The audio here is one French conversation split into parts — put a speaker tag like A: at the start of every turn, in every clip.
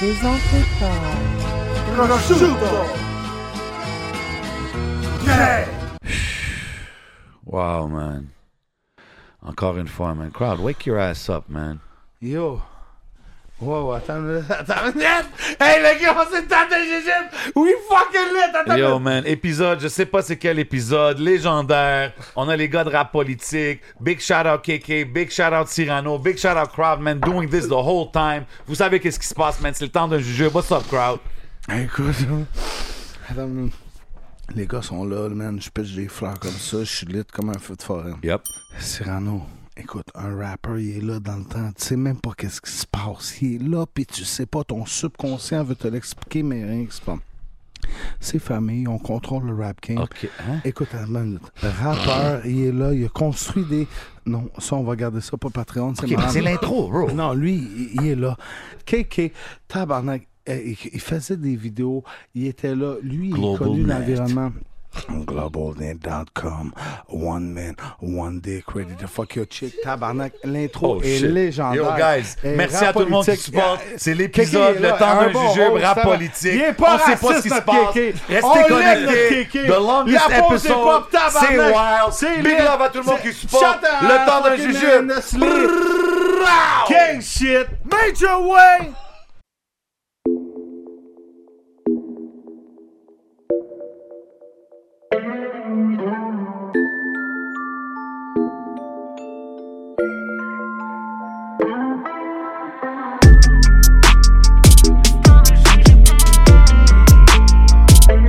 A: présenté par
B: Wow, man. Encore une fois, man. Crowd, wake your ass up, man.
C: Yo. Wow, attends une minute, attends une minute. Hey, le gars, on s'est tenté, Gégé. Oui, fucking lit, attends une
B: Yo,
C: minute.
B: man. Épisode, je sais pas c'est quel épisode, légendaire. On a les gars de rap politique. Big shout out KK, big shout out Cyrano, big shout out Crowd, man. Doing this the whole time. Vous savez qu'est-ce qui se passe, man. C'est le temps d'un jeu. What's up, Crowd?
C: Écoute, attends une minute. Les gars sont là, man. Je pêche des fleurs comme ça. Je suis lit comme un feu de forêt.
B: Yep.
C: Cyrano, écoute, un rappeur, il est là dans le temps. Tu sais même pas qu'est-ce qui se passe. Il est là, puis tu sais pas. Ton subconscient veut te l'expliquer, mais rien qui se passe. C'est famille, on contrôle le rap game.
B: OK. Hein?
C: Écoute, attends une minute. Rappeur, il est là, il a construit des. Non, ça, on va garder ça pour Patreon. C'est
B: OK, mais
C: marrant.
B: c'est l'intro, bro.
C: Non, lui, il- il est là. KK, tabarnak, euh, il il faisait des vidéos, il était là. Lui, il a
B: Global
C: connu
B: Net.
C: l'environnement. GlobalNet.com, One Man, One Dick, Ready to Fuck Your Chick, Tabarnak. L'intro
B: Oh,
C: est
B: shit.
C: légendaire.
B: Yo, guys,
C: Et
B: merci
C: rap
B: à tout le monde qui
C: politique,
B: supporte.
C: euh,
B: C'est
C: Kéké
B: l'épisode,
C: est
B: le
C: là,
B: temps
C: un
B: d'un
C: bon
B: jujube,
C: host,
B: rap
C: ça va.
B: politique.
C: Il est pas
B: on sait pas
C: raciste,
B: ce qui se
C: notre
B: passe.
C: Kéké. On
B: Restez
C: l'aime, notre
B: connectés.
C: Kéké.
B: The longest
C: Il a posé
B: episode.
C: pop, tabarnak.
B: C'est wild.
C: C'est
B: Big
C: lit.
B: love à tout le monde
C: C'est-
B: qui supporte.
C: Shut up,
B: Le temps d'un
C: fucking
B: jujube.
C: man, Nestlé.
B: Brrrr.
C: King shit. Major way.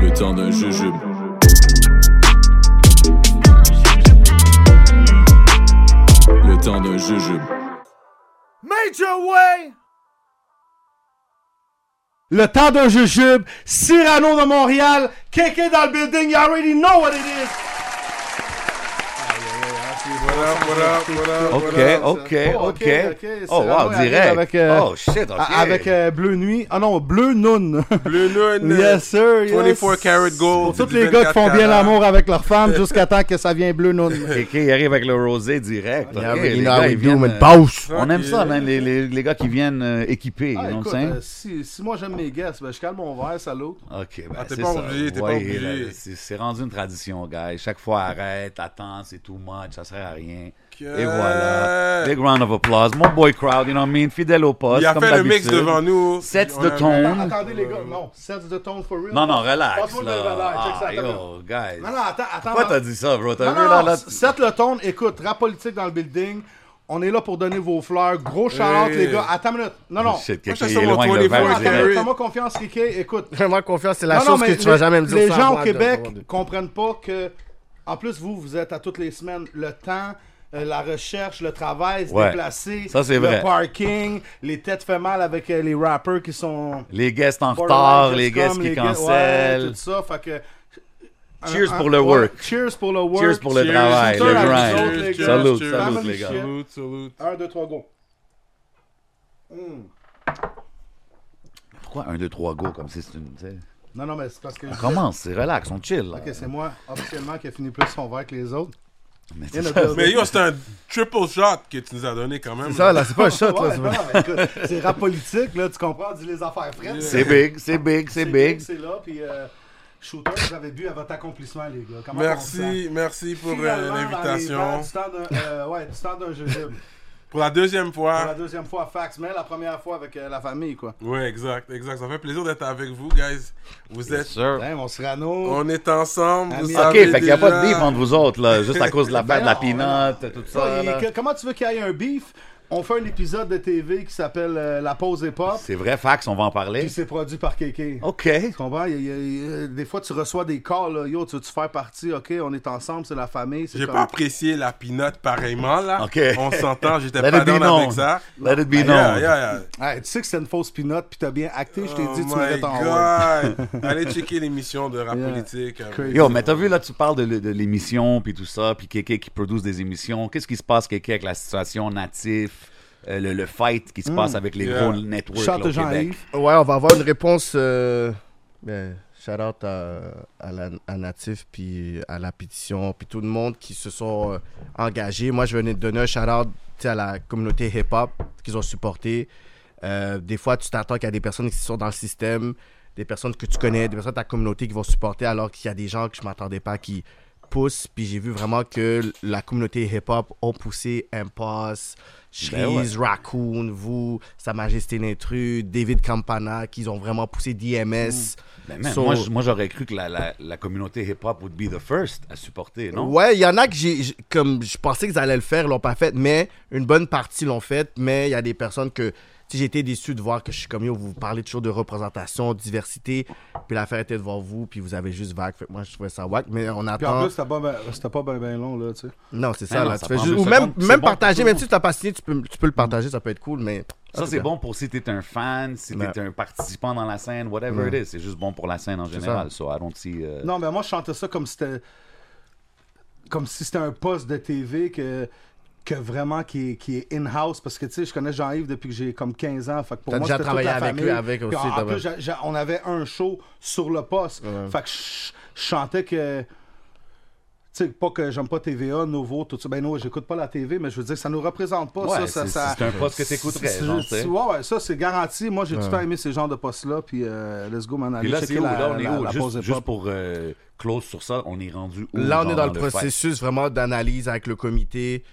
D: Le temps d'un jujube. Le temps d'un jujube.
C: Major way. Le temps d'un jujube, Cyrano de Montréal, KK dans le building, you already know what it is.
B: OK, OK,
C: Oh,
B: OK.
C: OK, c'est
B: Oh, wow,
C: vraiment
B: direct.
C: avec, euh,
B: oh, shit, OK.
C: A- Avec euh, Bleu Nuit. Ah non, Bleu Noon.
E: Bleu Noon.
C: yes, sir. yes.
E: 24 karat
C: Pour
E: gold.
C: tous
E: du
C: les gars qui
E: 24
C: font bien
E: carats.
C: l'amour avec leur femme jusqu'à temps que ça vienne Bleu Noon.
B: KK, il arrive avec le rosé direct. OK, les
F: You know
B: gars,
F: how we
B: ils
F: do,
B: viennent,
F: man.
B: euh,
F: Boss.
B: On aime ça,
E: Yeah.
B: man, les, les, les gars qui viennent euh, équipés,
C: Ah,
B: you know
C: écoute,
B: what I'm
C: euh,
B: saying?
C: si, si moi j'aime mes guests, ben, je calme mon verre, salut.
B: OK, ben,
E: Ah, t'es
B: c'est
E: pas
B: ça.
E: obligé, t'es pas
B: Voyez,
E: obligé.
B: là, C'est c'est rendu une tradition, guys. Chaque fois, arrête, attends, c'est too much, ça sert à rien. Et voilà. Big round of applause. Mon boy crowd, you know what I mean? Fidèle au poste,
E: Il a
B: comme
E: fait le mix
B: d'habitude.
E: devant nous.
B: Sets
E: On
B: de
E: a-
B: ton.
C: Ah, Attendez les gars, non, sets the tone for real.
B: Hein? Non, non, relax,
C: Passe-moi le
B: là.
C: verre, check ça,
B: Ah,
C: attends.
B: yo, guys.
C: Non, non, attends, attends.
B: Pourquoi t'as dit ça, bro? T'as
C: Non,
B: vu, là,
C: non,
B: là... oh,
C: set le ton, écoute, rap politique dans le building. On est là pour donner vos fleurs. Gros shout
E: Oui.
C: les gars. Attends une minute. Non, non.
B: Shit,
E: Moi, je
B: quelqu'un
E: suis
B: il
E: sur mon
B: éloigne le
E: 24
B: verre
E: carats.
B: direct.
E: Jerry.
C: Fais-moi confiance, Kiki. Écoute.
F: Vraiment confiance, c'est la
C: non, non,
F: chose que
C: mais
F: tu vas
C: les-
F: jamais me dire.
C: Les
F: sur
C: gens
F: la
C: au
F: boîte,
C: Québec
F: là.
C: comprennent pas que. En plus, vous, vous êtes à toutes les semaines. Le temps, euh, la recherche, le travail, se
B: Ouais.
C: déplacer.
B: Ça, c'est vrai.
C: Le parking. Les têtes fait mal avec euh, les rappers qui sont.
B: Les guests en
C: borderline
B: retard,
C: Dexcom,
B: les guests qui
C: gars- ouais,
B: cancellent.
C: tout ça. Fait que.
B: Cheers
C: un-
B: pour le
C: ouais,
B: work.
C: Cheers pour le work.
B: Cheers pour le
E: Cheers.
B: travail,
C: Cheers
B: le
C: à vous
B: grind.
C: autres, les gars.
B: Salute,
E: Cheers.
B: salute,
C: Family
B: les gars.
C: shit.
E: Salute, salute.
C: 1, 2, 3, go.
B: Pourquoi 1, 2, 3, go, comme si c'est une... tu sais?
C: Non, non, mais c'est parce que.
B: On commence, c'est relax, on chill. là.
C: Ok, c'est moi officiellement qui a fini plus son verre que les autres.
B: Mais
C: In
B: c'est
C: the
B: ça.
C: building.
E: Mais yo, c'est un triple shot que tu nous as donné quand même.
F: C'est ça, là, c'est pas un shot,
C: Ouais,
F: là. c'est
C: non,
F: pas-
C: mais écoute, c'est rap politique, là, tu comprends, dis les affaires fraîches.
B: C'est big, c'est big, c'est big.
C: C'est là, puis euh, shooter, vous avez bu à votre accomplissement, les gars. Comment
B: hein.
E: Merci, merci
C: on se
E: pour
C: sent?
E: euh,
C: Finalement, dans les
E: l'invitation.
C: temps, du temps d'un- euh, ouais, du temps d'un jujube.
E: Pour la deuxième
C: Pour la
E: fois.
C: deuxième fois à fax, mais la première fois avec euh, la famille, quoi.
E: Ouais, exact, exact. Ça fait plaisir d'être avec vous, guys. Vous êtes.
B: Sure.
C: Damn, Hein, on se rano.
E: On est ensemble. Vous
C: Ok,
B: Ok,
E: savez
B: fait qu'il n'y a pas de
E: déjà.
B: beef entre vous autres, là, juste à cause de la
C: Ben
B: de la
C: non,
B: pinotte, tout ça. là.
C: Comment tu veux qu'il y ait un beef? On fait un épisode de TV qui s'appelle euh, La pause et pop,
B: C'est vrai, fax, on va en
C: puis
B: parler.
C: c'est produit par Kéké.
E: Oh.
B: Ok.
C: Tu comprends? Il y a- il y a- des fois, tu reçois des calls, là, yo, tu veux-tu faire partie? Ok, on est ensemble, c'est la famille. c'est
E: J'ai
C: comme-
E: pas apprécié la pinotte pareillement, là.
B: hein. Ok.
E: On s'entend, j'étais
B: Let
E: pas
B: it be
E: down avec
B: known.
E: ça.
B: Let it be
E: Ben, Yeah,
B: known.
E: yeah, yeah.
C: Hey, tu sais que c'était une fausse pinotte, puis t'as bien acté, je t'ai
E: Oh
C: dit, tu me
E: my
C: mets en haut.
E: God. Allez checker l'émission de rap
C: Yeah.
E: politique. euh,
C: Crazy.
B: Yo, mais t'as vu, là, tu parles de, l- de l'émission, puis tout ça, puis Kéké qui produit des émissions. Qu'est-ce qui se passe, Kéké, avec la situation natif, euh, le, le fight qui se
C: Hmm.
B: passe avec les
E: Yeah.
B: gros networks là,
C: Chante
B: au Québec?
C: Jean-Yves.
F: Ouais, on va avoir une réponse. euh, ben, shout out à, à la- à Natif, puis à la pétition, puis tout le monde qui se sont euh, engagés. Moi, je venais de donner un shout out à la communauté hip-hop qu'ils ont supporté. Euh, des fois, tu t'attaques à des personnes qui sont dans le système, des personnes que tu connais, des personnes de ta communauté qui vont supporter, alors qu'il y a des gens que je m'attendais pas qui poussent. Puis j'ai vu vraiment que la communauté hip-hop ont poussé Impasse, Shreeze, Raccoon, vous, Sa Majesté l'intrus, David Campana, qu'ils ont vraiment poussé DMS.
B: Ben, man,
F: So-
B: moi, j- moi, j'aurais cru que la, la- la communauté hip-hop would be the first à supporter, non?
F: Ouais, il y en a que j'ai, j'- comme je pensais qu'ils allaient le faire, ils l'ont pas fait, mais une bonne partie l'ont fait, mais il y a des personnes que, tu sais, j'étais déçu de voir que je suis comme yo, vous parlez toujours de représentation, diversité, puis l'affaire était devant vous, puis vous avez juste vague. Fait que moi, je trouvais ça wack, mais on
C: Puis en
E: Ah.
F: attend.
C: plus, c'était pas ben, c'était pas ben, ben long, là, tu sais.
F: non, c'est ça,
B: Mais Eh non,
F: là.
B: ça
F: tu fais
B: prend
F: juste-
B: deux
F: ou même,
B: secondes, c'est
F: même
B: bon pour tout
F: partager,
B: le
F: même
B: monde.
F: si tu t'as pas signé, tu peux, tu peux le partager, ça peut être cool, mais. en
B: Ça,
F: tout
B: c'est
F: cas,
B: bon pour si t'es un fan, si t'es
F: Ouais. Mm.
B: un participant dans la scène, whatever
F: Ouais.
B: it is. C'est juste bon pour la scène en général. So I don't see, euh,
C: Non, mais moi, je chantais ça comme si c'était. Comme si c'était un poste de TV que, que vraiment qui est, qui est in-house. Parce que, tu sais, je connais Jean-Yves depuis que j'ai comme 15 ans. Fait que pour
F: T'as
C: moi,
F: déjà
C: c'était
F: travaillé
C: toute la
F: avec
C: famille.
F: lui, avec
C: Puis en-
F: aussi,
C: en
F: t'as-
C: plus, j'a- j'a- on avait un show sur le poste. Fait que je je chantais que. Tu sais, pas que j'aime pas TVA, Nouveau, tout ça. Ben non, j'écoute pas la TV, mais je veux dire, ça nous représente pas.
B: Ouais,
C: ça, ça,
B: c'est-
C: ça-
B: c'est un poste que t'écouterais,
C: C'est-
B: genre, tu sais.
C: Ouais, ouais, ça, c'est garanti. Moi, j'ai tout le temps aimé ces genres de postes-là. Puis, euh, let's go, man.
B: Puis
C: allez
B: là,
C: checker
B: c'est où?
C: la-
B: Là, on est
C: la-
B: où?
C: la
B: Juste-
C: pause
B: juste,
C: hip-hop.
B: pour euh, close sur ça, on est rendu où?
F: Là, on
B: genre,
F: est dans le
B: fight?
F: processus vraiment d'analyse avec le comité.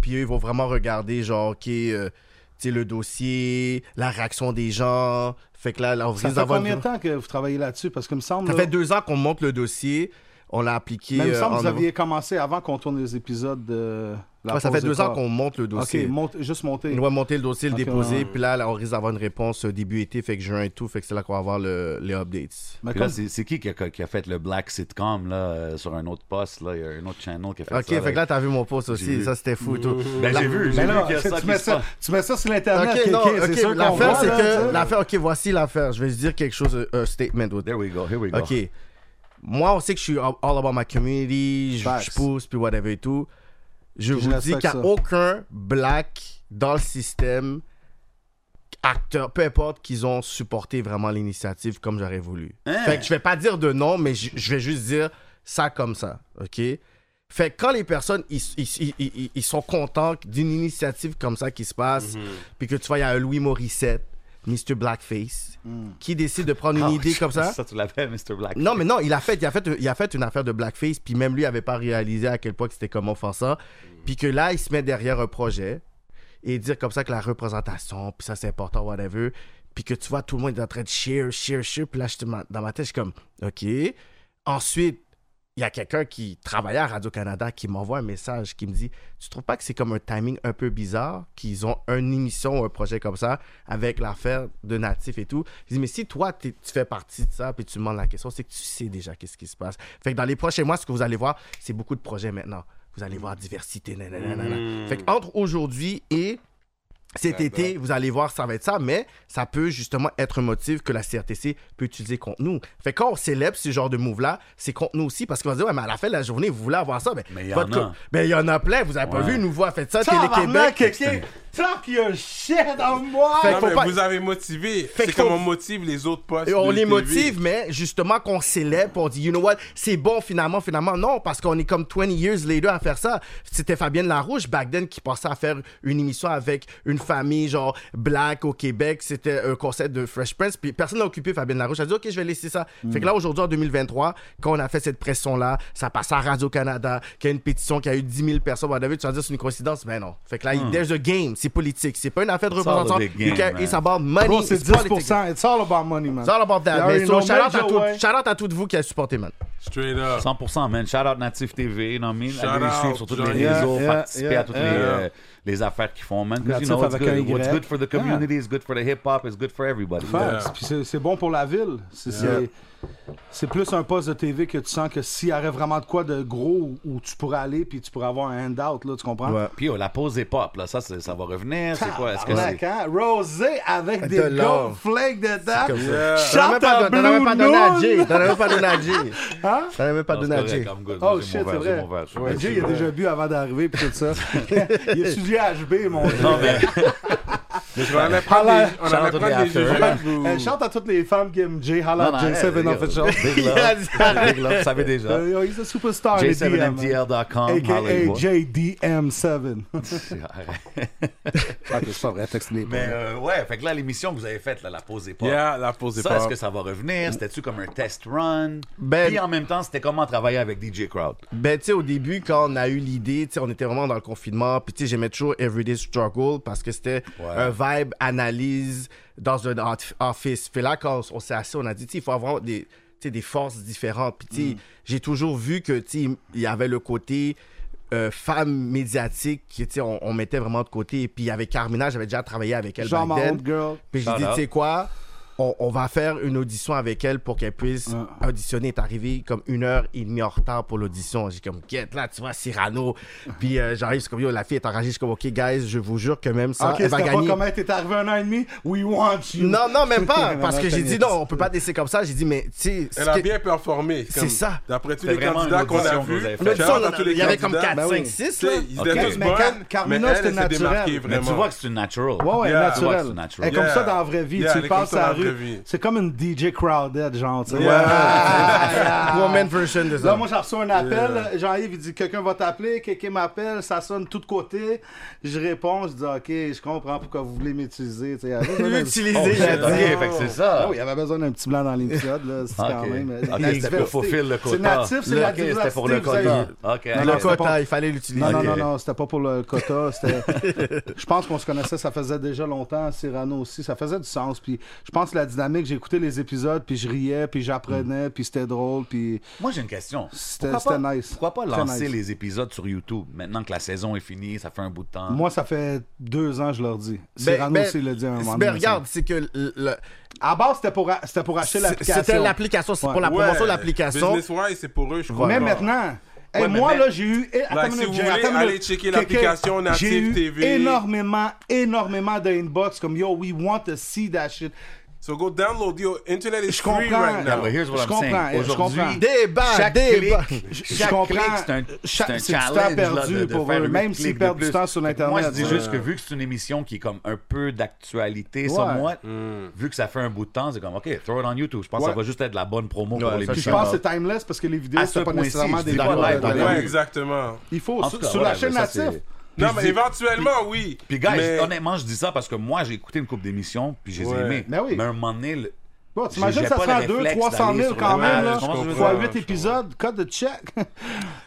F: Puis eux, ils vont vraiment regarder, genre, OK, euh, tu sais, le dossier, la réaction des gens. Fait que là, là on
C: Ça
F: risque
C: fait
F: d'avoir...
C: combien de temps que vous travaillez là-dessus? Parce que me semble.
F: Ça
C: là,
F: fait deux ans qu'on monte le dossier. On l'a appliqué.
C: mais il me
F: euh,
C: semble que vous
F: en-
C: aviez commencé avant qu'on tourne les épisodes de la
F: Ouais, ça
C: pause
F: fait deux
C: départ.
F: ans qu'on monte le
C: Ok,
F: dossier.
C: monte- juste monter.
F: On doit monter le dossier, le
C: Ok,
F: déposer.
C: ouais.
F: Puis là, là, on risque d'avoir une réponse euh, début été, fait que juin et tout. Fait que c'est là qu'on va avoir le- les updates.
C: Mais
B: Puis
C: comme-
B: là, c'est c'est qui qui a, qui a fait le black sitcom là, euh, sur un autre poste? Là? Il y a un autre channel qui a fait
F: OK,
B: ça.
F: fait que là, t'as vu mon post
B: J'ai
F: aussi.
B: vu.
F: Ça, c'était fou et tout.
B: ben, j'ai vu, j'ai
C: Mais
B: vu
C: là,
B: qu'il y a ça
C: tu
B: qui
C: mets
B: se
C: ça,
B: passe.
C: tu mets ça sur l'internet.
F: Ok,
C: ok,
F: non,
C: ok, c'est
F: ok,
C: sûr qu'on
F: l'affaire,
C: voit,
F: c'est
C: là, tu
F: que.
C: sais.
F: L'affaire, ok, voici l'affaire. Je vais vous dire quelque chose, un statement.
B: There we go, here we go.
F: Ok. Moi, on sait que je suis all about my community, je,
C: Facts.
F: je pousse, puis whatever et tout. Je
C: Puis je
F: vous dis
C: respecte
F: qu'il n'y
C: ça.
F: a aucun black dans le système, acteur, peu importe, qu'ils ont supporté vraiment l'initiative comme j'aurais voulu.
B: Hein?
F: Fait que je vais pas dire de nom, mais je je vais juste dire ça comme ça, ok? Fait que quand les personnes, ils, ils- ils- ils- ils sont contents d'une initiative comme ça qui se passe,
C: Mhm.
F: puis que tu vois, il y a un Louis Morissette, Mr. Blackface,
C: Mhm.
F: qui décide de prendre une
B: Ah,
F: idée
B: je-
F: comme ça.
B: Ça, tu l'as fait, Mr. Black.
F: Non, mais non, il a fait, il a fait, il a fait une affaire de blackface, puis même lui avait pas réalisé à quel point que c'était comme offensant, puis que là, il se met derrière un projet et dire comme ça que la représentation, puis ça c'est important, whatever, puis que tu vois tout le monde est en train de cheer, cheer, cheer, puis là, j'étais ma- dans ma tête, je suis comme, ok. Ensuite, il y a quelqu'un qui travaillait à Radio Canada qui m'envoie un message qui me dit, tu trouves pas que c'est comme un timing un peu bizarre qu'ils ont une émission ou un projet comme ça avec l'affaire de natif et tout. Je dis, mais si toi, t'es- tu fais partie de ça, puis tu demandes la question, c'est que tu sais déjà qu'est-ce qui se passe. Fait que dans les prochains mois, ce que vous allez voir, c'est beaucoup de projets maintenant. Vous allez voir diversité, nanana,
B: Hmm.
E: Hmm.
F: nanana. Fait que entre aujourd'hui et cet été,
B: ben.
F: vous allez voir, ça va être ça, mais ça peut justement être un motif que la CRTC peut utiliser contre nous. Fait que quand on célèbre ce genre de move-là, c'est contre nous aussi, parce qu'on va dire, ouais, mais à la fin de la journée, vous voulez avoir ça, mais
B: Mais il y
F: votre
B: en a.
F: co- mais il y en a plein, vous avez pas
B: Ouais.
F: vu, nous voix fait ça,
C: Tabarnak,
F: Télé-Québec.
C: ok. Talk your shit on moi.
F: Fait que
E: Non,
F: faut
E: mais
F: pas-
E: vous avez motivé.
F: Fait
E: C'est
F: qu'il faut-
E: comme on motive les autres postes.
F: Et on
E: de
F: les
E: TV.
F: motive, mais justement qu'on célèbre, on dit, you know what, c'est bon finalement, finalement. Non, parce qu'on est comme 20 years later à faire ça. C'était Fabienne Larouche, back then, qui pensait à faire une émission avec une famille, genre, black au Québec. C'était un concept de Fresh Prince. Puis personne n'a occupé Fabienne Larouche. Elle a dit, OK, je vais laisser ça.
B: Mm.
F: Fait que là, aujourd'hui, en 2023, quand on a fait cette pression-là, ça passe à Radio-Canada, qu'il y a une pétition, qu'il y a eu 10 000 personnes. Whatever, tu vas dire, c'est une coïncidence. Mais non. Fait que là,
B: Mm.
F: there's a game. C'est politique. C'est pas une affaire de
B: It's all a
F: représentation.
B: big game,
F: You care-
B: man.
F: It's about money.
C: Bro, c'est
F: It's politics.
C: 10%. It's all about money, man.
F: It's all about that.
C: You
F: man.
C: already
F: So,
C: know,
F: shout out à
C: Major
F: tout-
C: Way.
F: shout out à toutes vous qui avez supporté, man.
E: Straight up.
B: 100%, man. Shout out Natif TV, non, mais
E: Shout
B: allez les
E: out,
B: suivre sur tous les
E: Johnny.
B: réseaux,
C: Yeah,
B: participer
C: yeah,
B: à toutes
C: yeah.
B: les, euh, les affaires qu'ils font, man. 'Cause,
C: Natif
B: you know, it's
C: avec un
B: good.
C: Y.
B: What's good for the community is good for the hip-hop, is good for everybody.
C: Facts. Puis c'est- c'est bon pour la ville. C'est c'est- c'est plus un poste de TV que tu sens que s'il y aurait vraiment de quoi de gros où tu pourrais aller puis tu pourrais avoir un handout, là, tu comprends?
F: Ouais.
B: Puis oh, la pause est pop, là. Ça, c'est- ça va revenir. C'est quoi? Est-ce que
C: Tabarnak,
B: c'est...
C: hein? Rosé avec des
F: Ben, De l'or.
C: gold flakes dedans.
E: Yeah.
F: T'en as même pas
C: Chante
F: don- t'en as même pas donné à Jay.
C: Blue
F: T'en as même pas donné à Jay.
C: Hein?
F: T'en as même pas
B: Non, c'est
F: donné à
B: correct,
F: Jay.
B: I'm good.
C: Oh
B: J'ai
C: shit, c'est
B: mon verre, j'ai
C: vrai.
B: mon verre, je suis
C: Ouais,
B: bien
C: Jay,
B: sûr.
C: il a déjà bu avant d'arriver puis tout ça. il est sujet HB, mon gars.
B: Non, mais.
E: On allait prendre des- on
B: Shout out
E: allait
B: to the
E: prendre des
B: after.
E: jujubes ou-
C: Euh, chante à toutes les femmes qui aiment Jay
B: Non,
C: Halal,
B: non,
C: Jay
B: hey,
C: 7 en fait
B: big
C: genre.
B: love. Big love. Big love, vous savez déjà.
C: Euh, yo, he's a superstar. les DM,
B: J7MTL.com.
C: AKA
B: Hollywood.
C: JDM7.
G: Ok, c'est pas vrai, texte les
B: Mais euh, ouais, fait que là, l'émission que vous avez faite, là, la pause est pas.
E: Yeah, la pause est
B: Ça, est-ce
E: pas.
B: que ça va revenir? C'était-tu comme un test run?
F: Ben-
B: Puis en même temps, c'était comment travailler avec DJ Crowd?
F: Ben, tu sais, au début, quand on a eu l'idée, tu sais, on était vraiment dans le confinement. Puis, tu sais, j'aimais toujours Everyday Struggle parce que c'était un vibe analyse dans un hot- office. Puis là, quand on s'est assis, on a dit, tu sais, il faut avoir des, tu sais, des forces différentes. Puis,
C: Mm.
F: tu sais, j'ai toujours vu que, tu sais, il y avait le côté euh, femme médiatique que, tu sais, on, on mettait vraiment de côté. Et puis, avec Carmina, j'avais déjà travaillé avec elle.
C: Genre
F: back
C: ma
F: then.
C: old girl.
F: Puis j'ai
B: Shout
F: dit,
B: out.
F: tu sais quoi, on, on va faire une audition avec elle pour qu'elle puisse
C: Ah.
F: auditionner. Est arrivé comme une heure et demie en retard pour l'audition. J'ai comme, get là, tu vois, Cyrano. Puis euh, j'arrive, c'est comme, yo, la fille est enragée. Je suis comme, ok, guys, je vous jure que même ça,
C: ok,
F: elle
C: c'était
F: va
C: pas
F: gagner.
C: comment t'es arrivé un an et demi. We want you.
F: Non, non, même pas.
C: Non,
F: parce
C: non,
F: que j'ai
C: t'as
F: dit,
C: mis-
F: non, on peut pas te laisser comme ça. J'ai dit, mais tu sais. ce
E: Elle a
F: que-
E: bien performé.
F: C'est
E: comme-
F: ça.
E: D'après tous
B: C'était
E: les
B: vraiment
E: candidats
B: une
E: qu'on a
B: audition que vous
E: vus,
B: avez faite.
F: L'audition,
E: shout out à
F: on-
E: tous les
F: il y avait comme
E: candidats.
F: 4,
C: Ben oui.
F: 5, 6.
E: Tu sais, Ils étaient
B: Ok.
E: tous
C: Mais Car-
E: bonnes,
C: Carmina,
E: mais elle,
C: c'était
E: elle s'est démarquée
C: naturel.
B: Mais tu
E: vraiment.
B: vois que c'est une natural.
C: Ouais, ouais,
E: Yeah.
B: Ouais,
C: naturel.
B: c'est
C: Elle
B: naturel.
C: est comme
E: Yeah.
C: ça dans la vraie vie.
E: Yeah,
C: tu
E: elle est
C: passes
E: comme ça
C: à la
E: dans la vraie
C: rue.
E: vie.
C: C'est comme une DJ Crowded, genre. tu sais.
E: Yeah.
F: Woman version de
C: Là,
F: ça.
C: moi, j'ai reçu un appel. Jean-Yves, il dit Quelqu'un va t'appeler, quelqu'un m'appelle, ça sonne de tous côtés. Je réponds, je dis Ok, je comprends pourquoi vous voulez m'utiliser. Tu sais, elle avait besoin d'un-
F: L'utiliser,
B: Oh, shit,
F: il a dit.
B: ok, fait que c'est ça.
C: Ah oui, il avait besoin d'un petit blanc dans l'épisode, là, c'est quand
B: Ok.
C: même.
B: Ok,
C: euh, la
B: c'était
C: diversité.
B: pour fulfill le quota.
C: C'est natif, c'est
B: Le-
C: la
B: ok, c'était
C: diversité.
B: pour le
C: vous savez.
B: quota. Ok.
C: Non,
F: Le
C: non, c'était pas-
F: quota, hein, il fallait l'utiliser.
C: Non, non, non,
B: Ok.
C: non, c'était pas pour le quota. c'était- je pense qu'on se connaissait, ça faisait déjà longtemps, Cyrano aussi, ça faisait du sens. Puis je pense que la dynamique, j'écoutais les épisodes, puis je riais, puis j'apprenais, puis c'était drôle, puis
B: Moi, j'ai une question.
C: C'était-
B: Pourquoi
C: c'était
B: pas-
C: nice.
B: Pourquoi pas
C: Très
B: lancer
C: nice.
B: les épisodes sur YouTube maintenant que la saison est finie, ça fait un bout de temps?
C: moi, ça fait deux ans, je leur dis.
F: Ben,
C: Cyrano
F: ben,
C: aussi l'a dit à un moment
F: ben,
C: donné.
F: regarde, c'est que le- le-
C: À base, c'était pour, c'était pour acheter
F: c'est-
C: l'application.
F: c'était l'application, c'est
C: Ouais.
F: pour la
E: Ouais,
F: promotion de l'application.
E: Business-wise, c'est pour eux, je crois.
C: Mais
E: Non.
C: maintenant. Hey,
B: Ouais, mais
C: moi,
B: mais-
C: là, j'ai eu. eh, attends
E: Like,
C: une
E: si
C: minute,
E: vous
C: j'ai-
E: voulez,
C: attends une minute.
E: allez checker
C: Quelqu'un-
E: l'application Native
C: j'ai eu
E: TV.
C: Énormément, énormément d'inbox comme Yo, we want to see that shit.
E: So go download your internet is
C: Je
E: free
C: comprends.
E: right
B: Ah,
E: now.
B: but here's what
C: Je
B: I'm
C: comprends,
B: saying.
C: eh, je
B: Aujourd'hui,
C: comprends.
F: Débat,
B: chaque
F: débat.
B: clic,
C: Je
B: chaque
C: comprends.
B: clic, c'est un, c'est
C: Chaque-
B: un
C: c'est du temps
B: challenge. là,
C: perdu
B: de- de
C: pour
B: faire
C: eux,
B: huit
C: même s'ils
B: clics de
C: perdent du
B: plus.
C: temps sur
B: Moi, je
C: Internet, euh.
B: dis
C: ouais.
B: juste que vu que c'est une émission qui est comme un peu d'actualité,
C: Ouais.
B: somewhat,
E: Mm.
B: vu que ça fait un bout de temps, c'est comme, OK, throw it on YouTube. Je pense que ça va juste être de la bonne promo pour
F: ça,
C: Puis je
B: l'émission.
C: pense que c'est timeless parce que les vidéos,
B: À ce
C: c'est pas
B: point-ci,
C: nécessairement
B: je
C: des
B: dis pas
C: vidéos
B: live
C: de-
B: dans
C: de-
B: la
E: Ouais,
B: rue.
E: exactement.
C: Il faut,
B: En
C: sur,
B: tout cas,
C: sur la
B: whatever,
C: chaîne
B: ça, c'est-
C: native.
E: Non, mais éventuellement, oui.
B: Puis, gars,
E: Mais-
B: honnêtement, je dis ça parce que moi, j'ai écouté une couple d'émissions, puis j'ai
E: Ouais.
B: aimé.
C: Ben oui.
B: Mais à un moment donné, le-
C: Bon, t'imagines,
B: J'ai-
C: ça
B: j'ai
C: se
B: pas
C: fait
B: le
C: 2
B: réflexe
C: 300
B: d'aller
C: 000
B: sur
C: quand
B: le
C: même,
B: web,
C: là.
B: je comprends,
C: Fois
E: je
C: 8
E: comprends.
C: épisodes, code de check.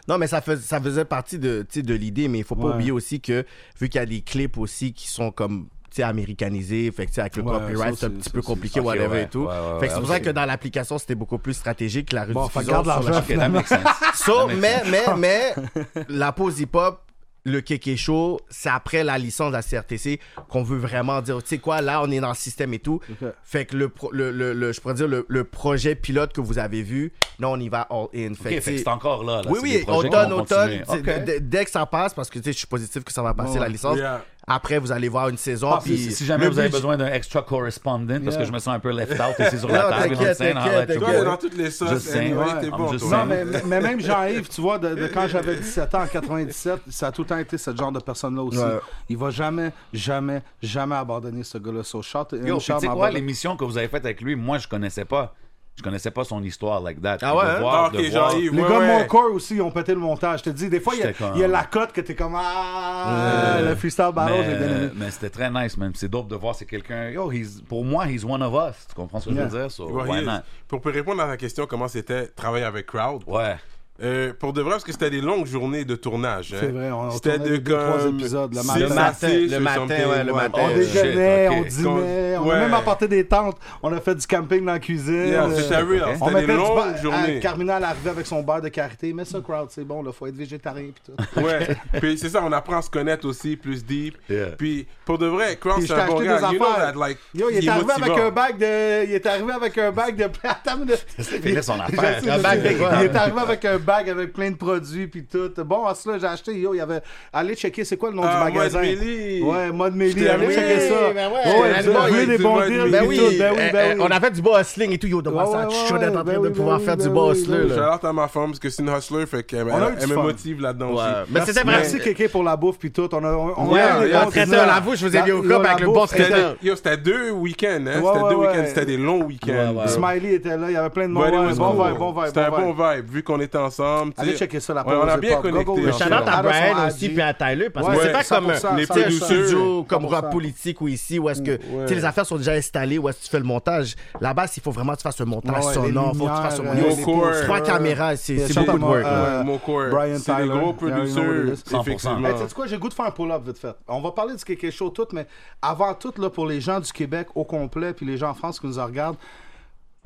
F: Non, mais ça, fais- ça faisait partie de, tu sais, de l'idée, mais il faut pas
C: Ouais.
F: oublier aussi que, vu qu'il y a des clips aussi qui sont comme tu sais, américanisés, fait que, tu sais, avec le
C: Ouais, ça,
F: copyright, c'est un
C: c'est-
F: petit
C: ça,
F: peu
C: c'est-
F: compliqué,
B: ok,
F: whatever
B: ouais,
F: et tout.
B: ouais, ouais,
F: fait que c'est pour
B: ouais,
F: ça que dans l'application, c'était beaucoup plus stratégique, la
C: Bon, fait,
F: rediffusion
C: garde
F: sur la
C: l'argent.
B: OK, that makes sense.
F: So, mais, mais, mais, la pause hip-hop, le kéké show, c'est après la licence de la CRTC qu'on veut vraiment dire, tu sais quoi, là, on est dans le système et tout.
C: Ok.
F: Fait que le, pro- le, le- le- je pourrais dire, le, le projet pilote que vous avez vu, non, on y va all-in.
B: OK, fait que
F: tu sais,
B: c'est encore là. là.
F: oui,
B: C'est des
F: oui,
B: projets qui
F: automne,
B: vont
F: automne.
B: continuer.
F: tu sais,
B: OK.
F: d- Dès que ça passe, parce que tu sais, je suis positif que ça va passer
C: Ouais.
F: la licence.
E: Yeah.
F: Après, vous allez voir une saison.
B: Ah,
F: puis
B: si, si jamais
F: le
B: vous avez
F: budget-
B: besoin d'un extra correspondent, parce que je me sens un peu left out ici sur la
F: Non,
B: table,
F: t'inquiète,
B: you know what I'm saying? I'll let you
E: Toi,
F: t'inquiète,
B: go.
E: t'es dans toutes les sauces.
B: Just saying.
E: anyway,
C: Ouais.
E: t'es
B: I'm
E: bon,
B: just
E: toi.
C: Non,
B: saying.
C: mais, mais même Jean-Yves, tu vois, de, de quand j'avais 17 ans, en 97, ça a tout le temps été ce genre de personne-là aussi.
F: Ouais.
C: Il va jamais, jamais, jamais abandonner ce gars-là. So, shout,
B: Yo,
C: him,
B: puis
C: shout
B: tu sais
C: my
B: quoi,
C: brother.
B: l'émission que vous avez faite avec lui, moi, je connaissais pas. Je connaissais pas son histoire like that.
F: Ah ouais,
B: De
F: hein?
B: voir,
E: Ah,
B: de
E: ok,
B: voir.
E: Jean-Yves.
C: Les
E: ouais,
C: gars de
E: ouais.
C: mon corps aussi, ils ont pété le montage. Je te dis, des fois, il y, a-
B: J'étais comme-
C: il y a la cote que t'es comme Ah, le freestyle battle, j'ai bien
B: Mais,
C: aimé.
B: mais c'était très nice, man. C'est dope de voir, c'est quelqu'un. Yo, he's- pour moi, he's one of us. Tu comprends ce que je veux
C: Yeah.
B: dire? So,
E: Ouais,
B: why
E: yes.
B: not?
E: Pour pour répondre à ta question, comment c'était travailler avec Crowd?
B: Ouais.
E: Euh, pour de vrai, parce que c'était des longues journées de tournage. hein.
C: C'est vrai, on- on
E: C'était
C: tournait
E: de
C: deux, trois
E: comme
C: épisodes, le
E: six
C: matin.
E: à
C: Le
F: matin,
E: six
F: le
E: or
F: matin,
E: something.
F: ouais, le matin.
C: On
F: Euh,
C: déjeunait,
B: shit, ok.
C: on dînait, on a
E: Eh, Ouais.
C: même apporté des tentes, on a fait du camping dans la cuisine.
E: Yeah,
C: euh,
E: C'était real.
C: On
E: C'était
C: mettait
E: des
C: du
E: longues
C: beurre-
E: journées.
C: Ah, Carmina, elle arrivait avec son beurre de karité. Mais ça, crowd, c'est bon, là, faut être végétarien pis tout.
E: Ouais. Puis c'est ça, on apprend à se connaître aussi, plus deep.
B: Yeah.
E: Puis pour de vrai, Crown,
C: Puis je
E: c'est
C: t'ai
E: un bon
C: acheté des
E: gars. You know that,
C: affaires.
E: like,
C: Yo, il est, arrivé
E: motivant.
C: avec un bac de. Il est arrivé avec un bac de. Attends, une minute.
B: C'est fini son
C: Je
B: affaire.
C: sais, je
F: bac de
C: sais.
F: quoi?
C: Il est arrivé avec un bag avec plein de produits, puis tout. Bon, à cela, j'ai acheté, yo, il y avait. Allez checker, c'est quoi le nom
E: Ah,
C: du
E: Mode
C: magasin?
E: Millie.
C: Ouais, Mode Millie.
E: J'étais-
C: Allez
E: oui,
C: checker ça.
F: ben ouais,
C: ouais, vous
E: Mode
C: avez
E: Millie,
C: des bons
E: Mode
C: deals,
E: Millie.
F: Ben
C: puis
F: oui,
C: tout, ben oui,
F: euh,
C: ben
F: euh,
C: oui.
F: on a fait du bustling et tout, yo, de
C: Ouais,
F: ça,
C: ouais,
F: je suis en
C: ouais,
F: train
C: ben
F: de
C: oui,
F: pouvoir
C: ben
F: faire
C: oui,
F: du
C: ben oui,
F: bustler,
C: ben
E: Shout
C: oui.
F: là.
E: out à ma femme parce que c'est une hustler, fait qu'elle
C: On a eu
E: elle
C: du
E: me
C: fun.
E: motive là-dedans
F: Ouais.
E: aussi.
F: Mais c'était vrai.
C: Merci, Kéké, pour la bouffe, puis tout. On a. on
F: Ouais,
C: a eu des
E: le
C: bons
F: traiteur,
C: deals.
F: la bouffe, je vous ai mis au
C: Yo,
F: cop
C: la
F: avec le
C: bouffe,
F: boss
C: c'était-
F: traiteur.
E: Yo, c'était deux week-ends, hein?
C: Ouais,
E: c'était
C: ouais,
E: deux
C: ouais.
E: week-ends, c'était des longs week-ends.
F: Ouais, ouais.
E: bro.
C: Smiley était là, il y avait plein de monde.
E: But it
C: Ouais,
E: was
C: Bon
E: cool.
C: vibe, bon vibe.
E: C'était un
C: bon
E: bon
C: vibe.
E: vibe, vu qu'on était ensemble. tu
C: Allez
E: sais.
C: checker ça, la
E: Ouais, on a
C: pause,
E: bien
C: c'est pas-
E: connecté.
C: Go, go,
E: on
F: Le
E: s'est
C: shout-out
F: shout-out à
C: Adam
F: Brian
C: Sohagi.
F: aussi, puis à Tyler, parce que
C: Ouais,
F: c'est pas
C: 100%,
F: comme un
E: Les
C: 100%.
F: studio, comme
C: 100%.
F: rock politique ou ici, où est-ce que tu sais, les affaires sont déjà installées, où est-ce que tu fais le montage. Là-bas, il faut vraiment que tu fasses le montage
C: Ouais, ouais,
F: sonore,
C: les
F: faut que tu fasses le
C: lumières,
E: euh,
F: montage.
E: les couleurs.
F: Trois caméras, c'est
C: Yeah,
F: c'est
C: shout
F: beaucoup de
C: out,
F: work.
C: euh,
F: ouais.
E: Ouais, mon corps.
C: Brian
E: c'est des
C: Tyler. Yeah,
E: gros
C: you know what it
E: producteurs,
C: is. 100%.
E: effectivement.
C: Hey, tu sais quoi, j'ai le goût de faire un pull-up vite fait. On va parler du quelque show tout, mais avant tout, là, pour les gens du Québec au complet, puis les gens en France qui nous en regardent,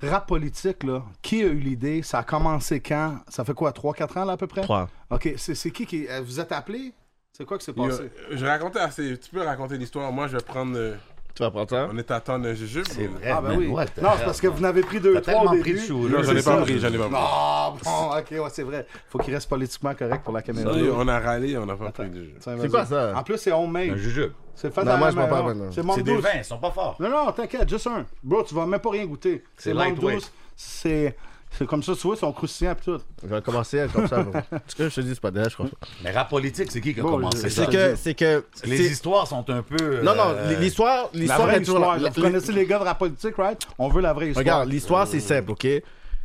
C: rap politique, là, qui a eu l'idée Ça a commencé quand Ça fait quoi, 3-4 ans là à peu près
F: Trois.
C: Ok, c'est c'est qui qui. euh, Vous êtes appelé C'est quoi qui s'est
E: Yo,
C: passé
E: Je racontais assez. Tu peux raconter l'histoire. Moi, je vais prendre. euh,
F: Tu vas prendre ça?
E: On est à temps de jujube. C'est
F: Eh,
E: vrai.
C: Ah, ben oui.
B: Eh, what the
C: Non, c'est
B: hell,
C: parce que vous n'avez pris deux,
B: T'as
C: trois au
B: tellement
C: début.
B: pris de chou,
E: Non,
B: là.
E: j'en ai
C: c'est
E: pas
C: ça.
E: pris. J'en ai pas pris.
C: Ah, bon, ok, ouais, c'est vrai. Faut qu'il reste politiquement correct pour la caméra.
E: Yo, On a râlé, on n'a pas pris de jujube.
F: C'est quoi ça?
C: En plus, c'est homemade.
B: Un jujube.
C: C'est fait
F: Non,
C: à
F: moi,
C: la
F: je m'en
C: main,
F: parle
C: non.
F: pas, non.
C: C'est
B: C'est
C: mangue
B: des
C: douce.
B: vins, ils sont pas forts.
C: Non, non, t'inquiète, juste un. Bro, tu vas même pas rien goûter. C'est mangue
B: lightweight.
C: douce. C'est c'est comme ça, tu vois, ils sont croustillants pis tout.
F: Je vais commencer comme ça. bon. Ce que je te dis, c'est pas déjà, je crois.
B: Mais rap politique, c'est qui qui a
C: Bon, je-
B: commencé ça?
F: C'est que, c'est que,
B: Les
F: c'est-
B: histoires sont un peu. euh,
F: non, non, l'histoire,
C: La
F: l'histoire
C: vraie
F: est toujours
C: histoire.
F: là.
C: là. Vous
F: Les-
C: connaissez les gars de la politique, right? On veut la vraie histoire.
F: Regarde, l'histoire, euh, c'est simple, OK?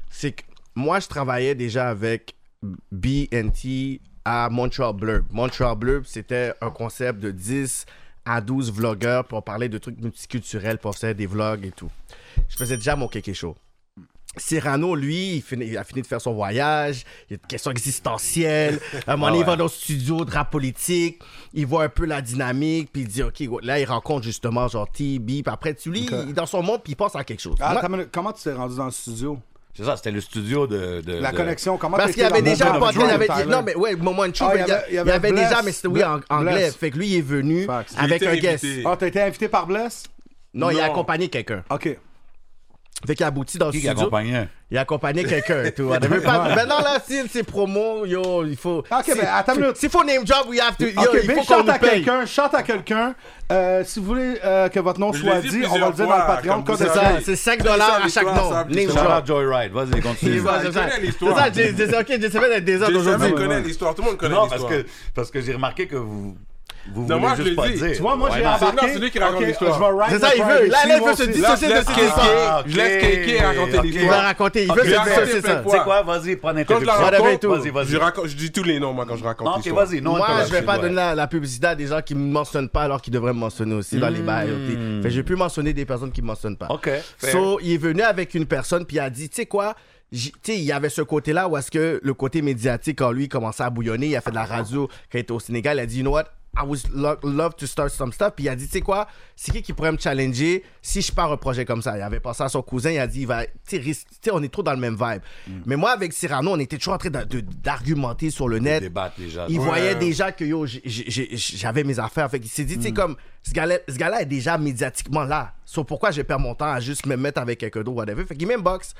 F: C'est que moi, je travaillais déjà avec BNT à Montreal Blurb. Montreal Blurb, c'était un concept de 10 à 12 vlogueurs pour parler de trucs multiculturels, pour faire des vlogs et tout. Je faisais déjà mon kéké show. Cyrano, lui, il, finit- il a fini de faire son voyage. Il y a des questions existentielles. À un moment donné, il va dans le studio de rap politique. Il voit un peu la dynamique. Puis il dit, OK, là, il rencontre justement genre TB. Puis après, tu lis, il est dans son monde, puis il pense à quelque chose.
C: Ah,
F: Moi-
C: attends une minute, comment tu t'es rendu dans le studio?
B: C'est ça, c'était le studio de. de-
C: La
B: de-
C: connexion, comment
F: Parce
C: t'as
F: qu'il y
C: été
F: avait
C: dans le
F: déjà un
C: monde de
F: podcast, il y avait-
C: Drew Tyler?
F: Non, mais ouais, Moment Show,
C: Ah,
F: mais il y a- il y avait
C: Bless.
F: déjà, mais c'était oui, en anglais.
C: Bless.
F: Fait que lui, il est venu
C: Facts. Il
F: avec
E: était
F: un guest.
E: invité.
C: Ah, t'as été invité par Bless?
F: Non, il a
E: Non.
F: accompagné quelqu'un.
C: Ok.
F: Fait qu'il a abouti dans le
B: Qui qui
F: studio.
B: accompagnait?
F: Il a accompagné quelqu'un, tu vois. Mais pas- Maintenant, là, si c'est promo, yo, il faut.
C: Ok,
F: si-
C: ben, attends une minute.
F: S'il faut name job, we have to. Yo,
C: ok,
F: il
C: mais
F: faut qu'on
C: chante
F: nous
C: à
F: paye.
C: quelqu'un, chante à quelqu'un. Euh, si vous voulez euh, que votre nom
E: Je
C: soit
E: l'ai dit
C: dit, on va le dire dans le
E: plusieurs
C: Patreon.
E: fois, comme
F: C'est
E: vous
C: comme
F: ça,
E: savez.
F: c'est 5 dollars à
E: Comme ça,
F: chaque nom.
E: l'histoire,
F: Name
E: ça,
B: Shout
E: puis
F: job.
B: out Joyride, vas-y,
F: C'est ça,
B: continue.
E: Il
F: c'est ça.
E: connaît
F: C'est
E: l'histoire.
F: ça, j'ai- j'ai- ok, j'essaie d'être des autres
E: Jamais
F: aujourd'hui.
E: il connaît l'histoire. Tout le monde connaît
B: Non, parce
E: l'histoire.
B: que, parce que j'ai remarqué que vous. Vous
E: Non,
B: voulez
E: moi, je
B: juste
E: l'ai
B: pas
E: dit.
B: dire.
E: Tu
C: Moi, moi,
B: Ouais,
C: j'ai
B: non,
E: c'est-
C: embarqué.
E: non, c'est lui qui raconte
C: Ok,
E: l'histoire.
C: je vais ride
F: C'est ça,
C: the
F: il
C: privacy,
F: veut. Là, là, il
C: moi
F: veut se
C: aussi.
F: dissocier. c'est- c'est- c'est-
B: Ah,
E: Je laisse
B: ok,
E: quelqu'un raconter
B: ok.
F: Il va
E: l'histoire.
F: raconter, il
B: Ok,
F: veut se
E: j'ai raconté,
F: dissocier ça.
E: fais
B: Tu sais quoi, vas-y, prends
E: Quand je la
B: l'introduction.
F: Whatever it
E: raconte,
F: took.
B: Vas-y, vas-y.
E: je raconte- je dis tous les noms, moi, quand je raconte
B: Non, ok,
E: l'histoire.
B: vas-y, non,
F: Moi,
B: t'as
F: je vais
B: raison,
F: pas
B: ouais.
F: donner la, la publicité à des gens qui me mentionnent pas alors qu'ils devraient me mentionner aussi dans les bails. ok? Fait que j'ai pu mentionner des personnes qui me mentionnent pas.
B: Hmm. Ok, fair.
F: So, il est venu avec une personne puis il a dit, tu sais quoi, j- tu sais, il y avait ce côté-là où est-ce que le côté médiatique, quand lui il commençait à bouillonner, il a fait de la radio quand il était au Sénégal, il a dit, you know what, I would lo- love to start some stuff. Puis il a dit, tu sais quoi, c'est qui qui pourrait me challenger si je pars un projet comme ça? Il avait pensé à son cousin, il a dit, il va, tu sais, risque- tu sais, on est trop dans le même vibe.
B: Hmm.
F: Mais moi, avec Cyrano, on était toujours en train d'a- de- d'argumenter sur le net.
B: Débattre déjà.
F: Il
B: Ouais.
F: voyait déjà que yo, j'ai- j'ai- j'ai- j'avais mes affaires. Fait qu'il s'est dit, tu sais, comme, ce gars-là ce gars-là est déjà médiatiquement là. Sauf pourquoi je perds mon temps à juste me mettre avec quelqu'un d'autre, whatever. Fait qu'il m'inbox.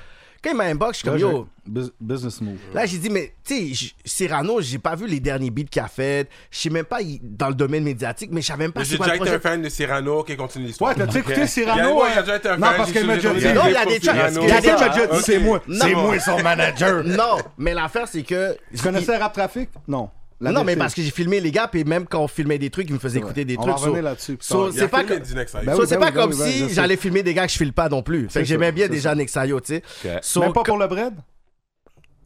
F: Quand il m'a inbox, je suis comme, yo,
C: Bus- Business move.
F: là, j'ai dit, mais, tu sais, j- Cyrano, j'ai pas vu les derniers beats qu'il a fait. Je sais même pas, il- dans le domaine médiatique, mais je savais même pas Ah,
E: J'ai
F: c'est quoi
E: déjà
F: le
E: été un
F: projet.
E: fan de Cyrano qui continue l'histoire.
C: Ouais, t'as-tu écouté
E: Il y a-
C: Cyrano?
E: ouais, il y
C: euh,
E: a déjà été un
C: Non,
E: fan,
C: parce
E: j'ai
C: qu'elle m'a déjà
E: suivi
C: dit.
E: son
F: Non, il y a des
E: Cyrano.
F: tracks.
E: Il y a
C: Quelqu'un m'a déjà
E: Ok.
C: dit, c'est moi.
F: Non.
B: C'est moi son manager.
F: Non, mais l'affaire, c'est que.
C: Tu connaissais Rap Traffic? Non. La
F: Non, mais
C: vérité.
F: parce que j'ai filmé les gars, puis même quand on filmait des trucs, ils me faisaient écouter des
C: On
F: trucs.
C: va
F: so-
C: revenir là-dessus, puis
F: so,
C: ça, il y a
F: c'est pas
E: filmé
F: que-
E: du Next Side.
C: Ben
F: So,
C: oui,
F: c'est
C: ben
F: pas
C: oui, ben
F: comme
C: oui, ben
F: si
C: oui, je
F: j'allais
C: sais.
F: filmer des gars que je file pas non plus. Fait que
C: sûr,
F: j'aimais bien
C: c'est
F: déjà Nexayo, tu sais.
B: Ok.
F: So,
C: Même pas
F: que-
C: pour le bread?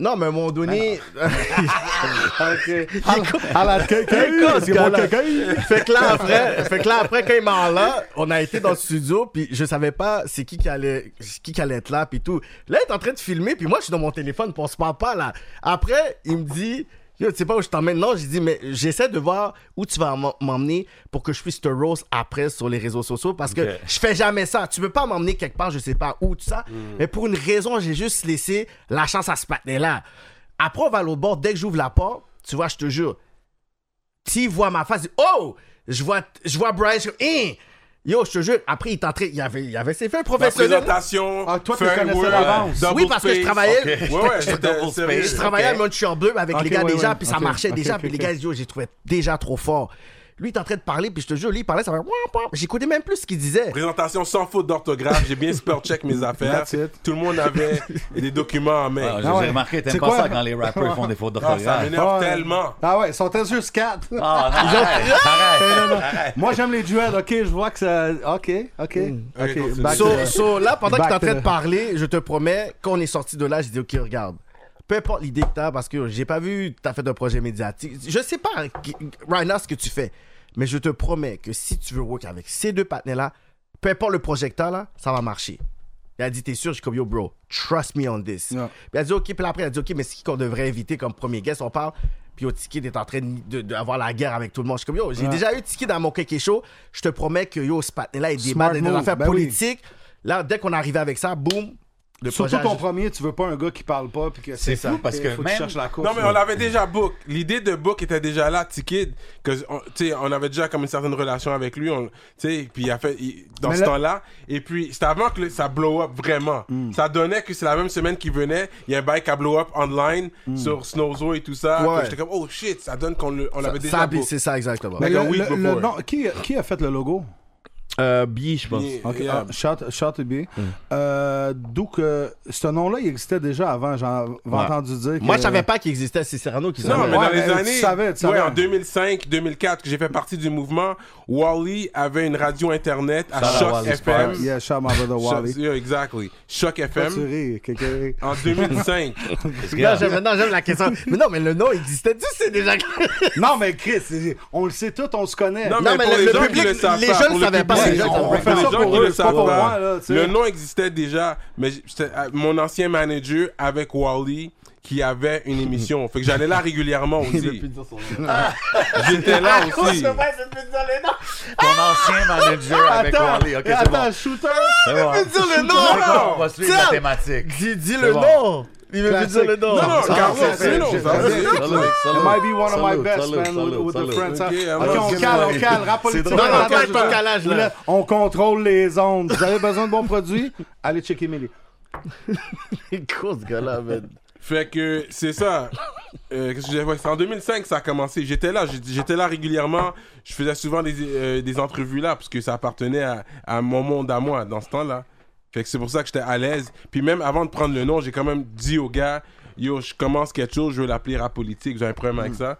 F: Non, mais à un moment donné.
C: Ah, Ok. Ah, À la
F: con, ce
C: c'est bon,
F: gars-là.
C: quelqu'un.
F: fait, que là, après, fait que là, après, quand il m'a en là, on a été dans le studio, puis je savais pas c'est qui qui allait, qui qui allait être là, puis tout. Là, il est en train de filmer, puis moi, je suis dans mon téléphone, puis on se parle pas, là. Après, il me dit. Yo, tu sais pas où je t'emmène. Non, j'ai dit, mais j'essaie de voir où tu vas m'em- m'emmener pour que je puisse te roast après sur les réseaux sociaux parce que
B: Ok.
F: je fais jamais ça. Tu peux pas m'emmener quelque part, je sais pas où, tout ça. Mais pour une raison, j'ai juste laissé la chance à ce patin-là. Après, on va à l'autre bord. Dès que j'ouvre la porte, tu vois, je te jure, s'il voit ma face, il dit, oh, je vois, je vois Bryce, hein, Yo, je te jure, après, il t'entrait. Il avait, il avait ses faits
E: La
F: professionnels.
E: présentation.
C: Ah, toi, tu
E: fais un
C: connaissais
E: word,
C: l'avance.
E: double
F: Oui, parce que je
E: face.
F: travaillais-
E: Ok. Ouais, ouais, j'étais
B: Double
E: sérieux.
B: face.
F: Je travaillais
B: Ok.
F: à Montreal Bleu avec
C: Ok,
F: les gars
C: ouais,
F: déjà,
C: ouais.
F: puis
C: Ok,
F: ça marchait
C: ok,
F: déjà,
C: ok,
F: puis les
C: ok.
F: gars, yo, j'ai trouvé déjà trop fort. Lui, il est en train de parler, puis je te jure, lui, il parlait, ça fait. J'écoutais même plus ce qu'il disait.
E: Présentation sans faute d'orthographe. J'ai bien spell-check mes affaires.
C: That's it.
E: Tout le monde avait des documents en
B: Ah,
E: main.
B: J'ai
C: Ah ouais.
B: j'ai remarqué, t'aimes
C: C'est
B: pas
C: quoi?
B: ça quand les rappers font des fautes
E: Ah, ça
B: d'orthographe.
E: m'énerve
C: Ouais.
E: tellement.
C: Ah ouais, ils sont sur 4.
B: Ah, non, arrête, arrête, arrête.
C: Moi, j'aime les duels, ok, je vois que ça. Ok,
F: Mm.
C: ok.
E: Ok,
C: Ok,
E: continue.
C: back
F: So,
C: to-
F: so, là, pendant que
C: Back
F: t'es en
C: to
F: train
C: the-
F: de parler, je te promets, quand on est sorti de là, j'ai dit, OK, regarde. Peu importe l'idée que t'as, parce que j'ai pas vu, t'as fait un projet médiatique. Je sais pas, qui- right now, ce que tu fais. Mais je te promets que si tu veux work avec ces deux partenaires-là, peu importe le projecteur, là, ça va marcher. Il a dit, t'es sûr? Je suis comme, yo, bro, trust me on this.
C: Ouais.
F: Puis il a dit, OK. Puis là, après, il a dit, OK, mais c'est qui qu'on devrait inviter comme premier guest? On parle. Puis au Tiki, t'es en train d'avoir de, d'avoir la guerre avec tout le monde. Je suis comme, yo, j'ai déjà eu Tiki dans mon kéké show. Je te promets que, yo, ce partenaire, il débat
C: Smart
F: des
C: move,
F: affaires
C: ben oui.
F: politiques. Là, dès qu'on arrivait avec ça, boum, le
C: Surtout
F: projet
C: ton
F: a-
C: premier, tu veux pas un gars qui parle pas. puis que
B: C'est fou, parce que
C: faut
B: même-
C: tu cherches la course.
E: Non, mais on l'avait déjà book. L'idée de book était déjà là, Ticket. Que, on- tu sais, on avait déjà comme une certaine relation avec lui. on- Tu sais, puis il a fait. il- dans
C: Mais
E: ce
C: là-
E: temps-là. Et puis, c'était avant que le- ça blow up vraiment.
C: Hmm.
E: Ça donnait que c'est la même semaine qu'il venait. Il y a un bike à blow up online
C: Hmm.
E: sur Snowzo et tout ça.
F: Ouais.
E: Que J'étais comme, oh shit, ça donne qu'on le- on l'avait
F: Ça,
E: déjà
F: puis
E: book.
F: c'est ça, exactement.
C: Mais
E: Like a
C: le-
E: week
C: le- le-
E: before.
C: non, qui, qui a fait le logo
F: Euh, Bi, je pense.
E: Yeah,
C: Ok,
E: yeah.
C: ah, shout, shout to be.
F: Mm.
C: Euh, D'où que ce nom-là, il existait déjà avant. J'ai entendu dire. Que...
F: Moi, je savais pas qu'il existait. C'est Serrano qui
E: Non,
F: savait.
E: mais
C: Ah, Ouais,
E: dans les
C: mais tu
E: années.
C: savais, tu
E: ouais,
C: savais.
E: en 2005-2004, que j'ai fait partie du mouvement, Wally avait une radio internet à
B: Shout out
E: Choc
B: Wally
E: FM.
B: Sparks.
C: Yeah, shout my brother Wally.
E: Choc- yeah, exactly. Choc
C: Pourquoi Tu
E: FM.
C: ris, quelqu'un.
E: En 2005.
F: Non, j'aime, non, j'aime la question. mais non, mais le nom existait. Tu sais déjà.
C: Non, mais Chris, c'est- on le sait tous, on se connaît.
E: Non,
F: Non,
E: mais,
F: mais
E: pour
F: le-
E: les
F: le
E: gens
F: public-
E: qui le savent
F: les
E: pas,
F: gens
E: pour
F: le savaient pas,
E: public,
F: les gens qui
E: on
F: le
E: fait
F: savent
E: les
C: pas.
E: gens qui
C: Pour eux,
E: le
C: c'est pas
E: savent
C: pour moi,
E: pas.
C: là, tu sais.
E: Le nom existait déjà, mais j- j'étais- euh, mon ancien manager avec Wally qui avait une émission. Fait que j'allais là régulièrement aussi. Ah! J'étais là aussi.
B: Ton ancien manager avec Wally. Ok, c'est
C: Attends,
B: bon. Ah,
C: shooter!
B: C'est bon.
F: dire le nom,
B: C'est bon,
F: non.
B: On va suivre la
F: Tiens.
B: thématique.
F: Dis, dis
B: C'est
F: le
B: bon.
F: nom. Il veut plus dire le nom.
E: Non, non,
B: Ça,
E: Carlos,
B: Ah, c'est-
E: c'est non,
B: c'est-
E: ça,
B: c'est-
E: c'est-
B: salut,
C: It
B: salut,
C: might be one of my
B: salut,
C: best,
B: salut,
C: man, with-
B: salut,
C: with, the
B: salut.
C: friends.
E: Ok,
C: I-
E: I'm
C: Ok,
E: not
C: on
E: giving
C: cale,
E: away.
C: on cale, rap
B: C'est
C: politique.
B: drôle.
F: Non, non, toi,
C: Attends,
F: avec ton
C: je-
F: calage, là.
C: Là, On contrôle les ondes. Vous avez besoin de bons produits? Allez checker Millie.
F: Gros, ce gars-là, man.
E: Fait que c'est ça. Euh, qu'est-ce que j'ai- ouais, c'est en 2005 que ça a commencé. J'étais là, j'ai- j'étais là régulièrement. Je faisais souvent des, euh, des entrevues là parce que ça appartenait à, à mon monde à moi dans ce temps-là. Fait que c'est pour ça que j'étais à l'aise. Puis même avant de prendre le nom, j'ai quand même dit au gars, yo, je commence quelque chose, je veux l'appeler rap politique, j'ai un problème
F: Mm.
E: avec ça.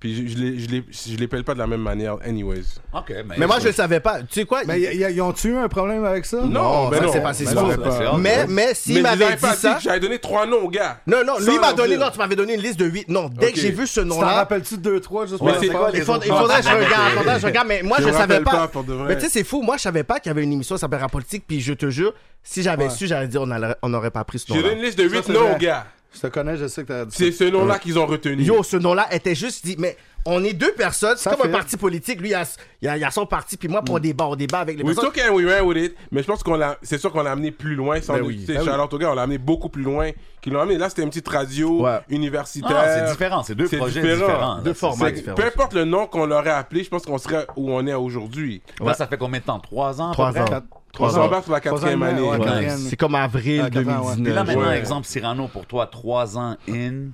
E: Puis je, je, l'ai- je, l'ai- je l'appelle pas de la même manière, anyways.
B: Ok,
F: Mais moi, je le savais pas. Tu sais quoi?
C: Mais y- y- y ont-tu eu un problème avec ça?
B: ben
E: Non, mais
F: ça,
E: non.
F: c'est passé
E: Mais
F: souvent.
B: c'est-
E: non,
B: c'est-
F: Mais, mais s'il
E: mais je
F: m'avait
E: j'avais pas
F: dit
E: dit
F: ça.
E: que j'avais donné trois noms au gars.
F: Non, non,
E: Sans
F: lui m'a
E: leur
F: donné,
E: dire.
F: non, tu m'avais donné une liste de 8. Non, dès
E: Ok.
F: que j'ai vu ce
C: Tu t'en
F: nom-là,
C: rappelles-tu de 2-3 juste pour
B: Ouais,
C: la
B: c'est
C: part?
B: quoi les
F: il faudrait,
B: autres
F: il faudrait que je
B: noms?
F: regarde, faudrait que je regarde, mais moi,
E: Je
F: je,
E: me
F: savais
E: rappelle pas,
F: pas.
E: pour de vrai.
F: mais tu sais, c'est fou, moi, je savais pas qu'il y avait une émission qui s'appelle Rap Politique, puis je te jure, si j'avais
C: Ouais.
F: su, j'aurais dit, on n'aurait on n'aurait pas pris ce
E: J'ai
F: nom-là.
E: donné une liste de huit
C: c'est
E: noms
C: vrai.
E: au gars.
C: Je
B: Ah.
C: te connais, je sais que t'as dit ça.
E: C'est ce nom-là qu'ils ont retenu.
F: Yo, ce nom-là était juste dit, mais on est deux personnes, c'est
C: Ça
F: comme
C: fait.
F: un parti politique, lui, il a, il a- il a son parti, puis moi, pour on débat, on débat avec les
E: We
F: personnes.
E: took it and we ran with it, mais je pense qu'on l'a, c'est sûr qu'on l'a amené plus loin. Sans
F: Ben
E: doute,
F: oui.
E: tu sais,
F: Ben oui.
E: Charlotte au gars, on l'a amené beaucoup plus loin qu'ils l'ont amené. Là, c'était une petite radio
F: Ouais.
E: universitaire.
B: Non, Ah, c'est différent, c'est deux projets différents.
F: Deux
B: Là,
E: C'est-
F: formats différents.
E: peu importe le nom qu'on l'aurait appelé, je pense qu'on serait où on est aujourd'hui.
B: Là, ça fait combien de temps Trois ans à peu
F: Trois
B: près?
F: ans.
C: Quatre-
E: On
F: Trois ans.
E: s'embarque sur la quatrième
C: ans,
E: année.
C: ouais,
B: Ouais.
C: quatrième.
F: C'est comme avril
C: Ah, quatre ans, ouais.
B: Puis là,
F: 2019.
B: maintenant,
E: Ouais.
B: exemple, Cyrano, pour toi, trois ans in, tu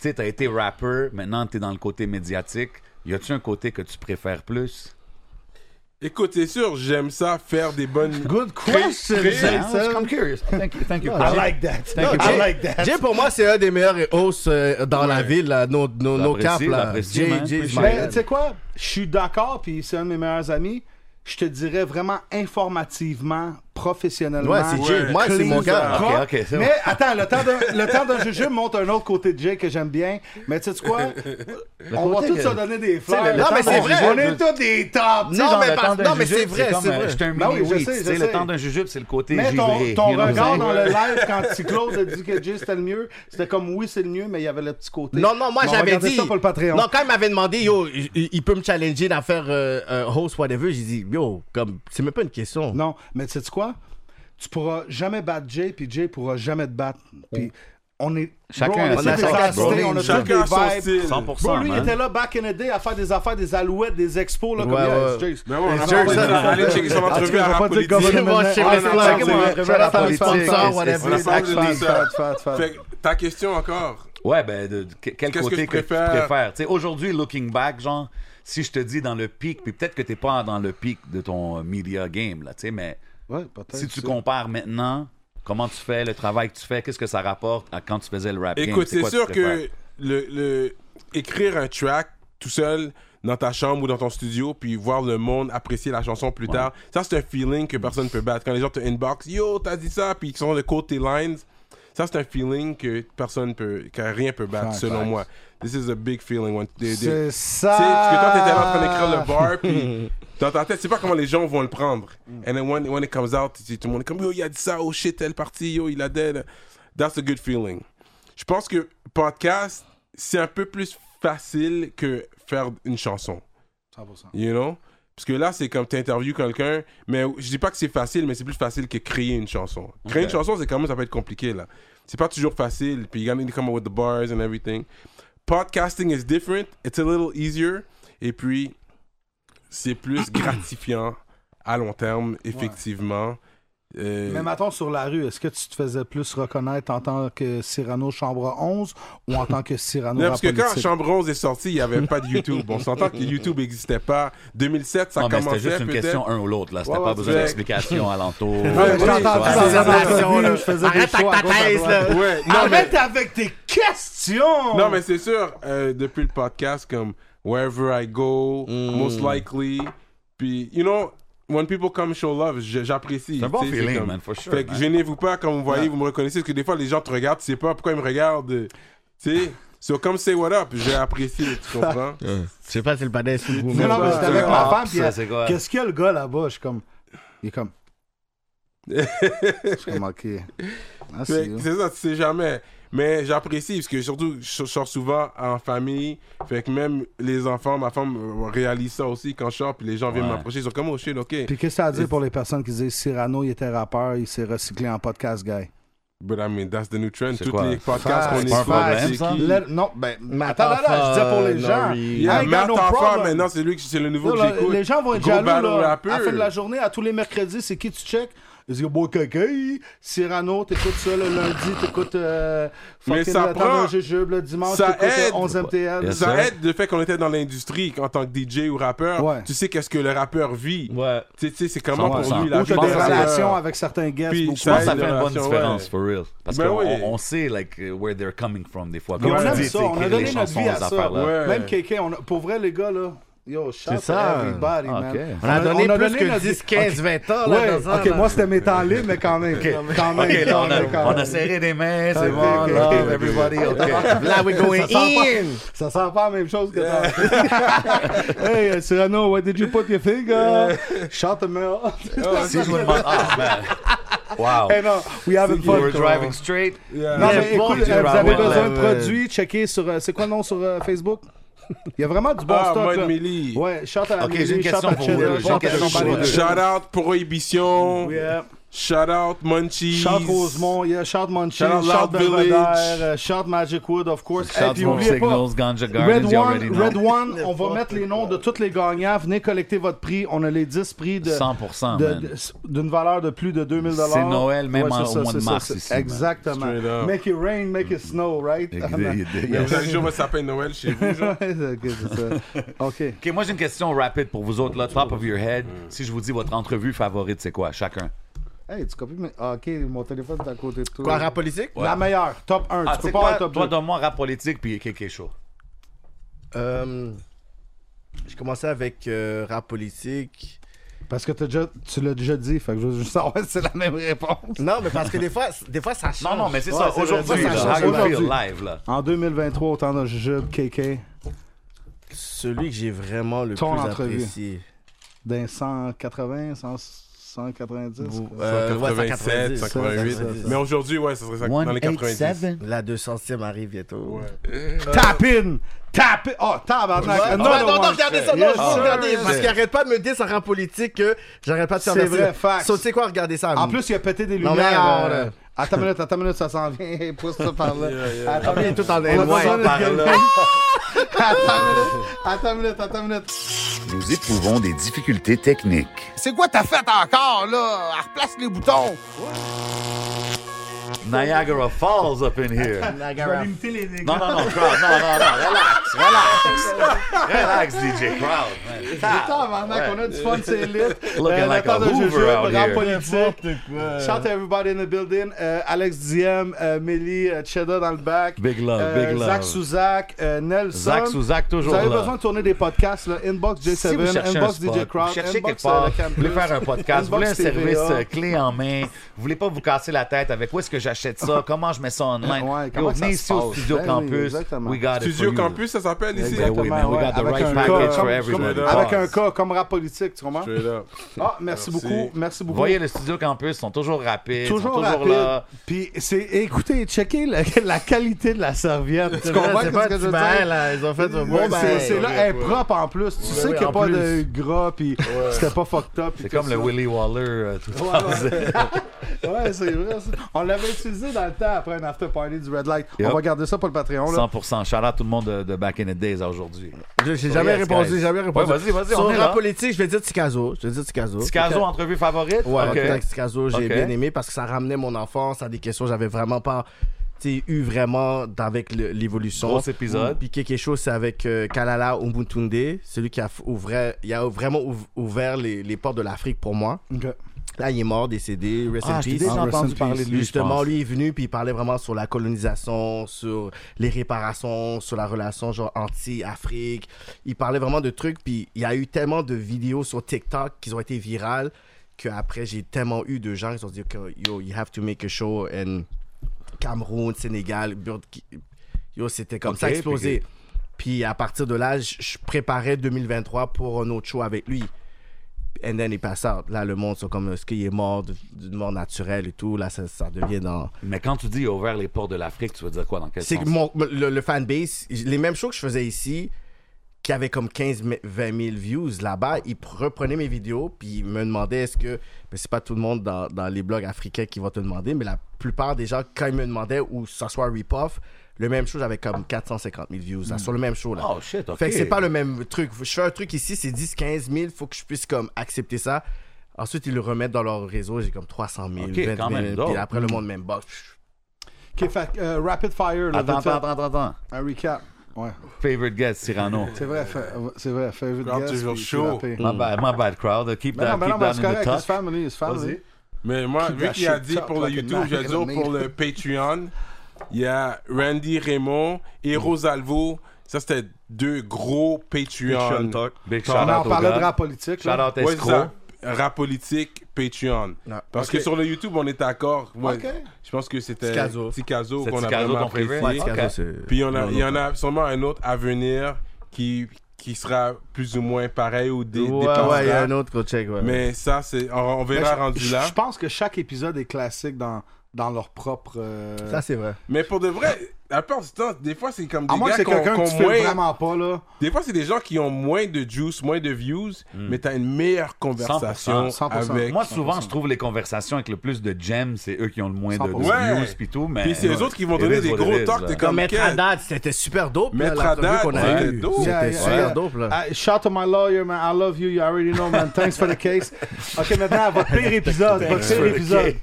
B: sais, t'as été rapper, maintenant t'es dans le côté médiatique. Y a-tu un côté que tu préfères plus?
E: Écoute, c'est sûr, j'aime ça faire des bonnes.
C: Good question,
E: Très-
B: Hein?
E: très-
C: Jason.
B: I'm curious. Thank you, thank you.
C: I like that.
B: Thank you.
C: I
F: Jay-
C: like that.
F: Jay, pour moi, c'est un des meilleurs hosts euh, dans la ville, là, nos, nos, nos
B: J'apprécie,
F: caps. Là.
B: j'apprécie,
F: Jay,
B: man.
F: Jay is my
C: Mais
F: man.
C: tu sais quoi? Je suis d'accord, puis c'est un de mes meilleurs amis. Je te dirais vraiment informativement, professionnellement.
F: Ouais, c'est Jay.
E: Ouais.
F: Moi, c'est mon gars.
B: Ok,
C: propre.
B: ok, c'est
C: mais attends, le temps, de, le temps de juger montre un autre côté de Jay que j'aime bien. Mais tu sais quoi? On va
B: côté
C: tous
B: que-
C: se donner des
B: Tu sais,
C: fleurs.
B: le- le
F: Non, mais
B: temps
F: c'est
B: de
F: vrai.
B: juger,
C: On est tous des tops.
B: Tu sais,
F: Non,
B: genre,
F: mais
B: le
F: par-
B: temps d'un
F: non, mais
B: jujube,
F: c'est vrai,
B: comme,
F: c'est
B: euh,
F: vrai.
B: J'étais un
C: Ben oui,
B: mini
C: je
B: wheat,
C: sais, je
B: tu sais,
C: sais.
B: le temps d'un jujube, c'est le côté
C: Mais
B: givré,
C: ton, ton
B: you know what I'm
C: regard
B: saying?
C: dans le live quand T-Claude a dit que Jay c'était le mieux, c'était comme oui, c'est le mieux, mais il y avait le petit côté.
F: Non, non, moi
C: Mais on va
F: j'avais
C: garder
F: dit.
C: ça pour le Patreon.
F: Non, quand il m'avait demandé, yo, il, il peut me challenger d'en faire euh, euh, host, whatever, j'ai dit, yo, comme, c'est même pas une question.
E: Oh.
C: Non, mais sais-tu quoi? Tu pourras jamais battre Jay, puis Jay pourra jamais te battre. Puis on est.
B: Chacun
C: bro, on
B: a
C: a toutes
B: sa
C: des
B: sauce, bro.
C: capacités, on a toutes
E: Chacun a son
C: des vibes.
E: style.
B: 100%.
C: Bro, lui, il
B: man.
C: était là back in the day à faire des affaires, des alouettes, des expos, là, comme
F: Ouais,
C: il y a
F: ouais.
C: Jace.
E: Mais bon, Ben on a
C: Jerks,
E: pas besoin
C: ça,
E: d'aller
C: ça,
E: checker son
C: ça, ça,
E: entrevue à
C: ça,
E: rap
C: ça,
E: politique.
C: ça, ça,
F: Moi, je sais pas,
C: Ah,
F: c'est
C: non,
F: clair
C: c'est
F: que
C: vrai.
F: moi,
C: Shout out à
F: Shout out
C: politique.
F: aux sponsors, whatever.
E: On a pas besoin de
C: Fat,
E: dire ça.
C: fat, fat, fat.
E: Fait que ta question encore.
B: Ouais, ben, de, de- que- quel
E: Qu'est-ce
B: côté
E: que tu
B: que, tu
E: préfères?
B: préfères? Tu sais, aujourd'hui, looking back, genre, si je te dis dans le pic, puis peut-être que t'es pas dans le pic de ton euh, media game, là, tu sais, mais
C: Ouais, peut-être,
B: si tu
C: c'est-
B: compares maintenant, comment tu fais, le travail que tu fais, qu'est-ce que ça rapporte à quand tu faisais le rap game?
E: Écoute, c'est
B: quoi tu
E: sûr
B: préfères?
E: que le, le- écrire un track tout seul dans ta chambre ou dans ton studio, puis voir le monde apprécier la chanson plus tard, ça c'est un feeling que personne peut battre. Quand les gens te inbox, yo, t'as dit ça, puis ils sont de côté lines, ça c'est un feeling que personne peut, que rien peut battre,
G: Facts.
E: selon moi. This is a big feeling. When they-
C: C'est
E: they-
C: ça.
E: Tu sais, parce que toi, t'étais là en train d'écrire le bar, puis dans ta tête, c'est pas comment les gens vont le prendre. And then when, when it comes out, tu sais, tout le monde est comme, yo, il a dit ça, oh shit, telle partie, yo, il a dead. That's a good feeling. Je pense que podcast, c'est un peu plus facile que faire une chanson.
C: 100%.
E: You know? Parce que là, c'est comme t'interviews quelqu'un, mais je dis pas que c'est facile, mais c'est plus facile que créer une chanson. Créer une chanson, c'est quand même, ça peut être compliqué, là. C'est pas toujours facile, puis you gotta come up with the bars and everything. Podcasting is different, it's a little easier, et puis c'est plus gratifiant à long terme, effectivement. Euh,
C: Mais mettons sur la rue, est-ce que tu te faisais plus reconnaître en tant que Cyrano Chambre 11 ou en tant que Cyrano
E: Non,
C: la
E: parce que quand
C: politique?
E: Chambre 11 est sorti, il n'y avait pas de YouTube. On s'entend que YouTube n'existait pas. 2007, ça
B: Non, mais
E: commençait
B: c'était juste une
E: peut-être.
B: question, un ou l'autre, là. C'était
C: Ouais,
B: pas
C: ouais,
B: besoin
E: ouais.
B: d'explication alentour.
E: mais j'ai
B: Ouais,
E: entendu
B: ouais.
E: ça.
F: C'est
C: Dans ma
F: la
C: vie,
F: là.
C: je faisais des
F: Arrête
C: choix à
F: avec
C: gauche,
F: ta
C: à
F: thèse,
C: droite.
F: là.
E: Ouais, non,
C: Arrête
E: mais-
C: avec tes questions!
E: Non, mais c'est sûr, euh, depuis le podcast, comme Wherever I Go, Most Likely, puis, you know, when people come show love, je- j'apprécie.
B: C'est un bon
E: tu sais,
B: feeling,
E: comme-
B: man, for sure,
E: Fait que
B: man.
E: gênez-vous pas, comme vous voyez, vous me reconnaissez, parce que des fois, les gens te regardent, tu sais pas pourquoi ils me regardent. Tu sais, so comme say what up, j'ai apprécié, tu comprends?
F: Je sais pas si le panel est sous le goût,
C: Non, non, mais
F: mais-
C: j'étais avec
E: Ouais.
C: ma femme,
B: Ah,
C: puis
B: ça,
C: elle-
B: c'est quoi?
C: qu'est-ce qu'il y a le gars là-bas? Je suis comme. Il est comme. Je suis comme, ok. Ah, c'est-
E: Fait que C'est ça, tu sais jamais. Mais j'apprécie parce que surtout, je sors souvent en famille. Fait que même les enfants, ma femme euh, réalise ça aussi quand je sors. Puis les gens viennent
B: Ouais.
E: m'approcher. Ils sont comme, oh shit, ok.
C: Puis qu'est-ce que ça à dire pour les personnes qui disent Cyrano, il était rappeur, il s'est recyclé en podcast, guy?
E: But I mean, that's the new trend.
B: C'est
E: Tous
B: quoi?
E: les podcasts qu'on
C: Facts,
E: écoute,
B: Ah, pas un problème,
E: c'est
B: ça?
E: qui?
C: Let- non, ben,
F: Matt
C: attends, là, là, je disais pour les
F: Alpha,
C: gens.
F: Nori.
E: Yeah,
C: I ain't got
E: Matt
C: no
E: Enfant,
C: problem.
E: maintenant, c'est lui qui c'est le nouveau
C: Là,
E: que
C: là,
E: j'écoute.
C: les gens vont être
E: Gros
C: jaloux.
E: battle
C: Là, à
E: rapper.
C: la fin de la journée, à tous les mercredis, c'est qui tu check? Ils disent, bon, cacaille, Cyrano, t'écoutes ça le lundi, t'écoutes euh,
E: Mais
C: fucking
E: ça
C: le
E: prend.
C: Tendeur Jujube le dimanche,
E: Ça
C: t'écoutes euh,
E: aide.
C: 11 MTL.
B: Yes,
E: Ça
B: sir.
E: aide le fait qu'on était dans l'industrie en tant que DJ ou rappeur.
C: Ouais.
E: Tu sais qu'est-ce que le rappeur vit.
B: Ouais.
E: Tu sais- tu sais, c'est comment pour
B: 100%.
E: lui la
C: Ou
E: vie.
C: t'as
B: Je pense
C: des
B: que ça-
C: relations avec certains guests.
E: Puis
C: beaucoup.
B: Je pense que ça
E: aide
B: fait une bonne
E: relation,
B: différence,
E: ouais.
B: for real. Parce
E: Ben
B: qu'on
E: oui.
B: on sait, like, uh, where they're coming from, des fois.
C: Puis
B: Comme
C: on
B: tu
C: aime
B: dis,
C: ça,
B: tu sais,
C: on a
B: écrire
C: donné
B: les
C: notre
B: chansons,
C: vie à
B: ces
C: ça.
B: affaires-là.
E: Ouais.
C: Même quelqu'un, on a- pour vrai, les gars, là, yo, shout out
F: C'est
C: to
F: ça.
C: everybody,
B: Ah,
C: man.
B: ok.
F: On a donné plus que
C: notre-
F: 10, 15, 20 ans,
C: Ouais,
F: là, dans ça,
C: ok,
F: là.
C: moi c'était mes temps libres, mais quand même. Quand même,
B: OK, là,
C: quand
B: on a,
C: même, quand
B: on a
C: même.
B: serré des mains, c'est
C: Ok,
B: bon,
C: ok,
B: love,
C: ok.
B: everybody, OK.
F: Là, we going
C: Ça sent pas-
F: in.
C: Ça sent pas la même chose que dans- hey, uh, Cyrano, where did you put your finger? Shut the mouth.
B: si je me demande, ah, man. Wow.
C: hey, non, we having
B: You
C: fun.
B: were
C: quoi.
B: driving straight.
C: Non, mais
F: Yeah,
C: écoute,
F: bon,
C: euh, vous avez
B: ouais,
C: besoin de
F: ouais.
C: produits, checkez sur. euh, C'est quoi le nom sur euh, Facebook? Il y a vraiment du bon
E: Ah,
C: stock.
E: Mode
C: là.
E: Millie.
C: Ouais, shout à la
B: Ok, j'ai
C: Millie,
B: une question
C: shout à
B: pour
C: Cheddar,
B: vous deux, j'ai une
C: shout à
B: question pour
C: Cheddar,
B: vous deux.
E: Shout out Prohibition.
C: Yeah.
E: Shout out Munchies.
C: Shout Rosemont, yeah, shout Munchie,
E: Shout out
C: shout
E: Loud
C: Belvedere,
E: Village.
C: euh, shout Magic Wood, of course. Et
B: Shots,
C: puis
B: smoke
C: oubliez pas,
B: signals, ganja
C: Red
B: gardens, you already
C: One,
B: know.
C: Red One, on va mettre les noms de tous les gagnants. Venez collecter votre prix. On a les 10 prix de
B: 100%,
C: de-
B: man.
C: de- d'une valeur de plus de 2000
B: C'est Noël, même en-
C: c'est
B: au
C: ça,
B: mois de
C: c'est ça,
B: mars
C: c'est-
B: ici, man.
C: Exactement.
E: Straight up.
C: Make it rain, make it snow, right?
E: Mais Vous allez jouer votre sapin de Noël chez vous, genre.
C: Ok, c'est ça. OK.
B: OK, moi, j'ai une question rapide pour vous autres, là, top of your head. Si je vous dis votre entrevue favorite, c'est quoi, chacun?
C: Hey, Mm. tu copies mais ah, OK, mon téléphone est à côté de toi.
F: Quoi, rap politique?
C: La meilleure, top 1. tu
B: Ah, tu
C: peux
B: sais
C: pas
B: quoi?
C: avoir top 2.
B: Toi, donne-moi rap politique, puis KK Show.
F: Euh, Je commençais avec euh, rap politique.
C: Parce que t'as déjà, tu l'as déjà dit, fait que je veux juste savoir si c'est la même réponse.
F: Non, mais parce que des fois, des fois ça change.
B: Non, non, mais c'est
C: Ouais,
B: ça,
C: c'est vrai,
B: aujourd'hui,
C: ça,
B: là,
C: ça,
B: how you
C: aujourd'hui.
B: feel live, là.
C: En 2023, autant de jujube, KK,
F: Celui que j'ai vraiment le
C: Ton
F: plus
C: entrevue.
F: apprécié.
C: d'un 180, 100, 190. quoi.
F: Euh, ouais,
E: 87,
C: 188.
E: 188. Mais aujourd'hui, ouais, ça serait ça, dans les 90.
B: 187.
F: La 200e arrive bientôt.
C: Tap in! Tap in! Oh, tabarnak!
F: Ouais,
C: another
F: non, non,
C: one.
F: regardez ça, non,
C: Yes,
F: je vous
C: sir,
F: regardez,
C: yes,
F: parce
C: sir.
F: qu'il arrête pas de me dire ça rend politique que j'arrête pas de faire
C: C'est
F: merci.
C: vrai, fact.
F: So, tu sais quoi, regardez ça.
C: En plus, il a pété des
F: Non,
C: lumières.
F: mais alors,
C: euh,
F: là.
C: Attends une minute, attends une minute, ça s'en vient. Pousse ça par là. Attends une minute,
F: Ah, Tout en
C: on a
F: loin.
C: besoin de-
B: par là.
C: Attends une minute, attends une minute, attends une minute.
H: Nous éprouvons des difficultés techniques.
I: C'est quoi ta fête encore, là? Elle replace les boutons!
B: Niagara Falls up in here.
F: Niagara.
B: Non, non, non, crowd, non, non, non, relax, relax. Relax, DJ Crowd. man.
C: Attends, maintenant qu'on Ah, a du fun, c'est lit.
B: Looking
C: Euh,
B: like
C: le temps
B: a
C: de
B: Hoover
C: jujube,
B: out
C: rap
B: here.
C: politique. Shout to everybody in the building. Euh, Alex Diem, euh, Millie, euh, Cheda dans le back.
B: Big love,
C: Euh,
B: big love.
C: Zach Souzak, euh, Nelson.
B: Zach Souzak, toujours
C: Vous avez
B: là.
C: besoin de tourner des podcasts, là. Inbox J7,
B: si vous cherchez un
C: Inbox
B: spot,
C: DJ Crowd,
B: vous cherchez quelque
C: Inbox
B: part,
C: euh, le
B: vous voulez
C: Campus,
B: faire un podcast, vous voulez un
C: Inbox hein. TVA.
B: service euh, clé en main, vous voulez pas vous casser la tête avec où est-ce que j'achète ça, comment je mets ça en main.
C: Ouais, comment
B: Yo,
C: que ça
B: venez
C: se
B: ici au
C: passe?
B: Studio
C: Ben oui,
B: Campus,
C: exactement.
B: we got it
E: Studio
B: for you.
E: Campus, ça s'appelle ici.
B: Ben oui, man, we got the
C: Exactement, ouais.
B: right
C: Avec un
B: package
C: cas,
B: for
C: comme-
B: everybody.
E: comme-
C: Avec un
B: Pause.
C: cas comme rap politique, tu comprends?
E: Straight up.
C: Ah, merci,
E: Merci.
C: beaucoup. Merci beaucoup.
B: Voyez le Studio Campus, ils sont toujours rapides,
C: toujours,
B: ils sont toujours
C: rapide.
B: là.
C: Puis c'est, écoutez, checkez la, la qualité de la serviette. Tu comprends
F: C'est
C: ce
F: pas
C: que je
F: du
C: veux
F: mal,
C: dire?
F: là. Ils ont fait un
C: Ouais,
F: bon
C: c'est,
F: bail.
C: c'est là, elle est propre en plus.
B: Ben
C: Tu sais
F: oui,
C: qu'il n'y a
F: en
C: pas de
F: plus.
C: gras, puis c'était pas fucked up. puis
B: C'est
C: tout
B: comme le
C: ça.
B: Willy Waller euh, tout
C: Ouais, ouais. Ouais, c'est vrai. ça. On l'avait utilisé dans le temps après un after party du Red Light.
B: Yep.
C: On va garder ça pour le Patreon. Là.
B: 100%. Shout out tout le monde de, de Back in the Days à aujourd'hui.
F: Je- J'ai jamais
B: Yes,
F: répondu,
B: guys.
F: j'ai jamais répondu.
B: Ouais, vas-y, vas-y, on
F: Sur
B: est
F: la
B: là.
F: politique, je vais dire Ticazo. Je vais dire Ticazo.
B: Ticazo, entrevue favorite?
F: Ouais,
B: Ok.
F: Contact Ticazo, j'ai
B: Ok.
F: bien aimé parce que ça ramenait mon enfance à des questions que j'avais vraiment pas tu sais, eu vraiment avec le- l'évolution.
B: Gros épisode.
F: Puis quelque chose, c'est avec euh, Kalala Umbutunde, celui qui a, f- ouvrait, il a vraiment ouv- ouvert les, les portes de l'Afrique pour moi.
C: Ok.
F: Là, il est mort, décédé, rest in
B: Ah, je t'ai
F: peace.
B: déjà
C: Ah, rest in
B: entendu
C: peace.
B: parler de lui, je
F: Justement,
B: pense.
F: lui est venu puis il parlait vraiment sur la colonisation, sur les réparations, sur la relation genre anti-Afrique. Il parlait vraiment de trucs puis il y a eu tellement de vidéos sur TikTok qui ont été virales que après j'ai tellement eu de gens qui ont dit que yo you have to make a show and Cameroun, Sénégal, Burki- yo c'était comme
B: Ok,
F: ça explosé. Puis à partir de là, je je préparais 2023 pour un autre show avec lui. And then il passe out. Là, le monde, c'est comme, est-ce qu'il est mort de- d'une mort naturelle et tout. Là, ça, ça devient dans...
B: Mais quand tu dis il a ouvert les portes de l'Afrique, tu veux dire quoi dans quel
F: C'est
B: sens?
F: que mon, le, le fanbase, les mêmes shows que je faisais ici, qui avaient comme 15 000, 20 000 views là-bas, ils reprenaient mes vidéos, puis ils me demandaient est-ce que. Mais c'est pas tout le monde dans, dans les blogs africains qui vont te demander, mais la plupart des gens, quand ils me demandaient ou ça soit rip off, le même show, j'avais comme 450 000 views là, sur le même show. Là.
B: Oh shit, ok.
F: Fait que c'est pas le même truc. Je fais un truc ici, c'est 10, 15 000, faut que je puisse comme accepter ça. Ensuite, ils le remettent dans leur réseau, j'ai comme 300 000,
B: Ok,
F: 20
B: quand
F: 000,
B: même,
F: puis
B: dope. Hmm.
F: après le monde même box.
C: Ok, fait que, euh, rapid fire. Là,
B: Attends,
C: vite fait.
B: attends, attends, attends.
C: Un recap. Ouais.
B: Favorite guest, Cyrano.
C: C'est vrai, fa- c'est vrai. Favorite
E: Crowd
C: guest,
E: toujours
C: puis-
E: chaud.
C: puis rapper.
B: My bad, my bad crowd. Keep
C: Mais Ben non, mais
B: that,
C: non,
B: keep
C: mais
B: that
C: c'est
B: in the
C: correct. It's
B: touch.
C: family, it's family.
E: Mais moi,
C: Keep
E: vu
C: that
E: qu'il a
C: shit
E: dit
C: up
E: pour le
C: like a
E: YouTube, je vais dire
C: magnet.
E: pour le Patreon, il y a Randy Raymond
F: Mm-hmm.
E: et Rosalvo. Ça, c'était deux gros Patreon.
B: Big shout
C: On en
B: out au
C: parlait de
B: gars.
C: rap politique.
B: Shout
C: là.
B: out
E: Ouais, c'est
B: escroc.
E: ça. Rap politique, Patreon.
F: Ouais.
E: Parce
F: Ok.
E: que sur le YouTube, on est d'accord. Ouais.
C: Ok.
E: Je pense que c'était
F: Ticazo. hein?
E: Ticazo
B: C'est
E: qu'on a
B: Ticazo
E: vraiment
B: ton préféré?
E: apprécié.
B: Ouais, Ticazo, Ok.
E: Puis il y en a- il y en a sûrement un autre à venir qui, qui sera plus ou moins pareil ou dé,
F: Ouais,
E: dépassera.
F: ouais, il y a un autre qu'on check, ouais.
E: Mais ça, c'est, on, on
C: Mais
E: verra
C: Ben, je-
E: rendu
C: je-
E: là.
C: Je pense que chaque épisode est classique dans, dans leur propre. euh,
F: Ça, c'est vrai.
E: Mais pour de vrai, la plupart du temps, des fois, c'est comme des
C: à moins que
E: gars
C: c'est
E: qui ont,
C: quelqu'un
E: qui ont
C: que tu
E: moins.
C: fais vraiment pas, là.
E: Des fois, c'est des gens qui ont moins de juice, moins de views, mais t'as une meilleure conversation
B: 100%,
E: avec.
B: Hmm. Moi, souvent, je trouve les conversations avec le plus de gems, c'est eux qui ont le moins de, de
E: 100%.
B: views pis tout. Mais
E: Puis c'est eux autres qui vont
B: It
E: donner
B: is
E: des
B: what it
E: gros
B: is,
E: talks.
B: là.
E: T'es
F: Comme
E: comme
F: Maître
E: quel-
F: Haddad, c'était super dope. là,
E: Maître
F: l'entrevue
E: Haddad,
F: qu'on a
E: c'était
F: eue. Ah,
E: dope.
F: C'était
C: Yeah, yeah,
F: super
C: yeah.
F: dope, là.
C: Uh, shout to my lawyer, man. I love you. You already know, man. Thanks for the case. OK, maintenant, votre pire épisode. Votre pire épisode.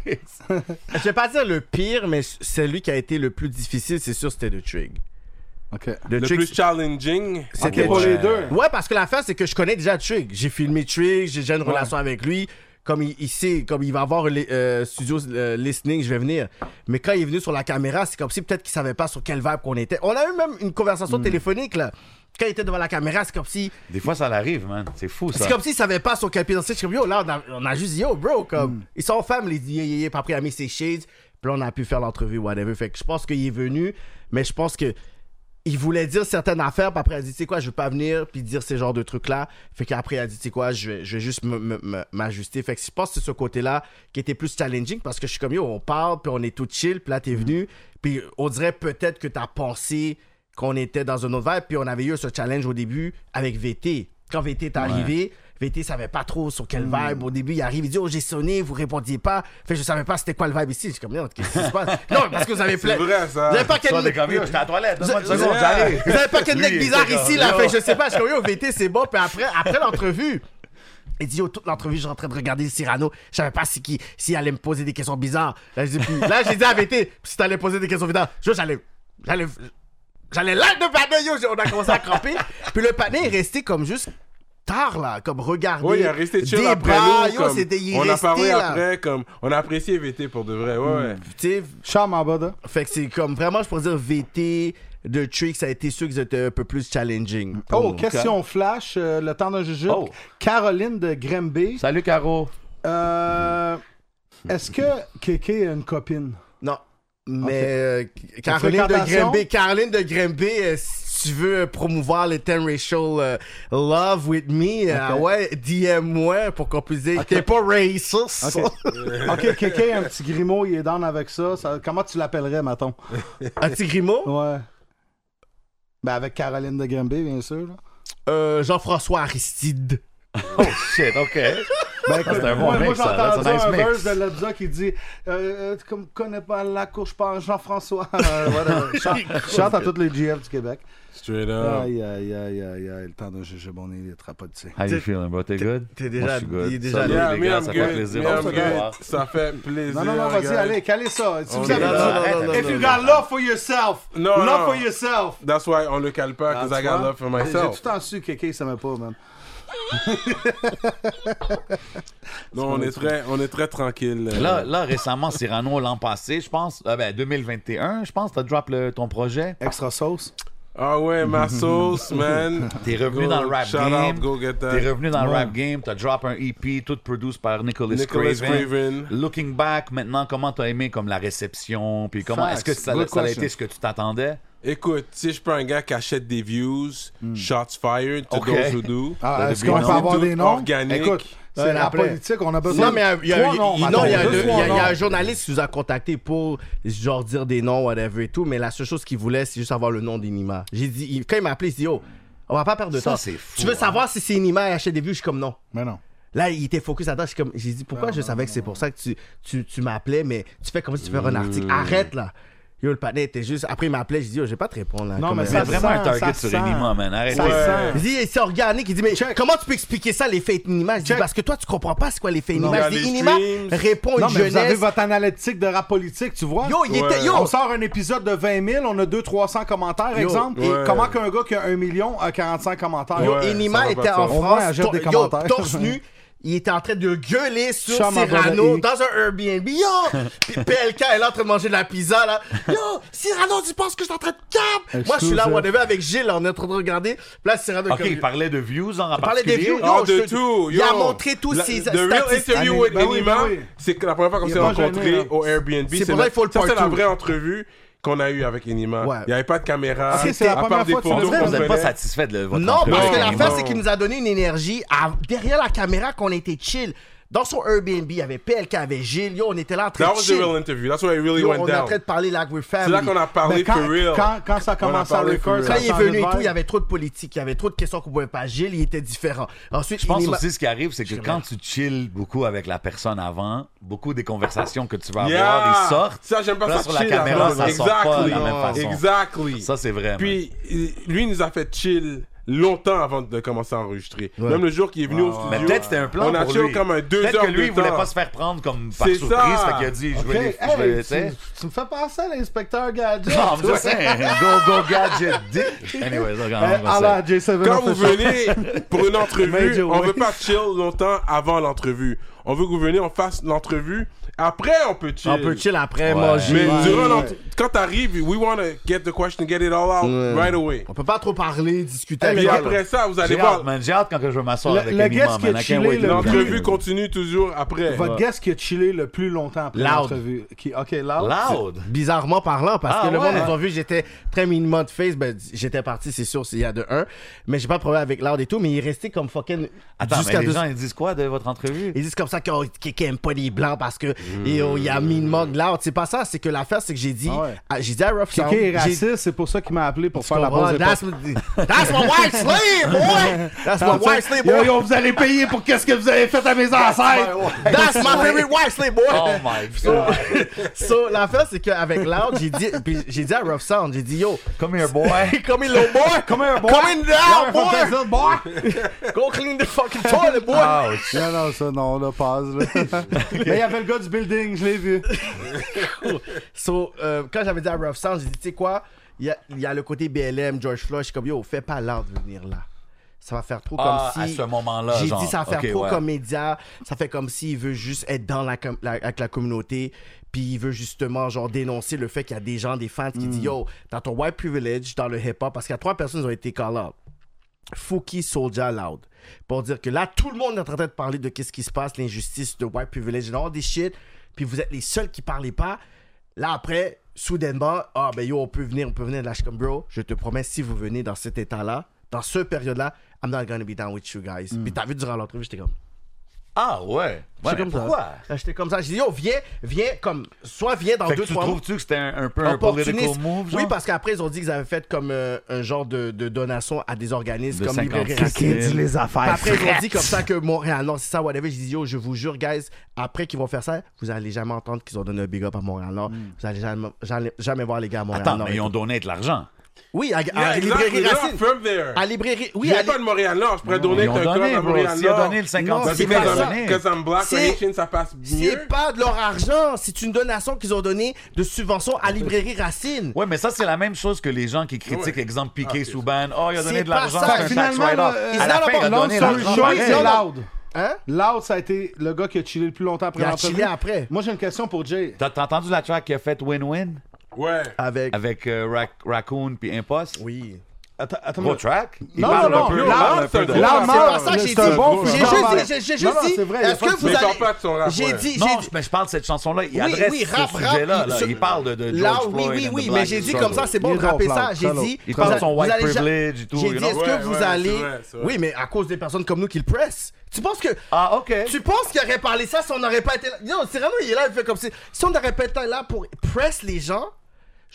F: Je vais pas dire le pire, mais celui qui a été le plus difficile, c'est sûr, c'était le Trig.
C: OK.
F: Le,
E: Le
F: Trig,
E: plus challenging.
F: c'était
C: pour les deux.
F: Ouais, parce que l'affaire, c'est que je connais déjà Trig. J'ai filmé Trig, j'ai déjà une relation avec lui. Comme il, il sait, comme il va avoir les euh, studios euh, listening, je vais venir. Mais quand il est venu sur la caméra, c'est comme si peut-être qu'il savait pas sur quelle vibe qu'on était. On a eu même une conversation
E: Mm.
F: téléphonique, là. Quand il était devant la caméra, c'est comme si.
B: Des fois, ça l'arrive, man. C'est fou, ça.
F: C'est comme s'ils savaient pas son capital Je suis comme, yo, là, on a, on a juste dit, yo, bro, comme, ils sont femmes, les yé, yé, yé. Puis après, il a mis ses shades. Puis là, on a pu faire l'entrevue, whatever. Fait que je pense qu'il est venu, mais je pense que il voulait dire certaines affaires. Puis après, il a dit, tu sais quoi, je veux pas venir, puis dire ces genres de trucs-là. Fait qu'après, il a dit, tu sais quoi, je vais, je vais juste me- me- me- m'ajuster. Fait que je pense que c'est ce côté-là qui était plus challenging parce que je suis comme, yo, on parle, puis on est tout chill, puis là,
E: Mm-hmm.
F: t'es venu. Puis on dirait peut-être que t'as pensé qu'on était dans un autre vibe, puis on avait eu ce challenge au début avec VT. Quand VT est arrivé, BT savait pas trop sur quel
E: Mm.
F: vibe. Au début, il arrive, il dit, oh, j'ai sonné, vous répondiez pas. Fait, que je savais pas c'était quoi le vibe ici. Je suis comme, non, qu'est-ce qui se passe? Non, parce que vous avez plein.
E: C'est vrai, ça.
F: Vous avez pas
B: Toi,
F: quel-
B: t'es comme, yo, j'étais à la toilette,
F: vous
B: donne-moi une
F: vous-
B: seconde, j'arrive.
F: vous avez pas quel
B: Lui,
F: mec bizarre
B: il était
F: ici,
B: comme,
F: là.
B: yo.
F: Fait que je sais pas, je suis comme, yo, VT, c'est bon. Puis après, après l'entrevue, il dit, yo, toute l'entrevue, je suis en train de regarder le Cyrano. Je savais pas si qui, s'il allait me poser des questions bizarres. Là, j'ai dit, puis- là, j'ai dit à VT, si t'allais poser des questions bizarres, yo, j'allais, j'allais, j'allais là de panneau, yo, j'ai- on a commencé à cramper. puis le panneau est resté comme juste tard, là, comme regarder.
E: Ouais, il est resté chill
F: débat,
E: après nous.
F: yo,
E: comme,
F: c'était- il est
E: on a
F: resté,
E: parlé
F: là.
E: après, comme on a apprécié VT pour de vrai. Ouais,
B: Hmm.
E: ouais.
F: Tu sais,
C: Charme en bas, là.
F: Fait que c'est comme vraiment, je pourrais dire VT de Trick, ça a été sûr qu'ils étaient un peu plus challenging.
C: Oh,
F: Pour-
C: question flash, euh, le temps d'un jujube.
B: Oh.
C: Caroline de Grimby.
B: Salut, Caro.
C: Euh, Est-ce que Kéké a une copine?
F: Non. Mais euh, Caroline de
C: Fréquentation?
F: Grimby, Caroline de Grimby, euh, si tu veux euh, promouvoir le 10 racial euh, love with me, euh, ah ouais, DM-moi pour qu'on puisse dire t'es pas racist.
C: Ok, Ok, Kéké, un petit grimaud, il est down avec ça. Ça- Comment tu l'appellerais, Maton?
F: Un petit grimaud?
C: Ouais. Ben, avec Caroline de Grimby, bien sûr. là.
F: Euh, Jean-François Aristide.
B: Oh, shit, OK.
C: Ben,
E: Ah,
C: écoute,
B: c'est un bon
C: moi,
B: mix,
C: moi,
B: ça. That's a
C: j'entends
B: nice
C: un
B: mix.
C: verse de Lebza qui dit euh, euh, Comme connais pas la cour, je pense Jean-François. Euh, whatever. Chante- Chante à tous les GF du Québec.
E: Straight up.
C: Aïe, aïe, aïe, aïe, aïe. Le temps d'un jujube, on est les trapotiers.
B: How you feeling, bro? T'es good?
F: t'es déjà-
B: Moi, je suis good.
F: il est déjà-
B: Salut,
E: Yeah,
B: les
E: me,
B: gars,
E: I'm
B: ça
E: good.
B: fait plaisir.
E: Me,
B: de
E: I'm
B: vous
E: good.
B: voir.
E: Ça fait plaisir.
C: Non, non, non, vas-y,
E: guys.
C: allez, calez ça. Si
E: On
C: vous
E: est
C: avez
E: là,
C: du-
E: là,
B: là, là,
C: If
B: là,
C: you
B: là.
C: got love for yourself,
E: Non,
C: love
E: non.
C: for yourself.
E: That's why on le cale pas, because I got love for
C: J'ai
E: myself.
C: tout en su, Kéké, ça m'a pas, man.
E: Non, on est très, on est très tranquille. euh,
B: Là, là, récemment, Cyrano, l'an passé, je pense, euh, ben, 2021, je pense, t'as drop le- ton projet.
C: Extra sauce.
E: Ah
C: Mm-hmm.
E: ouais, ma sauce, man.
B: T'es revenu
E: Go-
B: dans le rap
E: shout
B: game.
E: out, go get that.
B: T'es revenu dans le rap game. T'as drop un EP, tout produit par Nicholas,
E: Nicholas
B: Craven.
E: Craven.
B: Looking back, maintenant, comment t'as aimé comme la réception? Puis comment
C: Facts.
B: est-ce que ça,
C: Good
B: ça a
C: question.
B: été ce que tu t'attendais?
E: Écoute, si je prends un gars qui achète des views, shots fired to
B: Ok.
E: those who do.
C: Mm. Ah, Est-ce
B: Des
C: qu'on peut
B: noms.
C: avoir
E: Tout
C: des noms?
E: organique.
C: Écoute,
F: Ouais,
C: c'est la
F: après.
C: politique, on a besoin
F: Non, mais il y a,
C: trois
F: il-
C: noms,
F: il- non,
C: Maton,
F: il y a-
C: deux,
F: il y
C: trois
F: a- il y a un
C: noms.
F: journaliste qui nous a contacté pour genre dire des noms, whatever et tout, mais la seule chose qu'il voulait, c'est juste avoir le nom d'Inima. J'ai dit, il- quand il m'a appelé, il dit, yo, on va pas perdre de
B: Ça,
F: temps.
B: c'est fou,
F: tu veux
B: hein.
F: savoir si c'est Inima et achète des vues? Je suis comme non.
C: Mais non.
F: Là, il était focus là-dedans. Je suis comme- J'ai dit, pourquoi je savais que c'est pour ça que tu, tu, tu m'appelais, mais tu fais comme si tu fais un article. Arrête là. Yo, le panel était juste. Après, il m'appelait. J'ai dit, yo, je vais pas te répondre là.
C: Non,
F: Comme,
C: mais
F: euh,
B: C'est
C: Ça
B: vraiment
C: sent,
B: un target
C: ça
B: sur
C: sent.
B: Enima, man. Arrêtez.
C: Ça
E: Ouais.
C: sent.
F: Il dit, c'est organique. Il dit, mais
C: Check.
F: comment tu peux expliquer ça, les faits Inima? Je dis,
C: Check.
F: parce que toi, tu comprends pas c'est quoi les faits
E: Non.
F: Inima. Je
E: Il y a
F: dis,
E: les
F: Inima
E: streams.
F: répond à
C: Non,
F: une
C: mais vous avez
F: jeunesse.
C: votre analytique de rap politique, tu vois?
F: Yo, il était.
E: Ouais.
F: Yo!
C: On sort un épisode de 20 000, on a 200-300 commentaires, exemple.
E: Ouais.
C: Et Comment qu'un gars qui a 1 million a 45 commentaires?
F: Yo,
E: Ouais, ça
F: Enima
E: va
F: était
E: pas
F: en
E: ça.
C: Au moins,
F: France,
C: elle jette
F: to-
C: des
F: yo,
C: commentaires.
F: torse nu. Il était en train de gueuler sur
C: Chama
F: Cyrano
C: Bonnet.
F: dans un Airbnb. Yo! Puis PLK elle est là en train de manger de la pizza, là. Yo! Cyrano, tu penses que je suis en train de cap? Moi, je
E: hein.
F: suis là,
C: Exclusive.
F: on avait avec Gilles, là, on est en train de regarder. Puis là, Cyrano,
B: OK,
F: comme-
B: il parlait de views hein, en
F: il parlait des
B: particulier.
F: views.
E: Ah,
F: Yo, je
E: de
F: te-
E: tout.
F: Il a
E: yo.
F: montré tous
E: La-
F: ses
E: The real
F: statistiques.
E: interview with
C: Ben oui, ben
E: Enima,
C: oui.
E: c'est que la première fois qu'on
C: Il
E: s'est
C: est pas gêné,
E: rencontrés
C: hein.
E: au Airbnb.
F: C'est pour ça
E: la-
F: qu'il faut le
E: Ça, c'est la
F: partout.
E: vraie entrevue qu'on a eue avec Enima.
F: Ouais.
E: Il n'y avait pas de caméra.
C: Ah, c'est- c'est la
E: à part
C: première
E: des
C: fois que tu
E: photos
C: le fais,
E: qu'on
B: Vous n'êtes pas
E: prenait.
B: satisfait de votre
F: Non, parce que
E: Non,
F: l'affaire,
E: non.
F: c'est qu'il nous a donné une énergie à- derrière la caméra qu'on était chill. Dans son Airbnb, il y avait PLK, il y avait Gilles. Yo, on était là en train
E: That
F: de
E: was the
F: chill.
E: real interview. That's where it really
F: Yo,
E: went
F: on est en
E: down.
F: train de parler like we're family.
E: C'est là qu'on a parlé
C: Mais Ben, quand,
E: for real.
C: quand, quand ça commence
E: On a
C: à
E: parlé
C: record,
E: for
C: ça
F: Quand il est
C: change
F: venu
C: de
F: et tout,
C: vibe.
F: il y avait trop de politique, il y avait trop de questions qu'on pouvait pas. Gilles, il était différent. Ensuite,
B: Je pense
F: il est-
B: aussi ce qui arrive, c'est que quand tu chill beaucoup avec la personne avant, beaucoup des conversations que tu vas avoir, ils sortent.
E: Ça, j'aime pas
B: Là,
E: ça.
B: sur la
E: chill,
B: caméra,
E: là-dedans.
B: ça sort pas de la
E: Exactly.
B: même façon.
E: Exactly.
B: Ça, c'est vrai. man.
E: Puis, il- lui, il nous a fait chill longtemps avant de commencer à enregler. Même le jour qu'il est venu au studio.
B: Ah. Mais peut-être que c'était un plan
E: On a
B: pour
E: chill
B: lui.
E: comme un deux
B: Peut-être
E: heures
B: que lui,
E: de
B: il voulait
E: temps.
B: pas se faire prendre comme par
E: C'est
B: surprise.
E: ça.
B: Fait qu'il a dit, je
C: Ok,
B: vais les... je vais
C: hey,
B: les- tu sais.
C: tu, tu me fais penser à l'inspecteur Gadget.
B: Non, I'm just saying. Go, go, gadget, dick. Anyways, regarde,
C: Eh,
B: on va
C: alors,
B: se-
C: J7
E: Quand vous venez pour une entrevue,
C: Major
E: on veut
C: way.
E: pas chill longtemps avant l'entrevue. On veut que vous venez, on fasse l'entrevue. Après, on peut chill.
F: on peut chill après,
B: Ouais.
F: manger.
E: Mais
C: Ouais.
E: durant l'entre- quand t'arrives, we want to get the question, get it all out right away.
F: On peut pas trop parler, discuter.
B: Eh,
E: Puis
F: avec
E: après ça, vous allez
B: J'ai hâte,
E: voir.
B: man. J'ai hâte quand que je vais m'asseoir
C: Le-
B: avec
C: le
B: Eminem,
C: guest qui a
B: man. I can't
C: chillé
B: wait.
C: le-
E: L'entrevue continue toujours après.
C: Votre guest qui a chillé le plus longtemps après
F: Eh, Loud.
C: l'entrevue. Qui- Ok, loud.
B: Loud.
F: Bizarrement parlant, parce
B: Ah
F: que le
B: ouais.
F: monde nous a vu, j'étais très minimum de face. Ben, j'étais parti, c'est sûr, il y a de un. Mais j'ai pas de problème avec l'art et tout, mais il est resté comme fucking
B: Attends, mais
F: jusqu'à
B: les
F: deux.
B: gens, ils disent quoi de votre entrevue?
F: Ils disent comme ça qu'on- qui qui aime pas les blancs parce que
B: Mmh.
F: et oh, il a mis une mug là. C'est pas ça, c'est que l'affaire, c'est que j'ai dit,
C: Ah ouais.
F: ah, j'ai dit à Rough Sound,
C: Kéké est
F: j'ai-
C: raciste, c'est pour ça qu'il m'a appelé pour
F: tu
C: faire la
F: comprends?
C: pause
F: That's, that's my white slave, boy! That's my white slave, boy!
B: yo, vous allez payer pour qu'est-ce que vous avez fait à mes ancêtres!
F: That's my favorite white slave, boy!
B: Oh my god!
F: So, l'affaire, c'est qu'avec Loud, j'ai dit, puis j'ai dit à Rough Sound, j'ai dit, yo,
B: Come here, boy!
F: come in, little boy! Come
B: here, boy.
F: in down, boy!
C: boy!
F: Go clean the fucking toilet, boy!
C: Non, non, ça, non, là, passe, là. Mais il y avait le gars du building, je l'ai vu.
F: So, euh, quand j'avais dit à Rough Sound, j'ai dit, tu sais quoi, il y a, il y a le côté BLM, George Floyd, je suis comme, yo, fais pas Loud venir là. Ça va faire trop
B: Ah,
F: comme si.
B: à ce moment-là,
F: J'ai
B: genre.
F: dit, ça va faire
B: Ok,
F: trop
B: ouais.
F: comme média. Ça fait comme s'il veut juste être dans la, com- la- avec la communauté. Puis il veut justement, genre, dénoncer le fait qu'il y a des gens, des fans qui
B: Hmm.
F: disent, yo, dans ton white privilege, dans le hip-hop, parce qu'il y a trois personnes qui ont été call out. Fouki Soldier Loud. Pour dire que là, tout le monde est en train de parler de qu'est-ce qui se passe, l'injustice de white privilege, non, des shit. Puis vous êtes les seuls qui parlaient pas. Là, après, soudainement, ah ben yo, on peut venir, on peut venir. Là, je suis comme, bro, je te promets, si vous venez dans cet état-là, dans ce période-là, I'm not gonna be down with you guys.
B: Mm.
F: Puis t'as vu durant l'entrevue, j'étais comme.
B: Ah ouais! Ouais,
F: j'étais
B: mais
F: comme
B: pourquoi?
F: ça. Là, J'étais comme ça. J'ai dit, yo, viens, viens, comme, soit viens dans
B: Fait que
F: deux,
B: tu
F: trois mois.
B: trouves-tu que c'était un, un peu un political
F: Opportuniste.
B: move? Genre?
F: Oui, parce qu'après, ils ont dit qu'ils avaient fait comme euh, un genre de, de donation à des organismes
B: De
F: comme
B: 50
F: Libérer
B: Kéké
F: Racine.
B: dit les
F: Puis Après, ils ont dit comme ça que Montréal, non, c'est ça, whatever. J'ai dit, yo, je vous jure, guys, après qu'ils vont faire ça, vous allez jamais entendre qu'ils ont donné un big up à Montréal, non. Vous allez jamais, jamais, jamais voir les gars à Montréal,
B: Attends,
F: Nord
B: mais
F: et
B: ils ont
F: tout.
B: donné de l'argent.
F: Oui, à, à
E: Yeah, exactly,
F: Librairie
E: they're
F: Racine.
E: from there.
F: À Librairie,
E: Ah, Oui,
F: oui,
E: J'ai
F: à
E: pas de Montréal Nord, je pourrais donner
B: Ils ont
E: qu'un club
B: donné,
E: à
B: bro.
E: Montréal
B: S'il a
E: Nord.
B: donné le 50
E: Parce
B: il va le donner.
E: que cause I'm black,
F: C'est-
E: Haitian, ça passe mieux.
F: c'est pas de leur argent, c'est une donation qu'ils ont donnée de subvention à Librairie Racine.
B: Ouais, mais ça, c'est la même chose que les gens qui critiquent, exemple, Piqué Souban. Oh, il a donné
F: C'est
B: de l'argent,
F: pas ça.
B: c'est un tax
C: Finalement,
B: write-off.
C: euh,
B: À la fin, il a
C: Long
B: donné
C: story
B: l'argent.
C: short,
B: pareil.
C: c'est loud.
F: Hein?
C: Loud, ça a été le gars qui a chillé le plus longtemps après
F: Il a
C: l'entrevue.
F: chillé après.
C: Moi, j'ai une question pour Jay.
B: T'as t'as entendu la track qui a fait Win-Win
E: Ouais.
F: Avec.
B: avec euh, Rac- Raccoon puis Impost?
F: Oui.
C: Attends, attends.
B: Gros
C: mais-
B: track? Il
C: Non,
B: parle
C: non, non,
B: un peu,
C: yo,
B: il parle un peu
E: c'est
B: de-
E: un-
C: Loud,
F: C'est pas
C: mort,
F: ça que j'ai
C: c'est
F: dit.
C: un bon
F: J'ai
C: frère.
F: juste
C: Non,
F: dit, j'ai- j'ai juste
C: non,
F: dit,
C: c'est vrai, il y a
F: est-ce
C: pas de-
F: que vous
E: Mais ils
F: allez...
E: parlent pas de son rap,
F: J'ai dit,
E: ouais.
B: Non,
F: j'ai
B: je-
F: dit...
B: mais je parle de cette chanson-là. Il
F: Oui,
B: adresse
F: oui,
B: ce
F: rap, rap,
B: sujet-là.
F: il-
B: là.
F: ce-
B: Il parle de, de George
F: Là,
B: Floyd.
F: oui, oui,
B: and the
F: oui,
B: Black
F: mais j'ai dit
B: Struggle.
F: comme ça, c'est bon
C: Il
F: de
C: est
F: rappeler
C: drôle,
F: ça.
C: Flan,
F: J'ai
C: très
F: dit,
C: drôle.
B: Il parle de son
F: vous
B: white
F: allez-
B: privilege et tout,
F: J'ai
B: you
F: dit,
B: know.
F: est-ce
E: Ouais,
F: que vous
E: ouais,
F: allez.
E: c'est vrai, c'est vrai.
F: Oui, mais à cause des personnes comme nous qui le pressent. Tu penses que.
B: Ah, OK.
F: Tu penses qu'il aurait parlé ça si on n'aurait pas été là Non, Cyrano, il est là, il fait comme si. Si on n'aurait pas été là pour press les gens,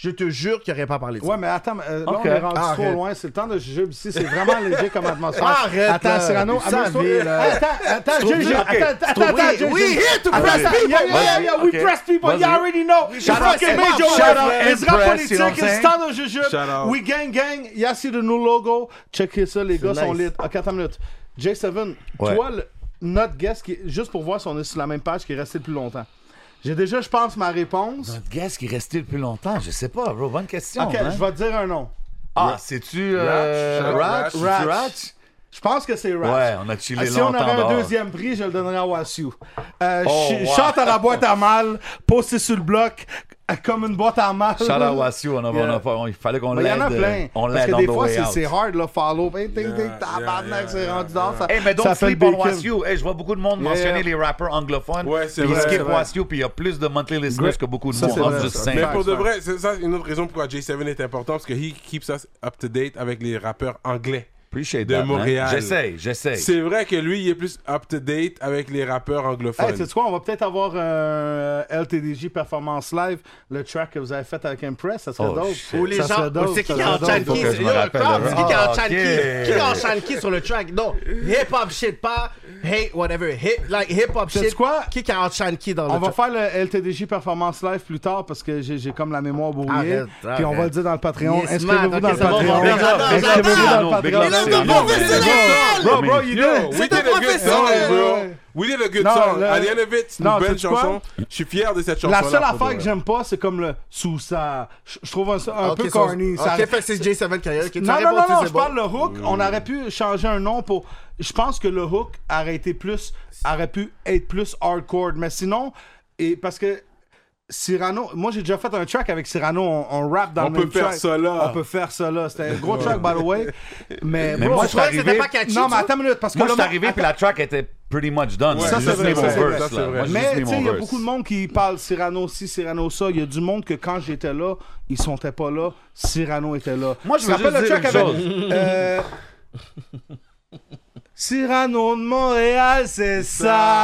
F: je te jure qu'il n'aurait pas parlé de ça.
C: Ouais, mais attends, mais, euh, là,
B: Ok.
C: on est rendu
F: Ah, Arrête.
C: trop loin. C'est le temps de juger ici. C'est vraiment léger comme atmosphère.
F: Arrête,
C: Attends,
F: là.
C: Cyrano,
B: Ah,
F: Vous
C: amuse-toi.
F: savez, là.
C: ah, Attends, attends,
B: trouves
C: juge.
B: dur?
C: Attends,
B: Ok.
C: attends,
F: Tu trouves-
C: attends,
F: oui,
C: juge.
F: we here to press
C: Attends,
F: people,
C: Yeah, yeah,
B: Vas-y,
C: yeah, we
B: ok.
C: press people. You
B: Vas-y.
C: already know. You
B: Shout out,
C: fucking
B: Cyrano.
C: made your
B: Shout
C: way.
B: out,
C: Ezra
B: Empress, you know what
C: Politique,
B: I'm
C: it's
B: saying?
C: time to juge.
E: Shout out.
C: We gang gang. Yeah, see the new logo. Checkez ça, les gars sont
F: nice.
C: lit. Ok, attends une minute. J7,
B: Ouais.
C: toi, le- notre guest, qui est- juste pour voir si on est sur la même page qui est resté le plus longtemps. J'ai déjà, je pense, ma réponse.
B: Notre guest qui est resté le plus longtemps, je sais pas, bro. Bonne question.
C: Ok,
B: hein?
C: je vais te dire un nom.
B: Ah, c'est-tu euh,
C: Ratch.
B: Ratch?
E: Ratch?
B: C'est-tu Ratch?
C: Je pense que c'est Ratch.
B: Ouais, on a chillé
C: Ah, si on
B: longtemps
C: avait un
B: dehors.
C: deuxième prix, je le donnerais à Wasu. Euh,
B: Oh,
C: ch-
B: wow.
C: Chante à la boîte à mal, posté sur le bloc, euh, comme une boîte à mal.
B: Shout out Wasu, on a, on a
C: Yeah.
B: pas- on- il fallait qu'on
C: Il
B: l'aide.
C: y en a
B: euh,
C: plein.
B: On
C: Parce
B: l'aide
C: que
B: on
C: des
B: the
C: fois,
B: way
C: c'est
B: out.
C: c'est hard, là, follow. Hey, ding, ding,
E: Yeah,
C: tabarnak,
E: yeah,
C: c'est
E: yeah,
C: rendu dans ça.
B: Hey, Eh, mais
C: ça
B: donc
C: fait
B: sleep
C: le
B: on
C: bacon.
B: Was You. Hey, je vois beaucoup de monde
C: Yeah.
B: mentionner les rappeurs anglophones.
E: Ouais, c'est
B: puis
E: vrai,
B: Ils
E: c'est
B: skip
E: vrai.
B: Was You, puis il y a plus de monthly listeners que beaucoup de
C: Ça,
B: monde.
C: c'est
B: I'm
C: vrai,
B: just
C: ça.
B: saying.
E: Mais
C: Facts,
E: pour de
C: facts.
E: vrai, c'est ça une autre raison pourquoi J7 est important, parce que he keeps us up to date avec les rappeurs anglais.
B: Appreciate
E: de
B: that, man.
E: Montréal.
B: J'essaye, j'essaye.
E: C'est vrai que lui, il est plus up to date avec les rappeurs
C: Hey,
E: anglophones.
C: tu sais quoi, on va peut-être avoir euh, un LTDJ Performance Live, le track que vous avez fait avec Impress, ça serait
B: Oh,
C: dope.
B: shit.
F: Ou les
C: Ça
F: gens,
C: serait dope,
F: c'est qui
C: ça
F: qui
C: serait
F: en
C: dope.
F: chante
B: Faut
F: qui
B: que je me
F: Yo,
B: rappelle
F: Crabs,
B: de-
F: c'est qui qui en
B: Ah,
F: chante
B: ok.
F: qui Qui en chante qui sur le track Non, hip hop shit pas, hate whatever, hip like hip hop
C: Sais-tu
F: shit.
C: quoi?
F: Qui qui en chante qui dans le
C: On va
F: track
C: faire le LTDJ Performance Live plus tard parce que j'ai j'ai comme la mémoire brouillée.
F: Arrête,
C: Puis on
F: arrête.
C: va le dire dans le Patreon.
F: Yes,
C: Inscrivez-vous
F: man,
C: dans
F: ok,
C: le
F: c'est bon,
C: Patreon.
B: big up, big up,
C: Inscrivez-vous dans le
B: Cyrano, big up,
C: Patreon.
B: Cyrano.
F: Yo, professionnel!
E: Bro, bro, you know, we
F: C'était
E: did a good song,
F: professionnel.
E: bro. We did a good
C: Non,
E: song.
C: le-
E: À the end of it, c'est
C: Non,
E: une bonne
C: sais-tu quoi?
E: chanson. Je suis fier de cette chanson.
C: La seule affaire que j'aime pas, c'est comme le sous ça. Je je trouve un, un
F: Ah, Ok,
C: peu
F: ça-
C: corny. ça
F: Ok,
C: arrête-
F: fait que c'est J7 Carrière. Ok, tu
C: non,
F: as
C: non, non,
F: répondu,
C: non,
F: c'est
C: je
F: bon.
C: parle le hook.
E: Mm.
C: On aurait pu changer un nom pour. Je pense que le hook aurait été plus. aurait pu être plus hardcore. Mais sinon, et parce que. Cyrano, moi j'ai déjà fait un track avec Cyrano, on, on rap dans
E: On
C: le
E: peut
C: même
E: faire
C: track.
E: ça, là.
C: On peut faire ça là. C'était un gros track, by the way. Mais,
B: Mais
C: bro,
B: moi,
F: Je croyais que
B: arrivé-
F: c'était pas catchy.
C: Non,
F: tu
C: mais attends une minute, parce que
B: Moi, je
C: là,
B: suis arrivé, puis la track était pretty much done.
E: Ouais,
B: J'ai
E: ça,
B: juste
E: c'est
B: mis
E: vrai,
B: mon
E: c'est vrai,
B: verse,
E: ça, c'est
B: là.
E: vrai.
B: Moi, j'ai juste
C: mais
B: mis
C: tu sais,
B: mon
C: il y a
B: verse.
C: beaucoup de monde qui parle Cyrano ci, Cyrano ça. Il y a du monde que quand j'étais là, ils sont pas là. Cyrano était là.
B: Moi, je veux
C: rappelle
B: juste
C: le
B: dire
C: track
B: une
C: avec. euh, Cyrano de Montréal, c'est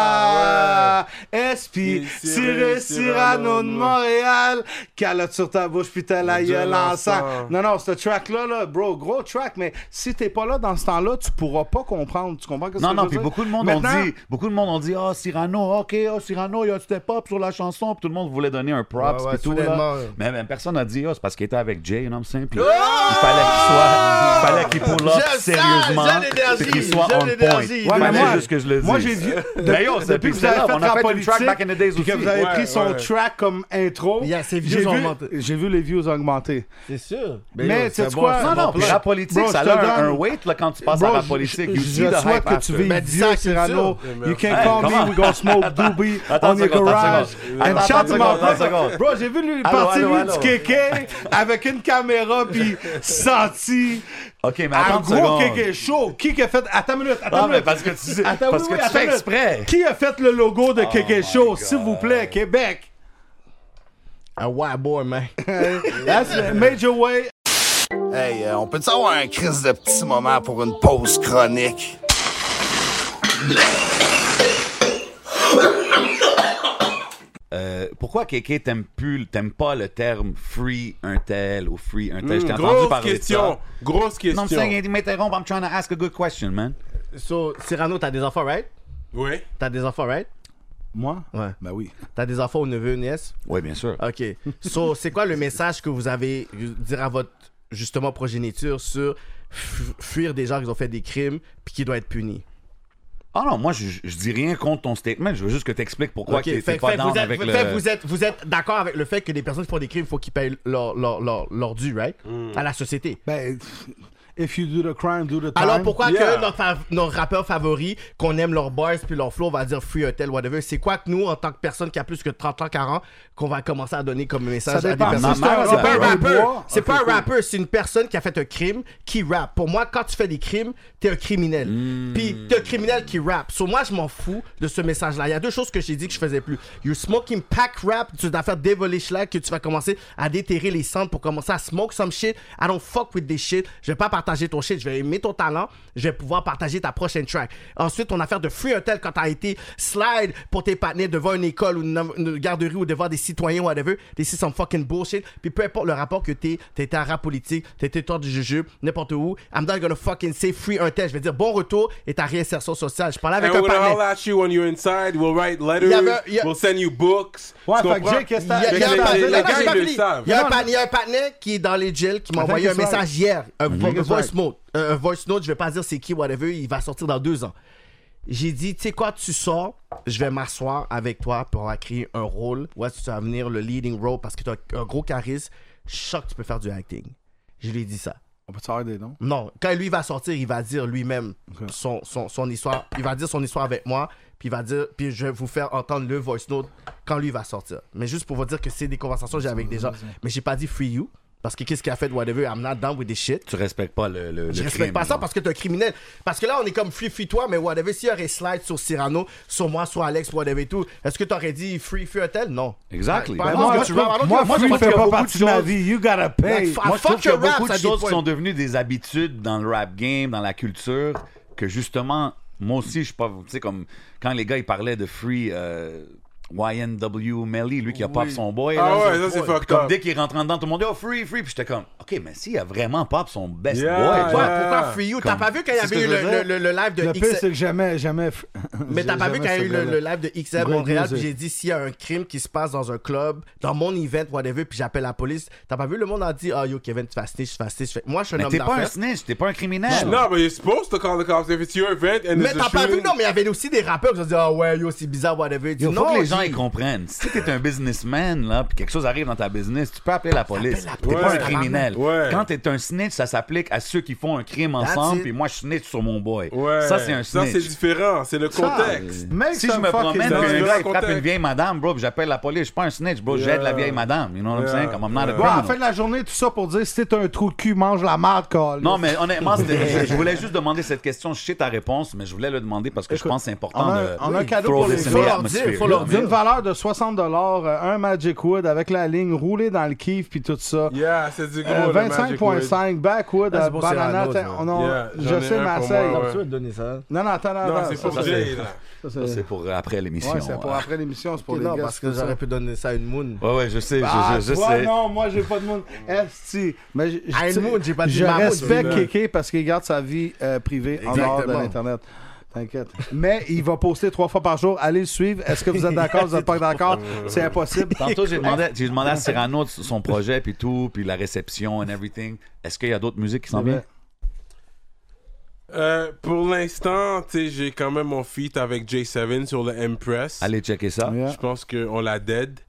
C: ça. Espi,
E: Et
C: Cyril,
E: Cyril,
C: Cyrano de Montréal. Calotte sur ta bouche, puis t'as la
E: Le
C: gueule
E: gueule
C: en
E: en
C: sang.
E: sang.
C: Non, non, ce track-là, là, bro, gros track, mais si t'es pas là dans ce temps-là, tu pourras pas comprendre. Tu comprends ce que
B: Non,
C: je
B: non,
C: veux
B: puis
C: dire?
B: beaucoup de monde ont
C: Maintenant-
B: dit, beaucoup de monde ont dit, ah, Cyrano, ok, ah, Cyrano, il y a un step-up sur la chanson, puis tout le monde voulait donner un props,
F: Ouais, ouais,
B: puis tout,
F: soudainement,
B: là.
F: ouais.
B: Mais, mais personne n'a dit, ah, c'est parce qu'il était avec Jay, you know what I'm saying? Puis il fallait qu'il soit, il fallait qu'il pull up
F: J'aime ça,
B: sérieusement,
F: j'aime l'énergie,
B: puis qu'il soit
F: j'aime
B: on point.
F: l'énergie.
B: Il
F: Ouais,
C: mais
B: fallait
C: moi-
B: juste que je le dise.
C: moi, j'ai vu-
B: Mais yo, depuis que vous avez fait on a
C: rap
B: fait une track
C: politique,
B: back in the days
C: Puis
B: aussi.
C: que vous avez
E: Ouais,
C: pris son
E: ouais.
C: track comme intro.
F: Il y a ses views
C: j'ai vu-
F: augmenter.
C: J'ai vu les views augmenter.
F: C'est sûr.
B: Ben
C: Mais
F: c'est
C: tu sais quoi?
B: Non, non, puis rap politique,
C: Bro,
B: ça
C: je te
B: a un,
C: donne-
B: un weight, là, quand tu passes
C: Bro,
B: à rap
C: je-
B: politique.
C: je-
B: You see
C: je
B: the
C: souhaite
B: hype
C: que tu
B: after.
C: vives
F: Ben, dis ça à
C: vieux,
F: la
C: Cyrano.
E: culture.
C: You can
B: Hey,
C: call
B: comment?
C: me, we gonna smoke doobie
B: Attends
C: on
B: une
C: your
B: seconde, attends une
C: garage.
B: seconde.
C: And
B: Attends
C: shut
B: une
C: my
B: seconde, attends une seconde.
C: Bro, j'ai vu lui
B: Allô,
C: partir
B: allô,
C: lui
B: allô.
C: du kéké avec une caméra puis senti
B: Ok, mais
C: un
B: attends une
C: Ah, gros
B: seconde.
C: kéké chaud. Qui qui a fait... Attends une minute, attends
B: Non,
C: une
B: mais
C: minute.
B: parce que tu,
C: Attends,
B: parce
C: oui,
B: que
C: oui,
B: tu
C: attends
B: fais
C: une minute.
B: exprès.
C: Qui a fait le logo
F: Oh
C: de Kéké
B: my
C: Show,
B: God.
C: s'il vous plaît, Québec?
F: Un white boy, man.
C: That's Major Way.
I: Hey, euh, on peut-tu avoir un crise de petit moment pour une pause chronique?
B: Euh, pourquoi Kéké t'aimes plus, t'aimes pas le terme free un tel ou free un
F: Hmm,
B: tel? Je t'ai entendu
E: Grosse
B: parler
E: question. Grosse
B: de ça. Non, I'm saying,
E: question.
B: il m'interrompt, I'm trying to ask a good question, man.
F: So, Cyrano, t'as des enfants, right?
E: Oui.
F: T'as des enfants, right?
C: Moi?
F: Ouais.
C: Ben oui.
F: T'as des enfants au neveu, nièce?
B: Oui, bien sûr.
F: OK. So, c'est quoi le message que vous avez euh, dire à votre, justement, progéniture sur fu- fuir des gens qui ont fait des crimes puis qui doivent être punis?
B: Ah non, moi, je, je dis rien contre ton statement. Je veux juste que t'expliques pourquoi
F: OK.
B: t'es-
F: Fait-
B: t'es pas
F: fait,
B: down
F: vous êtes,
B: avec
F: fait-
B: le...
F: fait, vous êtes, vous êtes d'accord avec le fait que des personnes qui font des crimes, il faut qu'ils payent leur, leur, leur, leur dû, right? À la société.
C: Ben, if you do the crime, do the time.
F: Alors pourquoi
E: Yeah.
F: que nos, fa- nos rappeurs favoris, qu'on aime leurs bars puis leur flow, on va dire free hotel, whatever, c'est quoi que nous, en tant que personne qui a plus que 30 ans, 40, qu'on va commencer à donner comme
C: Ça
F: message à des
C: dépend.
F: personnes?
C: Si c'est un
B: C'est pas un
F: C'est pas un
C: rappeur, il
F: rappeur,
C: boit,
F: c'est
C: ok,
F: pas
C: cool.
F: un rappeur, c'est une personne qui a fait un crime qui rappe. Pour moi, quand tu fais des crimes, t'es un criminel.
C: Hmm.
F: Puis t'es un criminel qui rappe. Sur moi, je m'en fous de ce message-là. Il y a deux choses que j'ai dit que je faisais plus. You smoking pack rap, tu dois faire dévolish là que tu vas commencer à déterrer les cendres pour commencer à smoke some shit. I don't fuck with this shit. Je vais pas partager ton shit. Je vais aimer ton talent. Je vais pouvoir partager ta prochaine track. Ensuite, ton affaire de free hotel quand t'as été slide pour tes partenaires devant une école ou une, une garderie ou devant des citoyens ou whatever. This is some fucking bullshit. Puis peu importe le rapport que t'es, t'étais en rap politique, t'étais toi du jujube, n'importe où. I'm not gonna fucking say free un tel. Je vais dire bon retour et ta réinsertion sociale. Je parlais avec
E: And
F: un
E: we'll
F: partenaire.
E: holler at you when you're inside. We'll write letters.
F: Il y avait- il y a-
E: We'll send you books.
C: Ouais,
E: Tu
C: fait que
E: comprends?
C: Jake, qu'est-ce que
F: Il y a-
C: t'as-
F: il y a un
E: Mais
F: partenaire-
E: les- les
F: non, non,
E: gars,
F: j'ai
E: ils
F: pas
E: le
F: fini.
E: savent.
F: Il y a un partenaire- il y a un partenaire qui est dans les jails qui m'a envoyé un
C: it's right.
F: message hier. Un
E: Mhm.
F: vo-
C: think it's
F: voice
C: right.
F: note. Un un voice note, je vais pas dire c'est qui, whatever. Il va sortir dans deux ans. J'ai dit, tu sais quoi, tu sors, je vais m'asseoir avec toi pour créer un rôle. Ouais, tu vas venir le leading role parce que tu as un gros charisme. Je suis sûr que tu peux faire du acting. Je lui ai dit ça.
C: On peut savoir des noms?
F: Non, quand lui va sortir, il va dire lui-même son, son, son histoire. Il va dire son histoire avec moi, puis il va dire, puis je vais vous faire entendre le voice note quand lui va sortir. Mais juste pour vous dire que c'est des conversations que j'ai avec des gens. Mais j'ai pas dit free you, parce que qu'est-ce qu'il a fait de whatever, I'm not down with this shit.
B: Tu respectes pas le, le, le
F: Je respecte
B: crime,
F: pas ça
B: genre.
F: parce que t'es un criminel. Parce que là, on est comme free, free toi, mais whatever, s'il y aurait slide sur Cyrano, sur moi, sur Alex, whatever et tout, est-ce que t'aurais dit free, free hotel? Non.
B: Exactly.
F: Par
B: Ben,
F: contre,
B: moi,
F: que tu rappes, alors que-
C: Moi,
B: je
C: free
B: pense
C: fait
B: qu'il y a
C: pas
B: beaucoup
C: partie
B: de
C: de ma
B: choses-
C: vie. You gotta pay.
F: Like,
B: Moi, je trouve
F: Fuck
B: qu'il y a
F: your rap,
B: beaucoup
F: ça
B: de
F: dit
B: choses qui
F: point.
B: sont devenues des habitudes dans le rap game, dans la culture, que justement, moi aussi, je suis pas. Tu sais, comme quand les gars, ils parlaient de Free euh, YNW Melly, lui qui a pop son boy.
E: Ah
B: là,
E: ouais,
B: son
E: ça, c'est
B: boy.
E: fucked
B: Comme
E: up.
B: dès qu'il rentre dedans, tout le monde dit Oh, Free, Free. Puis j'étais comme Ok, mais s'il a vraiment pop son best
E: Yeah,
B: boy,
F: Pourquoi,
B: quoi.
E: yeah.
F: pourquoi free you? T'as
B: Comme-
F: pas vu quand il y
B: c'est ce que
F: avait eu
B: je
F: le,
B: veux dire.
F: le- le- le live de
C: Le pire,
F: X-
C: c'est que jamais, jamais. f-
F: Mais t'as pas vu
C: jamais
F: qu'il y a eu le,
C: ce
F: le
C: gars-là.
F: live de XL
C: Great
F: Montréal, puis
C: music.
F: j'ai dit s'il y a un crime qui se passe dans un club, dans mon event, whatever, puis j'appelle la police, t'as pas vu le monde a dit Ah yo Kevin, tu vas snitch, tu vas snitch. Fait- Moi je suis un
B: Mais
F: homme
B: t'es pas un
F: d'affaires.
B: snitch, t'es pas un criminel.
E: No, but you're supposed to call the cops if it's your event and
F: Mais
E: there's a
F: t'as pas vu,
E: shooting.
F: non, mais il y avait aussi des rappeurs qui se disaient Ah ouais, yo, c'est bizarre, whatever. Ils
B: Il faut
F: disent, non,
B: que les gens
F: j'ai-
B: ils comprennent. Si t'es un businessman là, puis quelque chose arrive dans ta business, tu peux appeler la police.
F: la
B: T'es
F: police,
B: pas un
F: tabarnak.
B: criminel.
E: Ouais.
B: Quand t'es un snitch, ça s'applique à ceux qui font un crime
F: it.
B: ensemble. Puis moi, je snitch sur mon boy.
E: Ouais.
B: Ça c'est un
E: Ça, c'est
B: snitch.
E: différent. C'est le contexte.
C: Make
B: si je
C: some
B: me
C: fucking
B: promène
E: dans
B: qu'un
E: le
B: gars il frappe
E: contexte.
B: une vieille madame, bro, puis j'appelle la police, je suis pas un snitch, bro, j'aide
E: Yeah.
B: la vieille madame. You know what I'm
E: Yeah.
B: saying? Comme I'm not a
E: Ouais.
C: Ouais, à la
B: criminal.
C: fin de la journée, tout ça pour dire si t'es un trou de cul, mange la merde, Carl.
B: Non, mais honnêtement, c'était- je, je voulais juste demander cette question. Je sais ta réponse, mais je voulais le demander parce que je pense que c'est important
C: on a-
B: de.
C: on a un cadeau
B: throw
C: pour les-
B: this in
F: faut
B: the
F: leur dire,
B: atmosphere,
F: faut leur
B: là,
F: dire.
B: mais-
C: D'une valeur de 60$, euh, un Magic Wood avec la ligne roulée dans le kiff puis tout ça.
E: Yeah, c'est du gros Joe,
C: euh,
E: le Magic
C: 25.5 Backwood
F: Ah, c'est
C: à
F: pour
C: Banana.
F: Cyrano,
C: t'as-
F: ça.
C: oh non,
E: Yeah,
C: je
E: j'en ai
C: sais,
E: un pour
C: Marseille.
E: moi, ouais.
F: Tu veux te donner ça?
C: Non, non, attends,
E: Non,
C: attends.
E: c'est
C: ça,
E: pour
C: ça,
E: Jay, là.
C: ça,
B: Ça,
C: c'est
B: c'est pour après l'émission.
C: Ouais, c'est pour
B: ouais.
C: après l'émission, c'est pour
F: Ok,
C: les
F: non,
C: gars.
F: parce
C: c'est
F: que
C: pour ça.
F: j'aurais pu donner ça à une moon.
B: Ouais, ouais, je sais, je-
C: Ah,
B: je, je
C: toi,
B: sais.
C: non, moi, j'ai pas de monde. Esti. Mais j-
F: À une
C: tu-
F: moon, Ah, j'ai pas dit
C: Je
F: ma moon,
C: respecte
E: Bruno.
C: Kéké parce qu'il garde sa vie euh, privée en dehors de
F: Exactement.
C: l'Internet. T'inquiète. Mais il va poster trois fois par jour. Allez le suivre. Est-ce que vous êtes d'accord? Vous n'êtes pas d'accord? C'est impossible.
B: Tantôt, j'ai demandé, j'ai demandé à Cyrano de son projet, puis tout, puis la réception and everything. Est-ce qu'il y a d'autres musiques qui s'en viennent?
E: Euh, pour l'instant, tu sais, j'ai quand même mon feat avec J7 sur le Empress.
B: Allez checker ça.
C: Yeah.
E: Je pense qu'on la dead.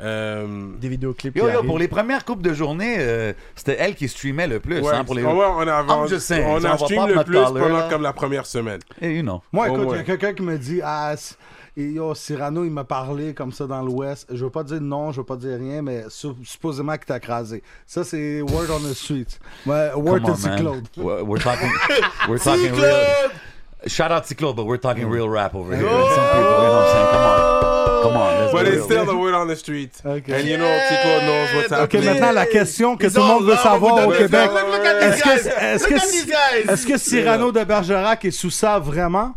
E: Euh,
F: Des vidéoclips.
B: Yo,
F: qui
B: yo,
F: arrivent.
B: pour les premières coupes de journée, euh, c'était elle qui streamait le plus.
E: ouais, oh,
B: hein, pour les...
E: ouais, on a vendu,
B: just saying,
E: on
B: ça, on
E: a
B: va
E: stream
B: pas
E: le
B: notre
E: plus
B: dollar, là.
E: pendant comme la première semaine.
B: Eh, you know.
C: Moi,
E: Oh,
C: écoute, il y a
E: ouais.
C: quelqu'un qui me dit Ah, c- et yo, Cyrano, il m'a parlé comme ça dans l'Ouest. Je veux pas dire non, je veux pas dire rien, mais sup- supposément qu'il t'a crasé. Ça, c'est Word on the Street. Ouais, word
B: Come
C: to
B: on, man.
C: Cyclone.
B: We're, we're talking, we're talking real. Shout out Cyclone, but we're talking real rap over here. And Some people, you know what I'm saying? Come
F: Oh,
B: on. Come on. Let's
E: But
B: be
E: it's
B: real.
E: still the word on the street.
C: Ok.
E: And you know, Tico knows what's
C: Ok,
E: happening.
C: maintenant, la question que
F: Ils
C: tout le
F: ont
C: monde veut
F: l'or,
C: savoir
F: vous
C: au
F: donnez-
C: Québec
F: Look, look at
C: est-ce
F: these
C: que,
F: guys.
C: est-ce,
F: Look
C: que,
F: at these guys.
C: est-ce que Cyrano de Bergerac est sous ça vraiment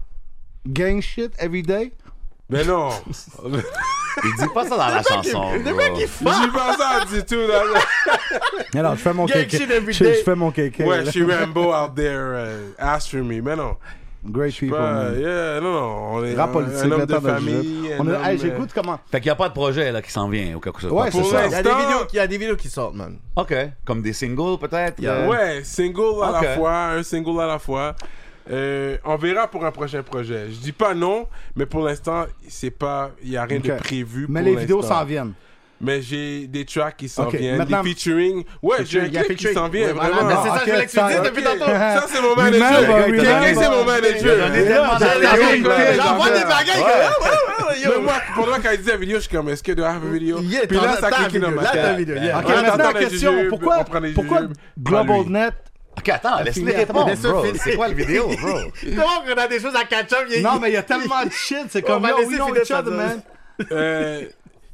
C: Gang shit every day
E: Mais non,
B: Il dit pas ça dans la chanson. bro.
E: j'ai pas ça du tout. là.
C: Alors, je fais mon
F: Gang
C: kéké.
F: shit every
C: Je,
F: day.
C: je fais mon kéké.
E: Ouais,
C: là.
E: je suis Rambo out there. euh, ask for me. Mais non.
C: Great people.
E: Bah,
C: man.
E: yeah, non, non. On est
C: Rap
E: un-
C: politique,
E: un homme de
C: Nathan Belgerac.
E: famille. un
C: On
E: homme,
C: a- hey,
E: euh,
C: J'écoute comment.
B: Fait qu'il n'y a pas de projet là, qui s'en vient ou quelque chose
C: Ouais,
B: comme
C: c'est
E: Pour
C: ça.
F: Il y, a des
E: l'instant-
F: vidéos, il y a des vidéos qui sortent, man.
B: OK. Comme des singles, peut-être?
F: Yeah.
B: euh,
E: Ouais, single à
B: Ok.
E: la fois, un single à la fois. Euh, on verra pour un prochain projet. Je dis pas non, mais pour l'instant, c'est pas, il y a rien
C: Ok.
E: de prévu.
C: Mais
E: pour
C: les vidéos
E: l'instant.
C: s'en viennent.
E: Mais j'ai des tracks qui s'en
C: Ok,
E: viennent,
C: maintenant-
E: des featuring. Ouais, j'ai un
F: Il y a
E: clip qui
F: featuring.
E: s'en vient,
F: Ouais, voilà,
E: vraiment.
F: mais c'est
C: Ah,
F: ça, je voulais
C: ok,
F: que tu le dises
C: ça-
F: depuis tantôt.
E: Ça, c'est mon
C: Remember,
E: manager.
C: remember.
E: Ok, c'est mon
B: On est
E: manager.
B: tellement dans la-
C: J'avais une
E: Ouais,
C: j'en
F: J'envoie
C: fais.
F: des bagages. ouais, ouais, ouais,
E: Mais
F: yo.
E: moi, pour moi, quand il dit la vidéo, je suis comme, est-ce que de have a vidéo?
F: Yeah,
E: Puis
F: t'en
E: là,
F: as- t'as
E: ça clique dans
F: vidéo,
E: ma
F: là, t'as
E: tête.
F: vidéo, yeah.
C: Ok,
E: Ouais,
C: maintenant
E: t'entends
C: la
E: les
C: question,
E: jujubes, on
C: pourquoi,
E: prend les
C: pourquoi
E: jujubes, prends
C: Global
E: lui.
C: Net
B: OK, attends, laisse-les
C: Attends,
B: répondre,
F: laisse-le
B: bro.
F: finir.
B: C'est quoi la vidéo, bro?
F: Tellement qu'on a des choses à catch-up. il y a-
C: Non, mais il y a tellement de shit, c'est
F: On
C: comme
F: va
C: yo,
F: laisser
C: we know
F: finir
C: each
F: ça,
C: other,
F: ça.
C: man.
E: Euh,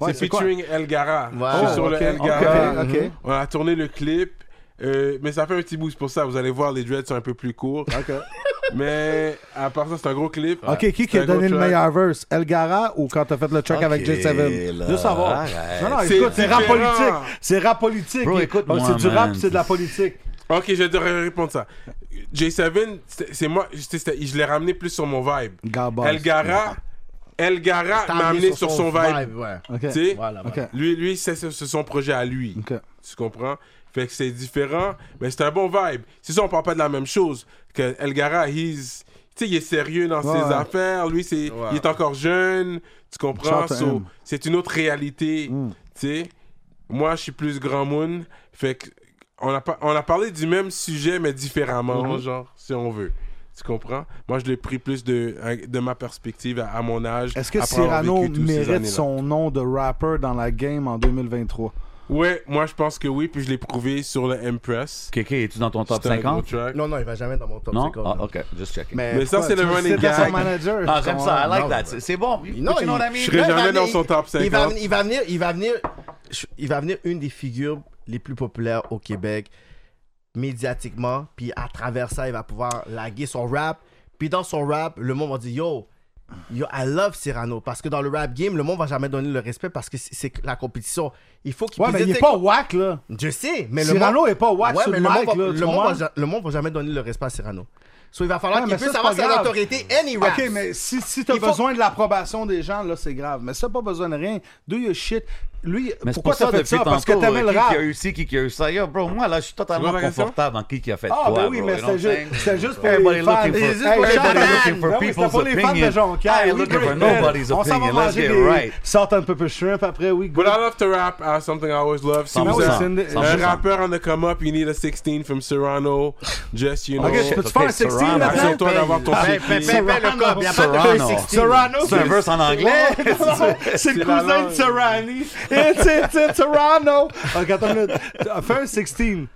C: Ouais,
E: c'est
C: c'est quoi?
E: featuring Elgara.
F: Wow.
E: Je suis
F: Oh,
E: sur
C: ok,
E: le Elgara. Mhm.
C: ok, ok.
E: On a tourné le clip. euh, mais ça fait un petit boost pour ça. Vous allez voir, les dreads sont un peu plus courts.
C: Ok,
E: mais à part ça, c'est un gros clip.
C: Ok, qui qui
E: C'est
C: a
E: un gros
C: donné le
E: track.
C: meilleur verse Elgara ou quand t'as fait le track
B: Ok,
C: avec J7
B: là,
C: Juste savoir.
B: arrête.
C: Non, non,
E: C'est
C: écoute, c'est rap
E: différent.
C: politique. C'est rap politique.
B: Bro,
C: Et-
B: écoute-moi,
C: C'est du rap,
B: man.
C: c'est de la politique.
E: Ok, je devrais répondre ça. J7, c'est c'est moi, c'est- c'est- je l'ai ramené plus sur mon vibe.
C: Gabas.
E: Elgara, Elgara
F: T'as
E: m'a amené sur, son vibe.
F: ouais.
C: Ok.
E: Tu sais,
F: Voilà,
C: Ok.
F: voilà.
E: lui, lui c'est c'est son projet à lui.
C: Ok.
E: Tu comprends? Fait que c'est différent, mais c'est un bon vibe. C'est ça, on parle pas de la même chose. Que Elgara, he's. Tu sais, il est sérieux dans
C: Ouais.
E: ses affaires. Lui, c'est, il est encore jeune. Tu comprends?
C: Shout to
E: So,
C: him. Mm.
E: c'est une autre réalité. Tu sais, moi, je suis plus grand moon. Fait que on a, par- on a parlé du même sujet, mais différemment, genre, si on veut. Tu comprends? Moi, je l'ai pris plus de, de ma perspective à, à mon âge.
C: Est-ce que
E: après avoir
C: Cyrano
E: vécu toutes ces
C: mérite
E: années-là.
C: son nom de rapper dans la game en 2023
E: Ouais, moi je pense que oui, puis je l'ai prouvé sur le Empress.
B: KK, es-tu dans ton top
E: C'est un gros
B: 50?
E: track.
F: Non, non, il va jamais dans mon top
B: Non?
F: 50.
B: Ah,
F: non.
B: OK. Just checking.
E: Mais ça,
C: Pourquoi?
E: c'est le
C: Tu veux
E: running
C: citer son
E: gag.
C: manager.
B: Ah, j'aime ça. I like
F: Non,
B: that.
F: ouais.
B: C'est- C'est bon. You
F: Non,
B: you know
F: il-
B: what I mean?
E: je serais
F: Là, il va
E: jamais dans
F: venir-
E: son top
F: Il va,
E: 50.
F: il va venir, il va venir, je- il va venir une des figures les plus populaires au Québec médiatiquement, puis à travers ça, il va pouvoir laguer son rap, puis dans son rap, le monde va dire yo, yo, I love Cyrano, parce que dans le rap game, le monde va jamais donner le respect parce que c'est- c'est la compétition. Il faut qu'il
C: Ouais,
F: puisse
C: mais il
F: dire-
C: est pas whack, là.
F: Je sais, mais le
C: Cyrano
F: monde
C: est pas whack
F: Ouais,
C: sur
F: mais
C: le mic,
F: monde va-
C: là, tu
F: le monde
C: vois.
F: va ja- le monde va jamais donner le respect à Cyrano. So, il va falloir
C: Ouais,
F: qu'il
C: mais ça,
F: puisse
C: c'est
F: avoir
C: pas
F: sa
C: grave.
F: notoriété any rap.
C: Ok, mais si, si t'as
F: Il faut-
C: besoin de l'approbation des gens, là, c'est grave. Mais si t'as pas besoin de rien, do your shit. Lui,
B: Mais c'est
C: pourquoi
B: pour ça
C: t'as fait
B: depuis
C: ça? Parce que
B: tantôt,
C: t'aimais
B: euh,
C: le
B: qui
C: rap.
B: qui a eu ci, qui qui a eu ça. Yo, bro, moi, là, je suis
E: Tu vois
B: totalement
E: la question?
B: confortable dans qui qui a fait
C: Ah,
B: quoi,
C: ben oui,
B: bro,
C: mais
B: you know
C: c'était
B: what I'm
C: juste,
B: saying?
C: c'était juste pour
B: Everybody
C: les fans.
B: looking
C: Hey,
B: for,
C: shout out.
B: everybody looking
C: Non,
B: for
C: mais c'était
B: people's
C: pour les fans de
B: opinion.
C: Jonquière.
B: I
C: We
B: looking for
C: great men.
B: nobody's
C: On s'en va
B: opinion. Let's
C: manger
B: get
C: des
B: right.
C: Salt and pepper shrimp après, oui.
E: But
C: good.
E: I love to rap. Uh, something I always love. Si
B: Cent
E: vous
B: pour
E: êtes
B: cent.
C: c'est-
B: Cent pour
E: un
B: cent.
E: rappeur on the come up, you need a 16 from Cyrano. Just, you know.
C: Ok, tu peux-tu faire un
B: Ok,
C: 16
B: Serrano.
E: Assure-toi
C: maintenant?
E: d'avoir ton
F: Fais- fais- fais- fais le cop, il y a pas de
B: Serrano.
F: 16.
C: Serrano,
B: C'est un verse en anglais?
C: C'est le
E: C'est la
C: cousin
E: langue.
C: de Serrani. It's, it's, it's Serrano. Ok, attends une minute. Fais un 16.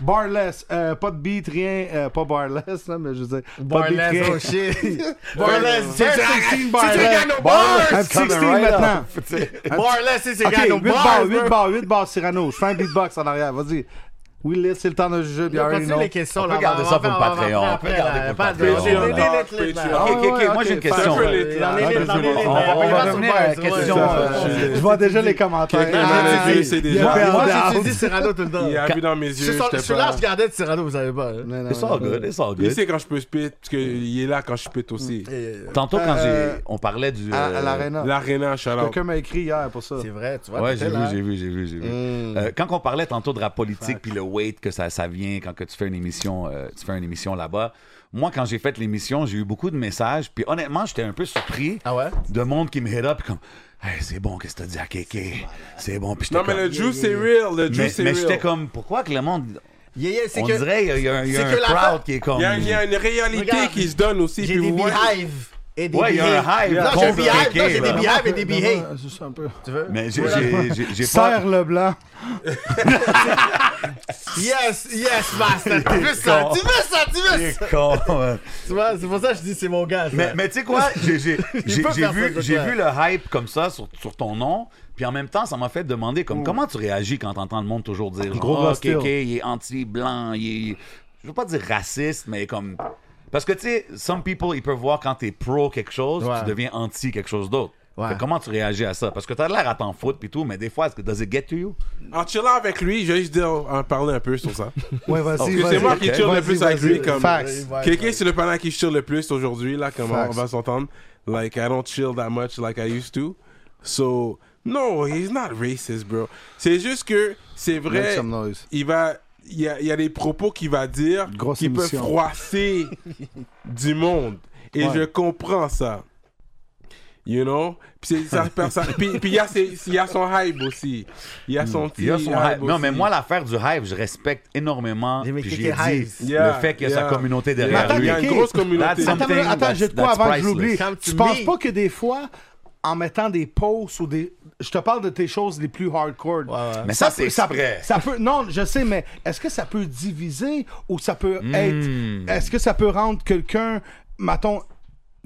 C: Barless. Euh, pas de beat, rien. Euh, pas barless, là, mais je veux dire. pas de beat, rien.
F: Barless, oh shit. Barless,
C: Fais un
F: c'est-
C: 16
F: Si tu
C: barless.
F: gagnes au bars!
C: Un petit 16 maintenant.
F: Barless, c'est
C: Ok, 8
F: Cyrano
C: bars,
F: Bars,
C: 8
F: bro.
C: bars, 8 bars, Cyrano. Je fais un beatbox en arrière, vas-y. Oui, Lit, c'est le temps de juger.
F: Il
C: Puis
F: y
C: I
F: a
C: already know.
F: les questions.
B: On peut
F: là,
B: garder
F: va-
B: ça
F: on va-
B: pour le
F: on va
B: Patreon,
F: après,
B: on peut garder
F: là,
B: pour
F: pas
B: le
F: de-
B: Patreon.
F: les- les- les-
E: Patreon.
F: les- les-
E: Patreon.
F: là.
B: Ok, ok,
C: ouais,
B: ok, moi j'ai une
C: ok,
B: question.
E: c'est un peu les-
F: Dans les-
B: Ok,
F: dans les-
B: on-
F: dans les-
B: on va
F: dans les-
B: revenir à la
F: ouais,
B: question.
F: ouais,
B: euh,
C: Je vois déjà les commentaires.
E: Quelqu'un
C: Ah,
E: m'a dit, c'est
C: il y a
E: déjà-
C: Bernard.
F: Moi, j'utilise Cyrano tout le temps.
E: Il a vu dans mes
F: Je
E: yeux.
F: suis sur-
E: j'étais
F: Celui-là,
E: pas-
F: je gardais de Cyrano, vous savez pas. hein.
C: Non, non,
B: It's
C: non,
B: all good, it's all
E: Il
B: good.
E: sait quand je peux spit, parce qu'il est là quand je spit aussi.
F: Et-
B: Tantôt, quand
C: Euh,
B: j'ai. On parlait du.
C: À, à
B: euh,
C: l'arena.
E: L'Arena, Charles.
C: Ah. Quelqu'un m'a écrit hier pour ça.
F: C'est vrai, tu vois.
B: Ouais,
F: t'étais
B: j'ai vu,
F: là.
B: j'ai vu, j'ai vu, j'ai vu.
F: Mm.
B: Euh, quand on parlait tantôt de rap politique puis le weight que ça, ça vient quand que tu fais une émission, euh, tu fais une émission là-bas. Moi, quand j'ai fait l'émission, j'ai eu beaucoup de messages. Puis honnêtement, j'étais un peu surpris
F: Ah ouais?
B: de monde qui me hit up puis comme, hey, c'est bon qu'est-ce que t'as dit à Kéké, c'est bon. Puis j'étais
E: Non, mais
B: comme-
E: le juice c'est real. Le
B: mais,
E: juice c'est
B: mais
E: real.
B: j'étais comme, pourquoi que le monde,
F: Yeah, yeah, c'est
B: on
F: que
B: dirait il y a- il y a, un- il y a
F: c'est
B: un
F: que la
B: crowd
F: fa-
B: qui est comme,
E: Il y, a, il y a une réalité
F: Regarde.
E: qui se donne aussi.
F: j'ai
E: puis
F: des
E: vous voyez-
F: beehives. Et des
B: Ouais, il y a un
F: beehives.
B: hive
F: Non, j'ai un
B: contre
F: beehive, non,
B: Kéké,
F: j'ai des
B: là.
F: beehives et des beehives.
C: Ouais, c'est ça, un peu.
F: Tu veux?
B: mais j'ai- j'ai j'ai- j'ai pas,
C: Serre le blanc.
F: Yes, yes, master. Tu veux ça, tu veux ça, tu veux ça.
B: C'est con, man.
F: Tu vois, c'est pour ça que je dis c'est mon gars. ça.
B: Mais, mais tu sais quoi? J'ai j'ai- j'ai-
F: peut
B: j'ai
F: faire ça,
B: vu,
F: c'est
B: j'ai
F: clair.
B: vu le hype comme ça sur, sur ton nom, puis en même temps, ça m'a fait demander comme, comment tu réagis quand t'entends le monde toujours dire genre,
C: Gros
B: Ah,
C: hostile.
B: KK, il est anti-blanc, il est. Je veux pas dire raciste, mais comme. Parce que tu sais, some people, ils peuvent voir quand t'es pro quelque chose,
F: Ouais.
B: tu deviens anti quelque chose d'autre.
F: Ouais.
B: Fait que comment tu réagis à ça? Parce que t'as l'air à t'en foutre puis tout, mais des fois, est-ce que does it get to you?
E: En chillant avec lui, je vais juste dire, en parler un peu sur ça.
C: Ouais, vas-y.
B: Parce que
E: Parce que
C: vas-y.
E: c'est moi qui
B: ok.
E: tire le
C: Vas-y,
E: plus avec
C: vas-y.
E: lui. Comme...
C: Facts.
F: Ouais,
E: Quelqu'un,
F: ouais.
E: c'est le pendant qui je tire le plus aujourd'hui, là, comme on
C: Facts.
E: va s'entendre. Like, I don't chill that much like I used to. So, no, he's not racist, bro. C'est juste que, c'est
C: Make
E: vrai,
C: some noise.
E: il va... Il y, a, il y a des propos qu'il va dire
C: Grosse
E: qui peuvent
C: émission.
E: froisser du monde. Et
C: Ouais.
E: je comprends ça. You know? Puis c'est- ça- ça- puis- puis il y, a ses- il y a son hype aussi. Il y a son petit
B: Il y a son hype. Non,
E: aussi.
B: mais moi, l'affaire du hype, je respecte énormément.
F: J'ai mis
B: Puis j'ai
F: quelques
B: dit
F: hypes.
B: le
E: Yeah,
B: fait qu'il y a
E: yeah.
B: sa communauté
E: Mais
B: derrière
E: attends, il
B: lui.
E: y a une
C: Ricky,
E: grosse
B: that's
E: communauté.
B: some-
C: Attends,
B: something
C: attends,
B: that's-
C: j'ai de quoi
B: that's
C: avant que je
B: priceless.
C: l'oublie.
F: Come to
C: Tu penses
F: me.
C: pas que des fois, en mettant des posts ou des. Je te parle de tes choses les plus hardcore.
F: ouais.
B: Mais ça, c'est
C: peut- ça,
B: exprès.
C: ça peut. Non, je sais, mais est-ce que ça peut diviser ou ça peut
B: Hmm.
C: être. Est-ce que ça peut rendre quelqu'un, mettons,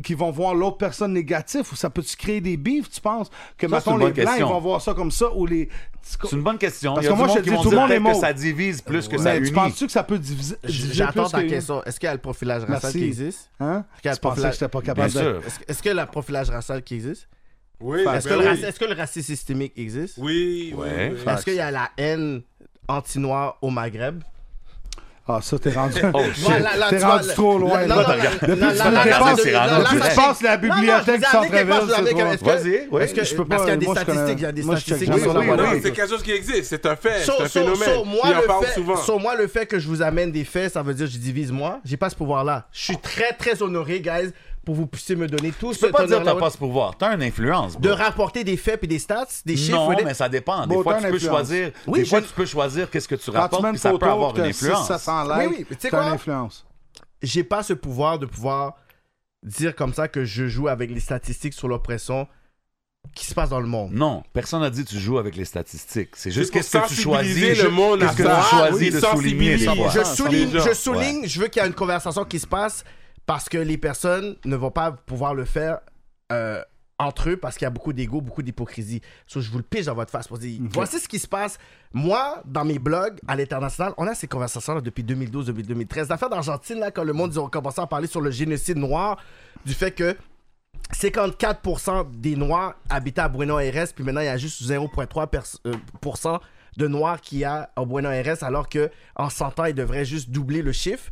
C: qui vont voir l'autre personne négatif ou ça peut-tu créer des bifs, tu penses? Que,
B: Ça, c'est
C: mettons,
B: une
C: les
B: bonne
C: blancs, ils
B: question.
C: vont voir ça comme ça ou les.
B: C'est une bonne question.
C: Parce
B: Il y a
C: que moi,
B: du
C: je
B: monde
C: te
B: qui
C: dis,
B: vont
C: tout le
B: dire
C: monde est
B: peut-être que
C: mauve.
B: ça divise plus que ça
C: Mais tu
B: unit.
C: penses-tu que ça peut diviser. diviser
F: J'attends
C: plus
F: ta
C: que-
F: question. Est-ce qu'il y a le profilage racial
C: Merci.
F: qui existe?
C: Hein?
F: qu'il y a
C: Je pensais que
F: profilage-
C: j'étais pas
B: Bien
C: capable de.
B: sûr.
F: Est-ce est-ce que le profilage racial qui existe?
E: Oui,
F: Est-ce que, le
E: ben oui.
F: raci- est-ce que le racisme systémique existe?
E: Oui,
B: Ouais.
E: oui. oui.
F: Est-ce qu'il y a la haine anti-noire au Maghreb?
C: Ah, ça, t'es rendu.
B: Oh,
F: Ouais,
B: shit.
F: là, là,
C: T'es
F: tu
C: rendu
F: vois,
C: trop loin,
F: là,
C: là.
F: là, là,
B: Depuis
F: là,
C: que tu
F: là,
C: me
F: là,
C: regardes,
F: là,
B: c'est
F: là,
B: rendu.
F: là,
B: Depuis
F: là,
B: que
C: tu
F: là,
C: passes la
F: non, non,
C: bibliothèque
F: je vous avais
C: Centre-Ville,
F: quelque chose, je vous
C: c'est
F: avais
C: trop
F: quelque-
B: loin.
F: est-ce que-
B: Vas-y, oui.
F: est-ce que-
C: Je peux pas,
F: Parce qu'il y a des
C: moi, je connais-
F: statistiques, il y a des
C: moi, je check
F: statistiques.
C: jamais
F: sur
C: ça,
F: la
C: moi,
E: Non,
F: Guadeloupe.
C: oui.
E: c'est quelque chose qui existe, c'est un fait,
F: So-
E: Eh, c'est un
F: so-
E: phénomène.
F: so, moi,
E: Il en
F: le
E: parle
F: fait-
E: souvent.
F: so, moi, le fait que je vous amène des faits, ça veut dire que je divise moi. J'ai pas ce pouvoir-là. Je suis très, très honoré, guys, pour vous puissiez me donner tout
B: Tu peux
F: cet
B: pas dire que
F: honneur-là.
B: t'as pas ce pouvoir. T'as une influence.
F: De
B: bro.
F: rapporter des faits puis des stats, des chiffres.
B: non,
F: des-
B: mais ça dépend. Des
C: Bon,
B: fois,
C: t'as
B: tu
C: une
B: peux
C: influence.
B: choisir.
F: Oui,
B: des fois,
F: je-
B: tu peux choisir qu'est-ce que tu
C: Quand tu
B: rapportes,
C: mets une
B: puis ça peut
C: photo,
B: avoir
C: que
B: une
C: t'as 600
B: influence.
C: 700
F: Oui,
C: likes,
F: oui, mais tu sais
C: t'as
F: quoi?
C: une influence.
F: j'ai pas ce pouvoir de pouvoir dire comme ça que je joue avec les statistiques sur l'oppression qui se passe dans le monde.
B: Non, personne n'a dit que tu joues avec les statistiques. C'est
E: C'est
B: juste
E: pour
B: qu'est-ce que tu
E: sensibiliser
B: choisis.
E: le monde à
B: Qu'est-ce que
E: ça.
B: tu choisis
E: Ah,
B: de
E: oui,
B: souligner des
E: sensibiliser.
B: fois.
F: Je
C: Ouais,
F: souligne,
E: déjà.
F: je souligne, je veux qu'il y ait une conversation qui se passe parce que les personnes ne vont pas pouvoir le faire euh, entre eux parce qu'il y a beaucoup d'ego, beaucoup d'hypocrisie. So, je vous le pige dans votre face pour dire voici ce qui se passe. Moi, dans mes blogs à l'international, on a ces conversations-là depuis 2012, depuis 2013. L'affaire d'Argentine, là, quand le monde ils ont commencé à parler sur le génocide noir, du fait que 54% des Noirs habitaient à Buenos Aires, puis maintenant il y a juste 0,3% pers- euh, pour cent de Noirs qu'il y a à Buenos Aires, alors que en 100 ans, ils devraient juste doubler le chiffre.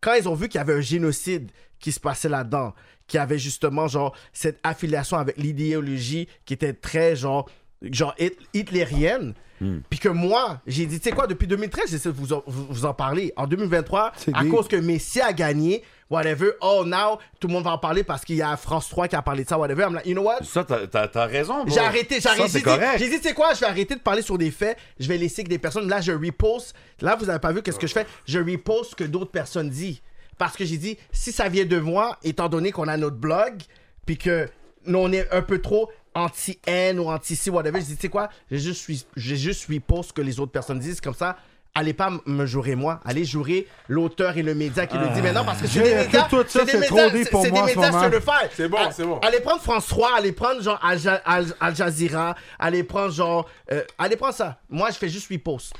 F: Quand ils ont vu qu'il y avait un génocide qui se passait là-dedans, qui avait justement genre cette affiliation avec l'idéologie qui était très genre genre hit- hitlérienne, puis que moi, j'ai dit, tu sais quoi, depuis 2013, j'essaie de vous en, vous- vous en parler. En 2023,
C: C'est
F: à
C: deep.
F: cause que Messi a gagné, whatever, oh now, tout le monde va en parler parce qu'il y a France 3 qui a parlé de ça, whatever. I'm like, you know what?
B: Ça, t'as- t'as t'as raison. bro.
F: J'ai arrêté, j'ai
B: Ça,
F: arrêté.
B: c'est
F: J'ai dit,
B: correct.
F: j'ai dit, tu sais quoi, je vais arrêter de parler sur des faits, je vais laisser que des personnes. Là, je repose. Là, vous avez pas vu qu'est-ce que je fais? Je repose ce que d'autres personnes disent. Parce que j'ai dit, si ça vient de moi, étant donné qu'on a notre blog, puis que nous, on est un peu trop anti-haine ou anti-ci, whatever, j'ai dit, tu sais quoi, je juste, suis- je juste repose ce que les autres personnes disent, comme ça. Allez pas m- me jouer moi, allez jouer l'auteur et le média qui
C: Ah.
F: le dit maintenant parce que c'est des
C: J'ai-
F: médias,
C: tout ça,
F: c'est des
C: c'est
F: médias,
C: trop deep
F: c'est-
C: pour
F: c'est
C: moi en
F: des
C: ce
F: médias
C: moment.
F: sur le faire.
E: C'est bon,
F: Ah,
E: c'est bon.
F: Allez prendre François, allez prendre genre Al, Ja- Al- Al Jazeera, allez prendre genre. euh, allez prendre ça. Moi, je fais juste 8 posts.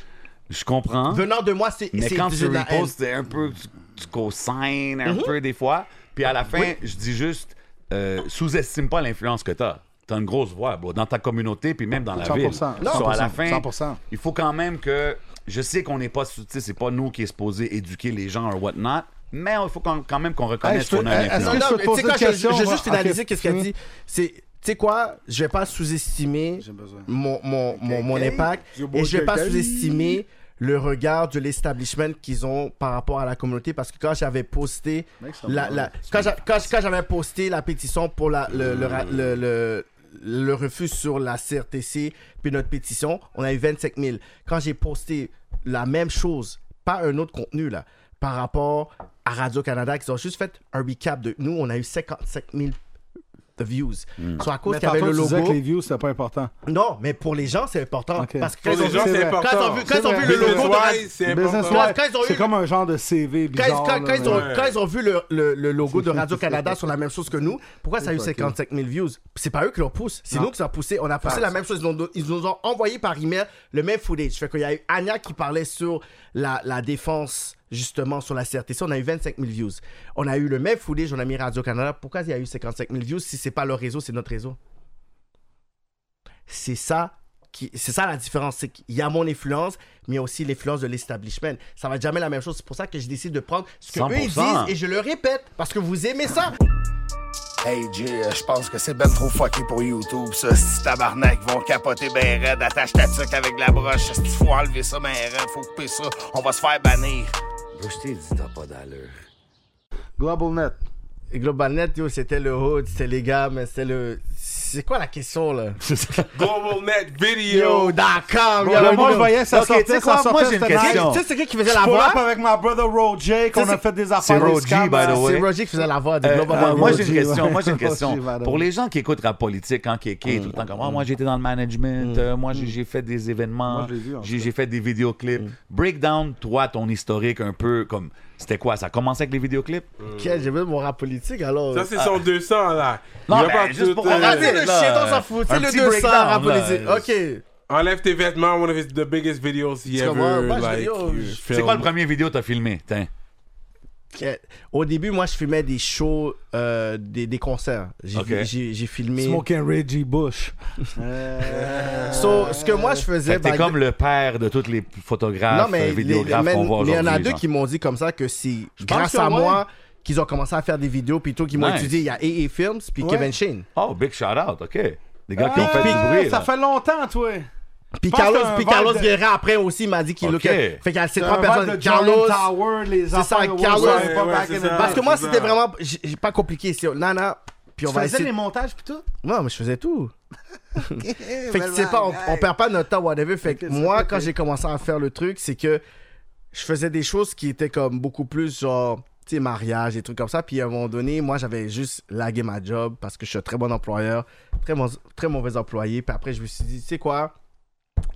B: Je comprends.
F: Venant de moi, c'est.
B: Mais
F: c'est-
B: quand
F: c'est
B: tu
F: de la haine.
B: reposes, c'est un peu, tu, tu co-signes
C: Mm-hmm.
B: un peu des fois. Puis à la fin, je dis juste, euh, sous-estime pas l'influence que t'as. T'as une grosse voix, bro, dans ta communauté, puis même dans la ville.
C: 100%.
B: So, à
C: 100%,
B: la fin,
C: 100%.
B: il faut quand même que, je sais qu'on n'est pas, tu sais, c'est pas nous qui est supposé éduquer les gens ou whatnot, mais il faut quand quand même qu'on reconnaisse
C: je peux-
B: qu'on a une
C: est-ce
B: influence.
C: que-
F: Non,
C: je
F: mais
C: peux te
F: tu sais
C: poser
F: quoi,
C: une
F: je-
C: question,
F: je vais
C: moi?
F: juste analyser
C: Ok,
F: qu'est-ce qu'elle
C: fini.
F: dit. C'est, tu sais quoi, je vais pas sous-estimer
C: besoin.
F: mon, mon, mon, mon impact et je vais pas sous-estimer le regard de l'establishment qu'ils ont par rapport à la communauté parce que quand j'avais posté la, la- quand j'a- quand- quand j'avais posté la pétition pour la, le, le, ra- le- le- le refus sur la CRTC puis notre pétition on a eu 25 000 quand j'ai posté la même chose pas un autre contenu là par rapport à Radio Canada qui ont juste fait un recap de nous on a eu 55 000 de views soit à cause
C: Mais
F: qu'il y avait
C: tantôt,
F: le
C: tu disais
F: logo
C: que les views, c'était pas important.
F: non, mais pour les gens, c'est important.
C: Ok.
F: Parce que
E: Pour
F: quand ils
E: les
F: ont
E: gens,
F: vu-
E: c'est
C: vrai.
E: important.
F: quand ils ont vu- quand ils ont vu le logo de la-
E: Business-wise, c'est
C: Business
E: important.
C: wise,
F: Quand ils ont
C: c'est
F: eu-
C: comme un genre de CV
F: quand,
C: bizarre.
F: quand-
C: là,
F: quand ils ont,
C: mais-
F: quand ils ont vu le, le- le logo de Radio-Canada sur la même chose que nous, pourquoi ça a eu 55 000 views C'est pas eux qui l'ont poussé, c'est nous qui l'ont poussé. On a poussé la même chose. Ils nous, ils nous ont envoyé par email le même footage. Fait qu'il y a eu Anya qui parlait sur la, la défense, justement, sur la CRTC. On a eu 25 000 views. On a eu le même footage, on a mis Radio-Canada. Pourquoi il y a eu 55 000 views si c'est pas leur réseau, c'est notre réseau c'est ça qui c'est ça la différence c'est qu'il y a mon influence mais il y a aussi l'influence de l'establishment ça va être jamais la même chose c'est pour ça que je décide de prendre ce que eux ils
B: 100%.
F: disent et je le répète parce que vous aimez ça
I: Hey Jay, euh, je pense que c'est ben trop fucké pour YouTube, ça. Ces tabarnak vont capoter ben raide. Attache ta tuque avec la broche. Il faut enlever ça ben raide. Faut couper ça. On va se faire bannir.
J: Je t'ai dit, t'as pas d'allure.
C: Global Net.
F: Et GlobalNet yo, c'était le hood c'était les gars mais c'était le c'est quoi la question là
E: Global Net Video.
F: yo d'accord
C: Bon, là, moi, je voyais, ça
B: Ok, tu
C: sortait, ça
B: sais quoi?
C: sortait,
B: Moi, j'ai une
C: c'était
B: question.
F: tu sais c'est qui qui faisait la
C: Pour
F: voix
C: up avec my brother Roger, qu'on
F: Ça,
C: a
F: c'est-
C: fait des affaires.
B: c'est
C: des
B: Roger,
C: scams,
B: by the way.
F: c'est Roger qui faisait la voix du
B: Euh,
F: Global
B: euh,
F: Net
B: moi,
F: Video.
B: j'ai une
C: Roger,
B: question.
C: ouais.
B: Moi, j'ai une question.
C: Roger, madame.
B: Pour les gens qui écoutent la politique, quand qui qui est tout le temps comme Ah, moi, j'étais dans le management, euh, moi, j'ai- j'ai fait des événements,
C: Moi, je l'ai vu, en
B: j'ai j'ai fait des vidéoclips. Breakdown, toi, ton historique un peu, comme c'était quoi Ça commençait avec les vidéoclips
F: Ok, j'ai vu mon rap politique alors
E: Ça, c'est son 200, là.
B: Non,
E: Il va
B: mais
E: pas
B: juste
E: tout,
B: pour-
E: euh,
F: ah, c'est le
B: là,
F: shit, on s'en fout.
B: un
F: C'est le
B: petit
F: 200 rap
B: breakdown, là.
F: politique. Ok.
E: Enlève tes vêtements, one of his, the biggest videos he
F: Parce que moi,
E: ever,
F: moi, je
E: like,
F: vidéo,
E: you
F: je-
E: film.
B: C'est quoi le premier vidéo que t'as filmé Tiens.
F: Que- Au début, moi, je filmais des shows, euh, des, des concerts. J'ai
B: Ok.
F: j'ai- j'ai filmé.
C: Smoking Reggie Bush. Euh,
F: So, ce que moi, je
B: Fait
F: faisais.
B: que T'es
F: par
B: comme
F: exemple-
B: le père de tous les photographes,
F: Bah, Non, mais
B: euh,
F: les- les-
B: vidéographes
F: mais-
B: qu'on voit
F: mais
B: aujourd'hui.
F: il y en a deux
B: genre.
F: qui m'ont dit comme ça que c'est
C: pense
F: grâce
C: que
F: à
C: ouais.
F: moi qu'ils ont commencé à faire des vidéos. Puis tout, qu'ils m'ont
B: Nice.
F: étudié. Il y a AA Films, puis
C: Ouais.
F: Kevin Shane.
B: Oh, big shout out, ok. Des gars qui ont fait du
C: Ah,
B: bruit.
C: Ça
B: là.
C: fait longtemps, toi.
F: Puis
C: pense
F: Carlos,
C: que t'as un
F: puis Carlos
C: vibe de-
F: Guerra, après aussi, m'a dit qu'il
B: Ok.
F: lookait- Fait qu'il y a ces
C: C'est
F: trois
C: un vibe
F: personnes.
C: de Jordan
F: Carlos.
C: Tower, les
F: ça,
C: affaires. de Wolves,
F: Carlos.
C: ouais,
E: Ouais,
C: back
E: c'est
C: in the
E: ça.
C: day.
F: Parce que moi,
E: c'est
F: c'était
E: ça.
F: vraiment. J'ai j'ai pas compliqué. c'est- Nana. Puis on
C: Tu
F: va
C: faisais
F: essayer.
C: les montages pis tout?
F: Non, mais je faisais tout. fait que tu sais pas, on, on perd pas notre temps, whatever. Fait que
C: Ok, c'est
F: moi,
C: ok.
F: quand j'ai commencé à faire le truc, c'est que je faisais des choses qui étaient comme beaucoup plus genre, tu sais, mariage, des trucs comme ça. Puis à un moment donné, moi, j'avais juste lagué ma job parce que je suis un très bon employeur, très, mon- très mauvais employé. Puis après, je me suis dit, tu sais quoi,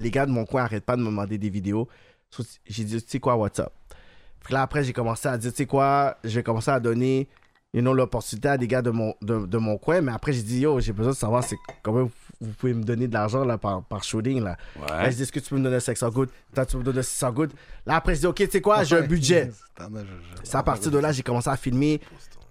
F: les gars de mon coin arrêtent pas de me demander des vidéos. So, J'ai dit, tu sais quoi, what's up? Puis là, après, j'ai commencé à dire, tu sais quoi, j'ai commencé à donner you know, l'opportunité à des gars de mon, de, de mon coin. Mais après, j'ai dit, yo, j'ai besoin de savoir c'est comment vous- vous pouvez me donner de l'argent là, par, par shooting. Là. Là, je dis, est-ce que tu peux me donner 500 gouttes? Toi, tu peux me donner 600 gouttes. Là, après, je dis, OK, tu sais quoi, j'ai un budget. C'est à partir de là, j'ai commencé à filmer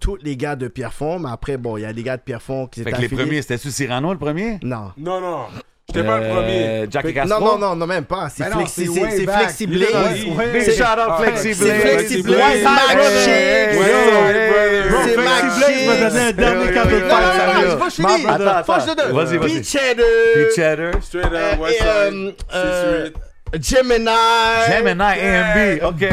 F: tous les gars de Pierrefonds. Mais après, bon, il y a des gars de Pierrefonds qui étaient
B: Fait que les
F: affiliés.
B: premiers, c'était-tu Cyrano le premier
F: Non.
E: Non, non. J'étais pas le
B: Euh,
E: premier.
B: Jack et
F: Non,
B: Castro?
F: non, non, non, même pas. C'est
C: Ben non,
F: flexi,
C: c'est
F: c'est-
C: way
F: c'est
C: back.
F: flexible.
E: Il est-
B: Big
F: C'est-
B: shout out
E: Flexi
B: Flexi
F: C'est
B: Blaze.
F: Flexi
E: Blaze.
F: Blaze, Mac
E: Blaze.
F: Chicks.
E: Ouais, brother.
F: C'est
E: Flexi
F: Mac
E: Blaze
C: Blaze m'a donné un
F: Chicks.
C: dernier
B: Yo,
C: cadeau
B: yo,
C: de
B: yo,
F: Non, non,
C: Pâques,
F: non, non,
B: yo,
C: sérieux.
F: je vais
C: Ma-
F: finir.
B: Attends, attends.
F: Faut que je te donne.
B: Vas-y, vas-y.
F: Pete Cheddar.
B: Cheddar.
E: Straight
F: Euh,
E: up,
F: et,
E: West Side.
F: euh, euh, Gemini.
B: Gemini AMB. OK.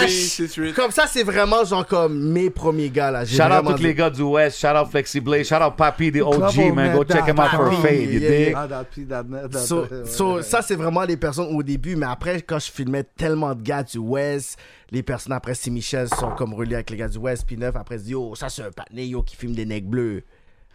F: Bash.
E: c'est straight.
F: Comme ça, c'est vraiment genre comme mes premiers gars là. J'ai
B: Shout out
F: vraiment
B: tous les
F: dit-
B: gars du West. Shout out Flexi Blaze. Shout out Papi, the OG,
C: Trouble,
B: man. Go
C: man.
B: check him out for a
F: Papi,
B: fade, you
F: yeah, yeah.
B: dig?
C: Ah, dans le pied, dans le- dans le-
F: So,
C: ouais,
F: so,
C: ouais.
F: Ça, c'est vraiment les personnes au début, mais après, quand je filmais tellement de gars du West, les personnes après Saint-Michel sont comme reliées avec les gars du West, puis neuf, après, se dit, yo, ça, c'est un patiné, yo, qui filme des necks bleus.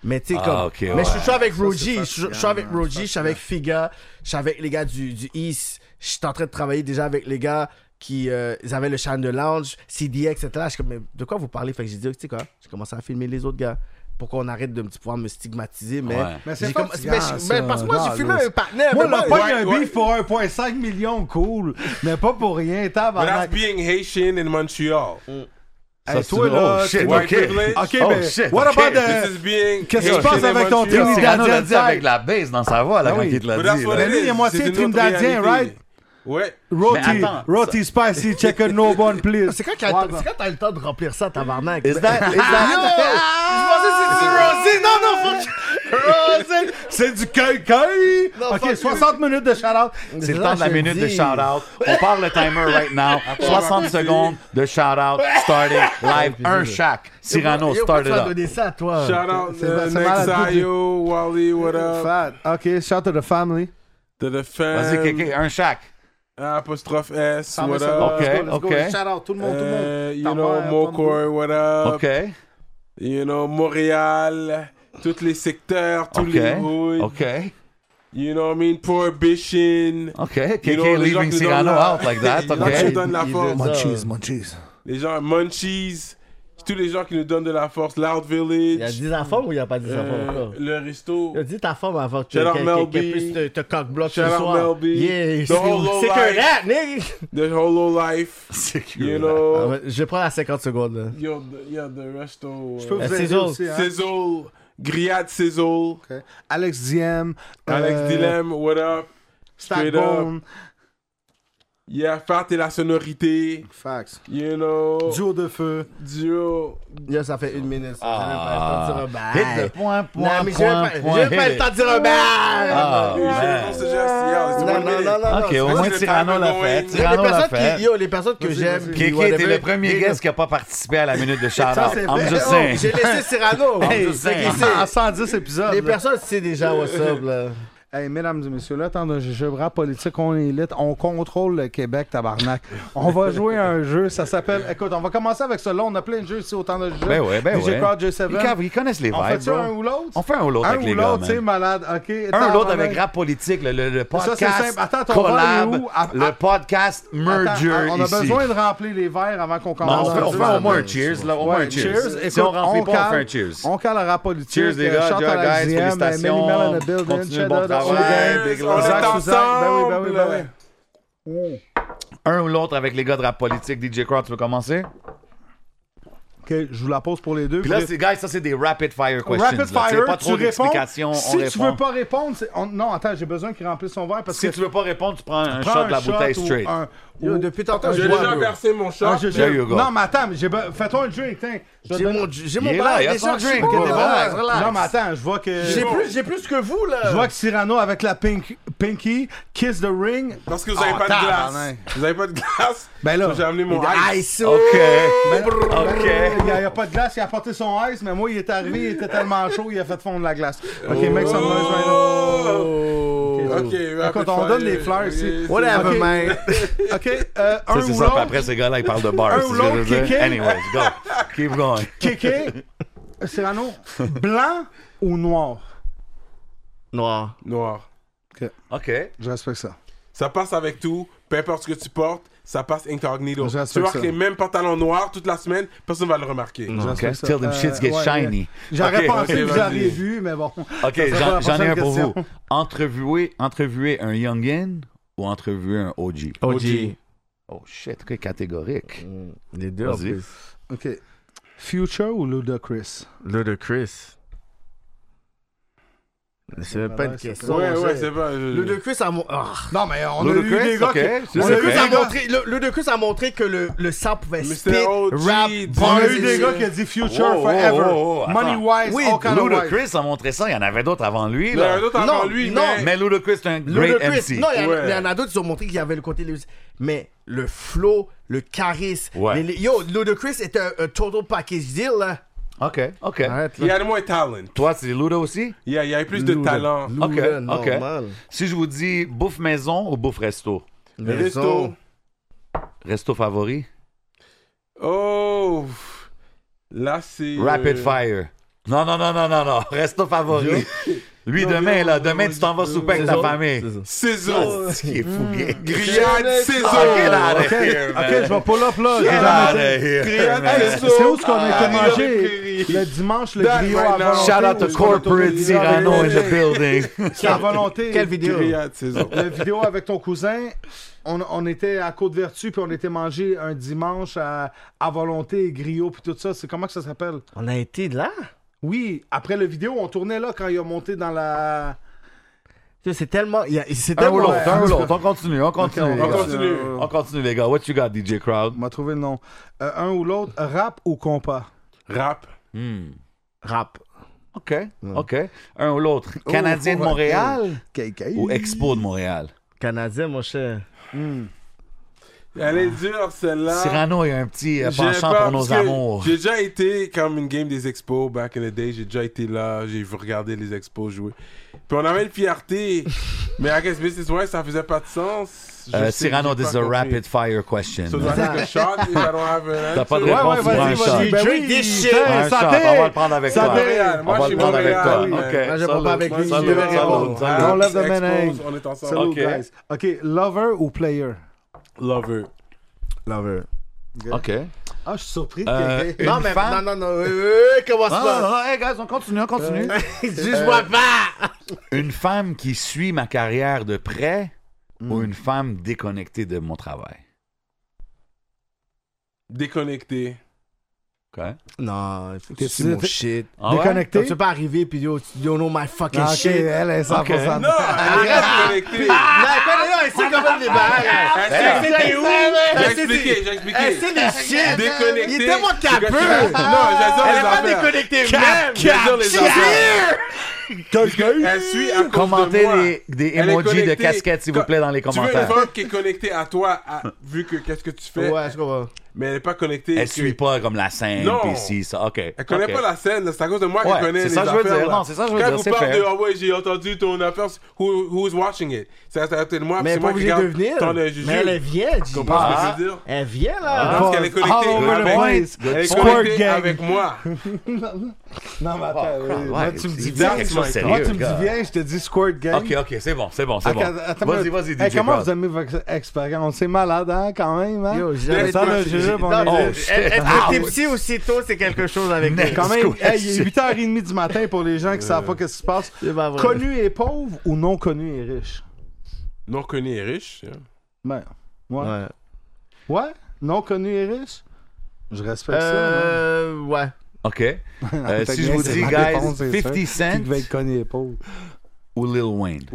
F: Mais tu sais,
B: Ah,
F: comme.
B: ok,
F: mais
B: ouais.
F: je suis- je suis avec Roji, je
C: fascinant,
F: suis- je suis avec
C: man,
F: Roji, je suis avec Figa, je suis avec les gars du, du East, je suis en train de travailler déjà avec les gars qui euh, ils avaient le channel lounge, CDX, etc. Je suis comme, mais de quoi vous parlez? Fait que j'ai dit, tu sais quoi, j'ai commencé à filmer les autres gars. pour qu'on arrête de me- pouvoir me stigmatiser, mais.
B: Ouais.
C: Mais c'est
F: j'ai
C: pas
F: comme-
C: fatigant,
F: mais je-
C: ça.
F: mais parce que moi,
C: Ah,
F: j'ai filmé
C: là,
F: un partenaire.
C: Moi,
F: mais moi-
C: le pas un
E: ouais.
C: beef pour 1,5 million, cool. Mais pas pour rien,
E: But that's
C: tabarnak.
E: being Haitian in Montreal.
B: Ça,
C: Hey,
B: c'est
C: toi,
B: une-
C: là,
B: oh, shit,
C: t'es-
E: white
B: ok.
E: privilege.
C: Ok,
B: Oh,
C: mais
B: shit,
C: what
B: ok.
C: about
E: This
C: the...
E: is being
C: Eh, Qu'est-ce qui se
E: Haitian
C: passe
E: in
C: avec ton
E: Montreal.
C: Trinidad?
B: Cyrano l'a
C: Dad
B: dit
C: side.
B: avec la base dans sa voix, là,
C: Ah
B: quand
C: oui.
B: il te l'a
E: But that's
B: dit.
E: what
B: là.
E: it
C: Mais lui, il est
E: is.
C: moitié
E: C'est une autre
C: Trinidadien,
E: réalité.
C: right?
E: Ouais.
C: Roti,
B: Mais attends,
C: roti spicy, chicken no bone, please.
F: C'est quand qu'il y a- c'est quand t'as le temps de remplir ça, tabarnak?
B: Is that- is that-
C: Ah.
F: Je pensais que c'était du Rosé. Non, non, fuck!
B: C'est du cueil-cueil!
F: Non, fuck
C: Ok,
F: you.
C: 60 minutes de shout-out.
B: C'est le
F: Là,
B: temps de la
F: je
B: minute de
F: dis.
B: shout-out. On parle le timer right now. 60 secondes de shout-out starting live. Un chaque. Cyrano,
F: Yo,
B: start
F: tu
B: it
F: vas
B: up.
F: donner ça à toi.
E: Shout out
C: C'est-
E: uh,
C: c'est malade, tout du-
E: Nexayo, Wally, what up?
C: Fat. Ok, shout to the family.
E: To the fans.
C: Euh,
B: Vas-y, Kéké, un chaque.
E: Apostrophe S,
C: Family
E: what
C: support.
E: up?
C: Let's
B: Okay,
C: go, let's go.
B: okay.
C: Shout out tout le monde, tout le
E: Uh,
C: monde.
E: you
C: Ta
E: know,
C: mère, ton-
E: Mokor, what
C: euh,
E: up?
B: OK.
E: You know, Montréal, tous les secteurs, tous
B: OK.
E: les hoods.
B: OK.
E: You know what I mean? Prohibition.
B: OK.
E: You know,
B: Kéké
E: les gens
B: leaving
E: qui nous
B: Cyrano
E: donnent la-
B: out like that.
E: Les gens qui nous
B: OK.
E: donnent la
F: Il- il
E: force.
G: Munchies, munchies.
E: Les gens, Munchies, tous les gens qui nous donnent de la force. Loud Village.
F: Il y a 10 enfants ou il n'y a pas 10
E: euh,
F: enfants encore?
E: le resto.
F: Il a dit ta forme avant que tu
E: Shout out Mel B.
F: puisse te, te cock-block ce
E: Shout out
F: soir.
E: Mel B.
F: Yeah,
E: The
F: c'est
E: whole
F: c'est
E: life.
F: que rat, nigga!
E: The Hollow Life. You know.
F: Ah ouais, Je prends la 50 secondes, là.
E: Yo, the, yo, the resto.
C: Je peux
E: euh,
C: vous
F: c'est
C: aider
F: autres.
C: aussi, hein.
E: Sizzle. Grillade Sizzle.
C: Ok. Alex Diem.
E: Alex
C: euh,
E: Dilem, what up? straight
C: Stackbone.
E: Yeah, Fat et la sonorité.
C: Facts.
E: You know.
C: Duo de feu.
E: Duo.
F: Yo, ça fait une minute. ça. J'avais pas le temps de dire un
B: Ah. Hit
F: bail.
B: the point, point,
F: Non, mais j'avais
B: point,
F: pas-
B: point.
F: j'avais pas
B: hit
F: le temps
B: it.
F: de dire un
B: Ah,
F: bail!
B: man.
E: Non, c'est juste- yeah, it's
F: Non,
E: one
F: non,
E: minute.
F: non, non.
B: OK,
F: non,
B: au
E: Moi,
B: moins
E: je l'ai
B: Cyrano
E: pas
B: l'a
E: going.
B: fait.
F: Les
E: Les
B: Cyrano l'a
F: personnes, qui,
B: fait.
F: yo, les personnes que j'aime. puis
B: Kéké était
F: whatever,
B: le premier guest qui n'a pas participé à la minute de
C: Ça,
B: shout-out.
C: c'est
B: I'm
C: vrai.
B: just
C: Oh,
B: saying.
F: J'ai laissé Cyrano.
B: I'm
F: Hey,
B: just saying.
F: fait qu'il sait.
C: À 110 épisodes.
F: Les
C: là.
F: personnes savent déjà what's up, là.
C: Hey, mesdames et messieurs, là, tant de jeu rap politique, on est lit, on contrôle le Québec, tabarnak. On va jouer à un jeu, ça s'appelle. Écoute, on va commencer avec ça. Là, on a plein de jeux ici, autant de jeux.
B: Ben ouais, ben
C: DJ
B: ouais.
C: Crowd,
B: Ils
C: J7.
B: cavent- Ils connaissent les vibes.
C: On fait-tu
B: bro.
C: un ou l'autre?
B: On fait un ou l'autre
C: Un
B: avec
C: ou
B: les gars,
C: l'autre, tu sais,
B: man.
C: malade. OK.
B: Un ou
C: tabarnak.
B: l'autre avec rap politique, le, le- le podcast
C: c'est simple. Attends, ton vol est
B: collab,
C: où? Avant-
B: le podcast merger
C: Attends, on a
B: ici.
C: besoin de remplir les verres avant qu'on
B: Bon,
C: commence.
B: on fait, on
C: le
B: fait
C: jeu.
B: au moins un cheers, là, au moins un
C: Ouais,
B: cheers.
C: cheers.
B: si
C: Écoute,
B: on remplit pas, on
C: cale-
B: fait un cheers.
C: On cale à rap politique.
B: Cheers, les
C: euh,
B: gars.
C: Chante
B: Ciao,
C: à la
B: guys.
C: Ziem, euh,
B: Félicitations.
C: Melly Mel in the building,
B: Continuez le
C: shout
B: bon
C: out, all the
B: travail.
C: gang.
B: Big
E: On
B: love.
E: est
C: Zach Suzanne, ben oui, ben oui, ben oui.
E: ensemble.
B: Un ou l'autre avec les gars de rap politique. DJ Crowd, tu veux commencer?
C: OK, je vous la pose pour les deux.
B: Puis là,
C: Vous-
B: c'est, guys, ça, c'est des rapid fire questions.
C: Rapid
B: là. C'est
C: fire,
B: pas
C: tu
B: trop
C: réponds.
B: d'explications. on
C: Si tu
B: répond.
C: veux pas répondre, c'est- on- non, attends, j'ai besoin qu'il remplisse son verre parce
B: si
C: que
B: tu veux pas répondre, tu prends un
C: prends
B: shot de la
C: shot
B: bouteille
C: ou
B: straight.
C: un-
F: Yo,
C: ou-
F: depuis tantôt, je
E: J'ai
F: bois,
E: déjà
F: bro.
E: versé mon
C: Ah,
E: shot.
C: je- je-
B: There you go.
C: Non, mais attends, mais j'ai be- fais-toi un drink, tiens. Je te
F: J'ai
C: donne-
F: mon, j'ai
B: Il est
F: mon
B: là,
F: bar,
B: il y a
F: les
B: son
F: gens, je suis
B: drink,
F: pas-
B: il est
F: relax,
B: là.
F: relax.
C: hein? Non, mais attends, je vois que.
F: J'ai plus, j'ai plus que vous, là.
C: Je vois que Cyrano avec la pink, Pinky kiss the ring.
E: Parce que vous
B: Ah,
E: avez
C: Oh,
E: pas de glace.
C: tabarnak.
E: Vous avez pas de glace.
C: Ben là.
E: Donc, J'ai amené mon
F: Ah,
E: ice.
F: ici,
B: OK.
C: Il
B: OK.
C: n'y a, il a pas de glace, il a porté son ice, mais moi, il est arrivé, il était tellement chaud, il a fait fondre la glace. Ok, mec, ça me noise right now.
E: Oh! Ok,
C: Écoute, on donne les fleurs ici.
F: Whatever,
C: Ok.
F: man.
C: Ok, euh, un
B: Ça, c'est
C: ou
B: ça. Puis
C: l'autre,
B: après, ces gars-là, ils parlent de bars.
C: Un
B: c'est
C: ou
B: ce que je veux
C: l'autre,
B: dire.
C: Kéké.
B: Anyways, go. Keep going.
C: Kéké, Cyrano, blanc ou noir?
F: Noir.
E: Noir.
B: OK.
C: Je respecte ça.
E: Ça passe avec tout. Peu importe ce que tu portes, ça passe incognito.
C: Je respecte
E: Tu vois
C: ça.
E: que les mêmes pantalons noirs toute la semaine, personne va le remarquer.
C: Je
B: OK.
C: respecte ça.
B: Till them
C: Euh,
B: shits get
C: ouais,
B: shiny.
C: J'aurais
B: OK,
C: pensé
E: ok,
C: que vous
E: vas-y.
C: auriez vu, mais bon.
B: OK,
C: Ça sera la
B: j'en j'en ai
C: prochaine
B: un pour
C: question.
B: vous. Entrevuer, entrevuer un youngin ou entrevuer un OG?
F: OG.
B: Oh shit, que catégorique.
F: Mm, Les deux, en
B: Vas-y.
F: plus.
C: Ok. Future ou Ludacris?
F: Ludacris. C'est même pas une
C: c'est
F: question.
E: Ouais, ouais,
F: c'est-
E: c'est pas. je-
F: Ludacris a mon- ah.
C: Non, mais on
B: Ludacris, OK.
C: on a
B: Ludacris
C: eu
F: Ludacris
C: des
F: a
C: gars-
F: montré, le, Ludacris a montré que le, le sang pouvait
E: Mr.
F: spit,
E: OG,
F: rap,
E: du-
C: On a eu
E: Ouais,
C: des
E: c'est-
C: gars qui a dit Future
B: Wow,
C: Forever.
B: wow, wow, Oh, attends.
C: Money wise,
F: Oui,
C: all kind of wise.
B: Ludacris a montré ça, il y en avait d'autres avant lui.
E: Il y en a
B: Là.
E: un autre avant
F: Non,
E: lui,
F: non,
E: mais.
B: Mais Ludacris est un great
F: Ludacris.
B: MC.
F: Non, il y en-
E: Ouais.
F: il y, en a d'autres qui ont montré qu'il y avait le côté Ludacris. Mais le flow, le charisme.
B: Ouais.
F: les- les- yo, Ludacris est un, un total package deal, là.
B: OK, OK.
F: Arrête,
E: Il y
F: là.
E: a moins de talent.
B: Toi, c'est Luda aussi?
E: Yeah, Il y a plus de
F: Luda.
E: talent.
F: Luda,
B: OK, OK.
F: normal.
B: Si je vous dis bouffe maison ou bouffe resto?
F: Mais
E: Resto.
F: son-
B: Resto favori?
E: Oh. pff. Là, c'est.
B: Rapid
E: euh,
B: fire. Non, non, non, non, non, non. Resto favori. Lui, demain, là, demain, tu t'en vas souper avec ta famille.
E: Ciseaux.
B: Ce qui est fou, bien.
E: Grillade, ciseaux.
B: Ah, get out
E: Ok,
B: of here,
E: ok,
B: man.
E: je vais
C: pull up, là.
B: Get
C: J'ai
B: out of here,
E: Grillade,
B: man.
E: ciseaux.
C: C'est où ce qu'on a
E: Ah,
C: été
E: grillade,
C: manger
E: grillade.
C: le dimanche, le
E: That
C: griot
E: right
C: à
E: now.
C: volonté?
B: Shout out
C: ou
B: to
C: est-ce qu'on a tourné
B: corporate
C: le griot avec-
B: Cyrano in the building.
C: C'est à volonté.
F: Quelle vidéo?
E: Grillade, ciseaux.
C: La vidéo avec ton cousin, on, on était à Côte-Vertu, puis on était mangé un dimanche à, à volonté, griot, puis tout ça. C'est comment que ça s'appelle?
F: On a été là?
C: Oui, après le vidéo, on tournait là quand il a monté dans la...
F: Tu sais, C'est tellement. il y a- C'est
B: Un ou
F: tellement.
B: l'autre, un ou
C: Ouais.
B: l'autre. On continue, on continue. les
E: on
B: gars.
E: continue.
C: Euh,
B: On continue, les gars. What you got, DJ Crowd?
C: On m'a trouvé le nom. Euh, un ou l'autre, rap ou compas?
E: Rap.
F: Rap.
B: OK, OK. Un ou l'autre. Canadien de Montréal
G: KK.
B: ou Expo de Montréal?
F: Canadien, mon cher.
E: Elle est dure, celle-là.
B: Cyrano, il y a un petit euh,
E: J'ai
B: penchant
E: peur
B: pour
E: parce
B: nos
E: que
B: amours.
E: J'ai déjà été comme une game des expos back in the day. J'ai déjà été là. J'ai vu regarder les expos jouer. Puis on avait une fierté. mais I guess Business Wise, ça faisait pas de sens. Je
B: Euh,
E: sais,
B: Cyrano,
E: j'ai
B: this is
E: pas
B: a
E: compris.
B: rapid fire question.
E: So do I take a shot if I don't have an
B: T'as pas de
E: answer?
B: réponse, tu prends un shot.
F: Ben oui,
B: Un shot,
C: santé.
B: on va le prendre avec
C: Santé.
B: toi.
E: Montréal. Moi,
B: On
E: je
B: va
E: suis
B: le prendre avec
E: Montréal.
B: toi.
E: oui, mais-
F: Moi,
B: OK.
F: je prends pas avec
E: Moi, je
F: lui,
E: suis
F: je vais
E: Montréal.
F: répondre.
E: Ah,
C: On lève le
E: expose,
C: ménage.
E: On est ensemble.
B: Salut. Ok.
C: guys. OK, lover ou player?
E: Lover.
F: Lover.
B: OK.
C: Ah, je suis surpris.
B: Euh,
C: que-
B: une
F: Non, mais.
B: femme-
F: Non, non, non. euh, euh, Comment
B: Ah,
F: ça?
B: ah, hey, guys, on continue, on continue.
F: Juge-moi pas!
B: Une femme qui suit ma carrière de près ou une femme déconnectée de mon travail?
E: Déconnecté.
B: OK.
F: Non, il faut que
C: T'es-
F: tu suives mon
C: t'es-
F: shit.
B: Ah ouais?
F: Tu
C: Déconnecté?
F: peux pas arriver puis yo, tu- you know my fucking
C: Ah, OK,
F: shit.
C: elle est 100%.
E: Non, elle est pas déconnectée.
C: Ah!
F: Non, elle connaît- non, elle sait comment les
E: Elle
F: barres.
E: s'est expliquée où?
C: Ah!
F: Elle
E: J'ai
F: sait
E: expliqué,
F: des-
E: j'ai
F: elle
E: expliqué.
F: sait des shit.
E: Déconnecté.
F: Eh, Il est tellement capeux.
E: Non, j'adore les
F: Elle est pas
E: affaires.
F: déconnectée même.
E: J'adore les affaires. Elle suit à cause de
B: Commentez
E: moi.
B: les- des
E: Elle est
B: emojis de
E: connectée.
B: casquettes, s'il vous plaît, dans les
E: Tu veux une
B: commentaires.
E: femme qui est connectée à toi, à- vu que qu'est-ce que tu fais,
F: Ouais, je comprends.
E: mais elle n'est pas connectée.
B: Elle
E: que-
B: suit pas comme la scène,
E: Non.
B: pis si, ça. OK.
E: Elle connaît pas la scène, c'est à cause de moi
B: Ouais,
E: qu'elle connaît
B: c'est
E: les
B: ça que je veux
E: affaires,
B: dire.
E: là.
B: Non, c'est ça que je veux
E: Quand
B: dire,
E: vous
B: c'est
E: parlez
B: fair.
E: de Ah ouais, j'ai entendu ton affaire, who, who's watching it? Ça ça, c'est moi, puis
F: Mais elle
E: c'est
F: est pas
E: moi qui
F: obligée de
E: regarde
F: venir.
E: ton euh, juju.
F: Mais elle elle vient,
E: Tu
F: G.
E: comprends ce que je veux dire?
F: Ah. Elle vient, là.
C: Ah,
E: Parce qu'elle est connectée
C: all over the
E: avec,
C: place.
E: elle est
C: Squirt
E: connectée
C: gang.
E: avec moi.
C: Non, mais attends. oui, moi, tu me dis
E: bien
C: viens.
E: quelque chose de sérieux,
C: Moi, tu me dis viens, je te dis squirt gang.
B: OK, OK, c'est bon, c'est bon, c'est
C: Ah,
B: bon.
C: attends,
B: Vas-y,
C: mais-
B: vas-y, DJ
C: Hey, comment
B: Crowd.
C: vous aimez votre expérience? C'est malade, hein, quand même, hein?
F: Yo,
E: Mais
F: jamais.
C: ça, le
E: c'est-
C: jeu, bon,
F: Non,
C: on est- Ah,
F: mais Être être tipsy aussitôt, c'est quelque chose avec
B: Mais-
F: nous.
C: Quand même,
B: Squirt
C: hey, il est 8h30 du matin pour les gens qui savent pas qu'est-ce qui se passe.
F: C'est pas vrai.
C: Connu et pauvre ou non connu et riche?
E: Non reconnu et riche. hein.
C: Ben, ouais. ouais.
F: Ouais.
C: Non connu et riche? Je respecte ça.
F: Euh. Ouais.
C: hein.
B: OK. Euh,
C: T'as
B: si je
C: bien,
B: vous
C: c'est
B: dis,
C: ma réponse,
B: guys,
C: c'est ça.
B: 50
C: Qui devait
B: Cent
C: être connu et pauvre?
B: ou Lil Wayne?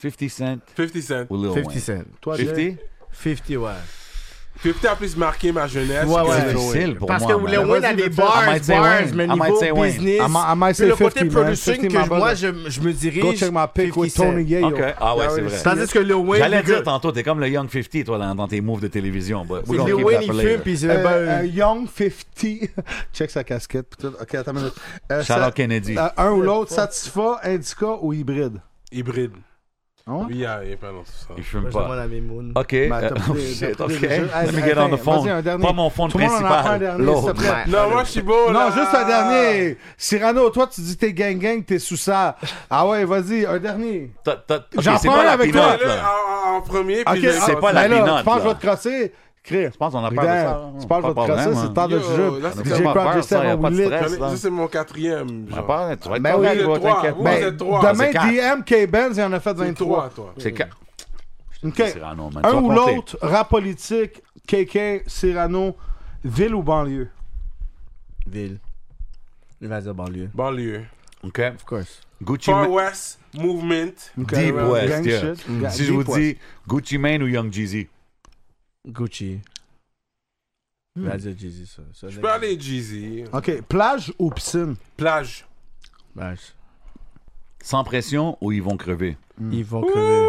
B: 50 Cent
E: 50 Cent.
B: ou Lil
F: 50
B: Wayne?
F: Cent.
C: Toi, Jay?
B: 50?
F: 50, ouais.
E: 50 a plus marqué ma jeunesse.
F: Ouais,
E: que-
F: ouais.
B: C'est difficile pour
F: Parce
B: moi.
F: que
B: man.
F: le Wayne a
C: Vas-y,
F: des
C: vas-y.
B: I
F: bars,
B: might say
F: bars,
B: Wayne.
F: mais
B: I might
F: niveau
B: say Wayne.
F: business,
C: I might- I might
F: puis
C: say
F: le côté
C: 50, man.
F: producing
C: 50,
F: que
C: my
F: moi,
C: brother.
F: je, je me dirige.
C: Go check my pic
F: 50
C: with
F: Cent.
C: Tony Yayo.
B: OK. Ah ouais, c'est vrai.
F: Tandis que le Wayne,
B: J'allais
F: le
B: dire
F: gars-
B: tantôt, t'es comme le Young 50, toi, dans, dans tes moves de télévision. but we don't
F: le
B: keep
F: Wayne,
B: that
F: il
B: for
F: fume,
B: later.
F: puis c'est
C: Euh,
F: ben,
C: euh, Young 50. Check sa casquette. pis tout. Ok, attends une minute. Euh,
B: Shout
C: ça-
B: out Kennedy.
C: euh, un ou l'autre, Satisfa, Indica ou Hybride?
E: Hybride.
C: Ah ouais?
E: Oui, il y a il y a pas dans tout ça.
B: Il fume
F: Moi, je demande
B: pas.
F: à Mimoun.
B: bah. OK.
C: Ben,
B: euh,
C: t'as
B: oh
C: pris-
B: shit,
C: t'as
B: OK.
C: pris le jeu.
B: Let me
C: Hey,
B: get on
C: attends,
B: the phone.
C: vas-y, un dernier.
B: Pas mon phone
C: Tout le monde en prend un
B: principal.
C: dernier, s'il te
B: L'autre.
C: plaît.
E: Non, moi, je suis beau, là.
C: Non, juste un dernier. Cyrano, toi, tu dis t'es gang-gang, t'es sous ça. Ah ouais, vas-y, un dernier.
B: T'as- t'as- OK,
C: J'en
B: c'est
C: prends
B: pas
C: un
B: la
C: avec
B: pinotte,
E: Là,
B: là.
E: en- en, en premier, puis
C: Ok,
E: je-
C: ah,
B: C'est pas la
C: mais là,
B: pinotte,
C: Tu penses que je
B: là.
C: vais te crosser? Chris.
B: Je pense qu'on a peur de ça.
C: Regarde, Tu parles de te
B: Pas de problème,
C: crosser, c'est
B: hein.
C: le temps de
E: Yo,
C: jeu.
E: là, c'est
C: DJ
E: ça,
B: pas
C: Crowd,
B: peur,
C: j'essaie
B: ça, y a
C: d'en
B: pas de
C: rouler.
B: stress.
E: Ça, c'est mon quatrième.
B: On a
E: genre.
B: peur, tu vas être
C: Ben
B: correct,
C: oui,
B: toi,
E: le trois.
B: t'inquiète
E: Vous
B: pas.
E: êtes
C: Ben,
E: trois.
C: Demain,
B: C'est quatre.
C: DM K-Benz, il en a fait
E: C'est
C: 23.
E: toi, toi.
B: C'est quatre.
C: Ok.
B: Cyrano, man, tu
C: Un
B: vas
C: ou
B: compter.
C: l'autre, rap politique, KK, Cyrano, ville ou banlieue?
F: Ville. Il va dire banlieue.
E: Banlieue.
B: OK.
F: Of course.
B: Gucci
E: Far
B: Mane.
E: West Movement.
B: Deep
C: Gang
B: West, yeah. Mm.
C: shit. Gang-
B: Si je
C: Deep
B: vous
C: West.
B: dis Gucci Mane ou Young Jeezy.
F: Gucci. Il
B: Hmm.
F: va dire Jeezy, ça. Ça,
E: Je
F: c'est-
E: peux aller Jeezy.
C: Ok, plage ou piscine?
E: Plage.
F: Ouais, c'est-
B: Sans pression ou ils vont crever?
F: Ils vont crever.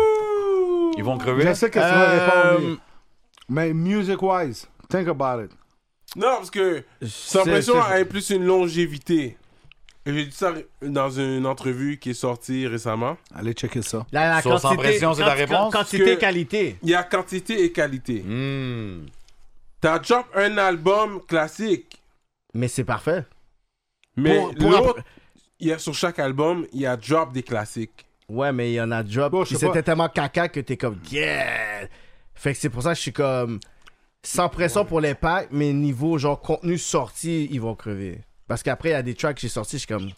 B: Ils vont crever?
C: Je sais que tu vas
F: Euh,
C: répondre. lui. Mais music-wise, think about it.
E: Non, parce que
F: c'est-
E: son impression
F: c'est-
E: a plus une longévité. Et J'ai dit ça dans une entrevue qui est sortie récemment.
C: Allez checker ça.
F: La, la
B: Sauce en
F: quantité,
B: pression, c'est la
F: quanti-
B: réponse?
F: Quantité,
E: Que-
F: qualité.
E: Il y a quantité et qualité.
B: Hmm.
E: T'as drop un album classique,
F: Mais c'est parfait.
E: mais
F: Pour- pour un-
E: l'autre, il y a sur chaque album, il y a drop des classiques.
F: Ouais, mais il y en a drop.
E: Bon, je
F: Puis
E: sais pas.
F: c'était tellement caca que t'es comme, yeah! Fait que c'est pour ça que je suis comme, sans pression pour les packs, mais niveau, genre, contenu sorti, ils vont crever. Parce qu'après, il y a des tracks que j'ai sortis, je suis comme,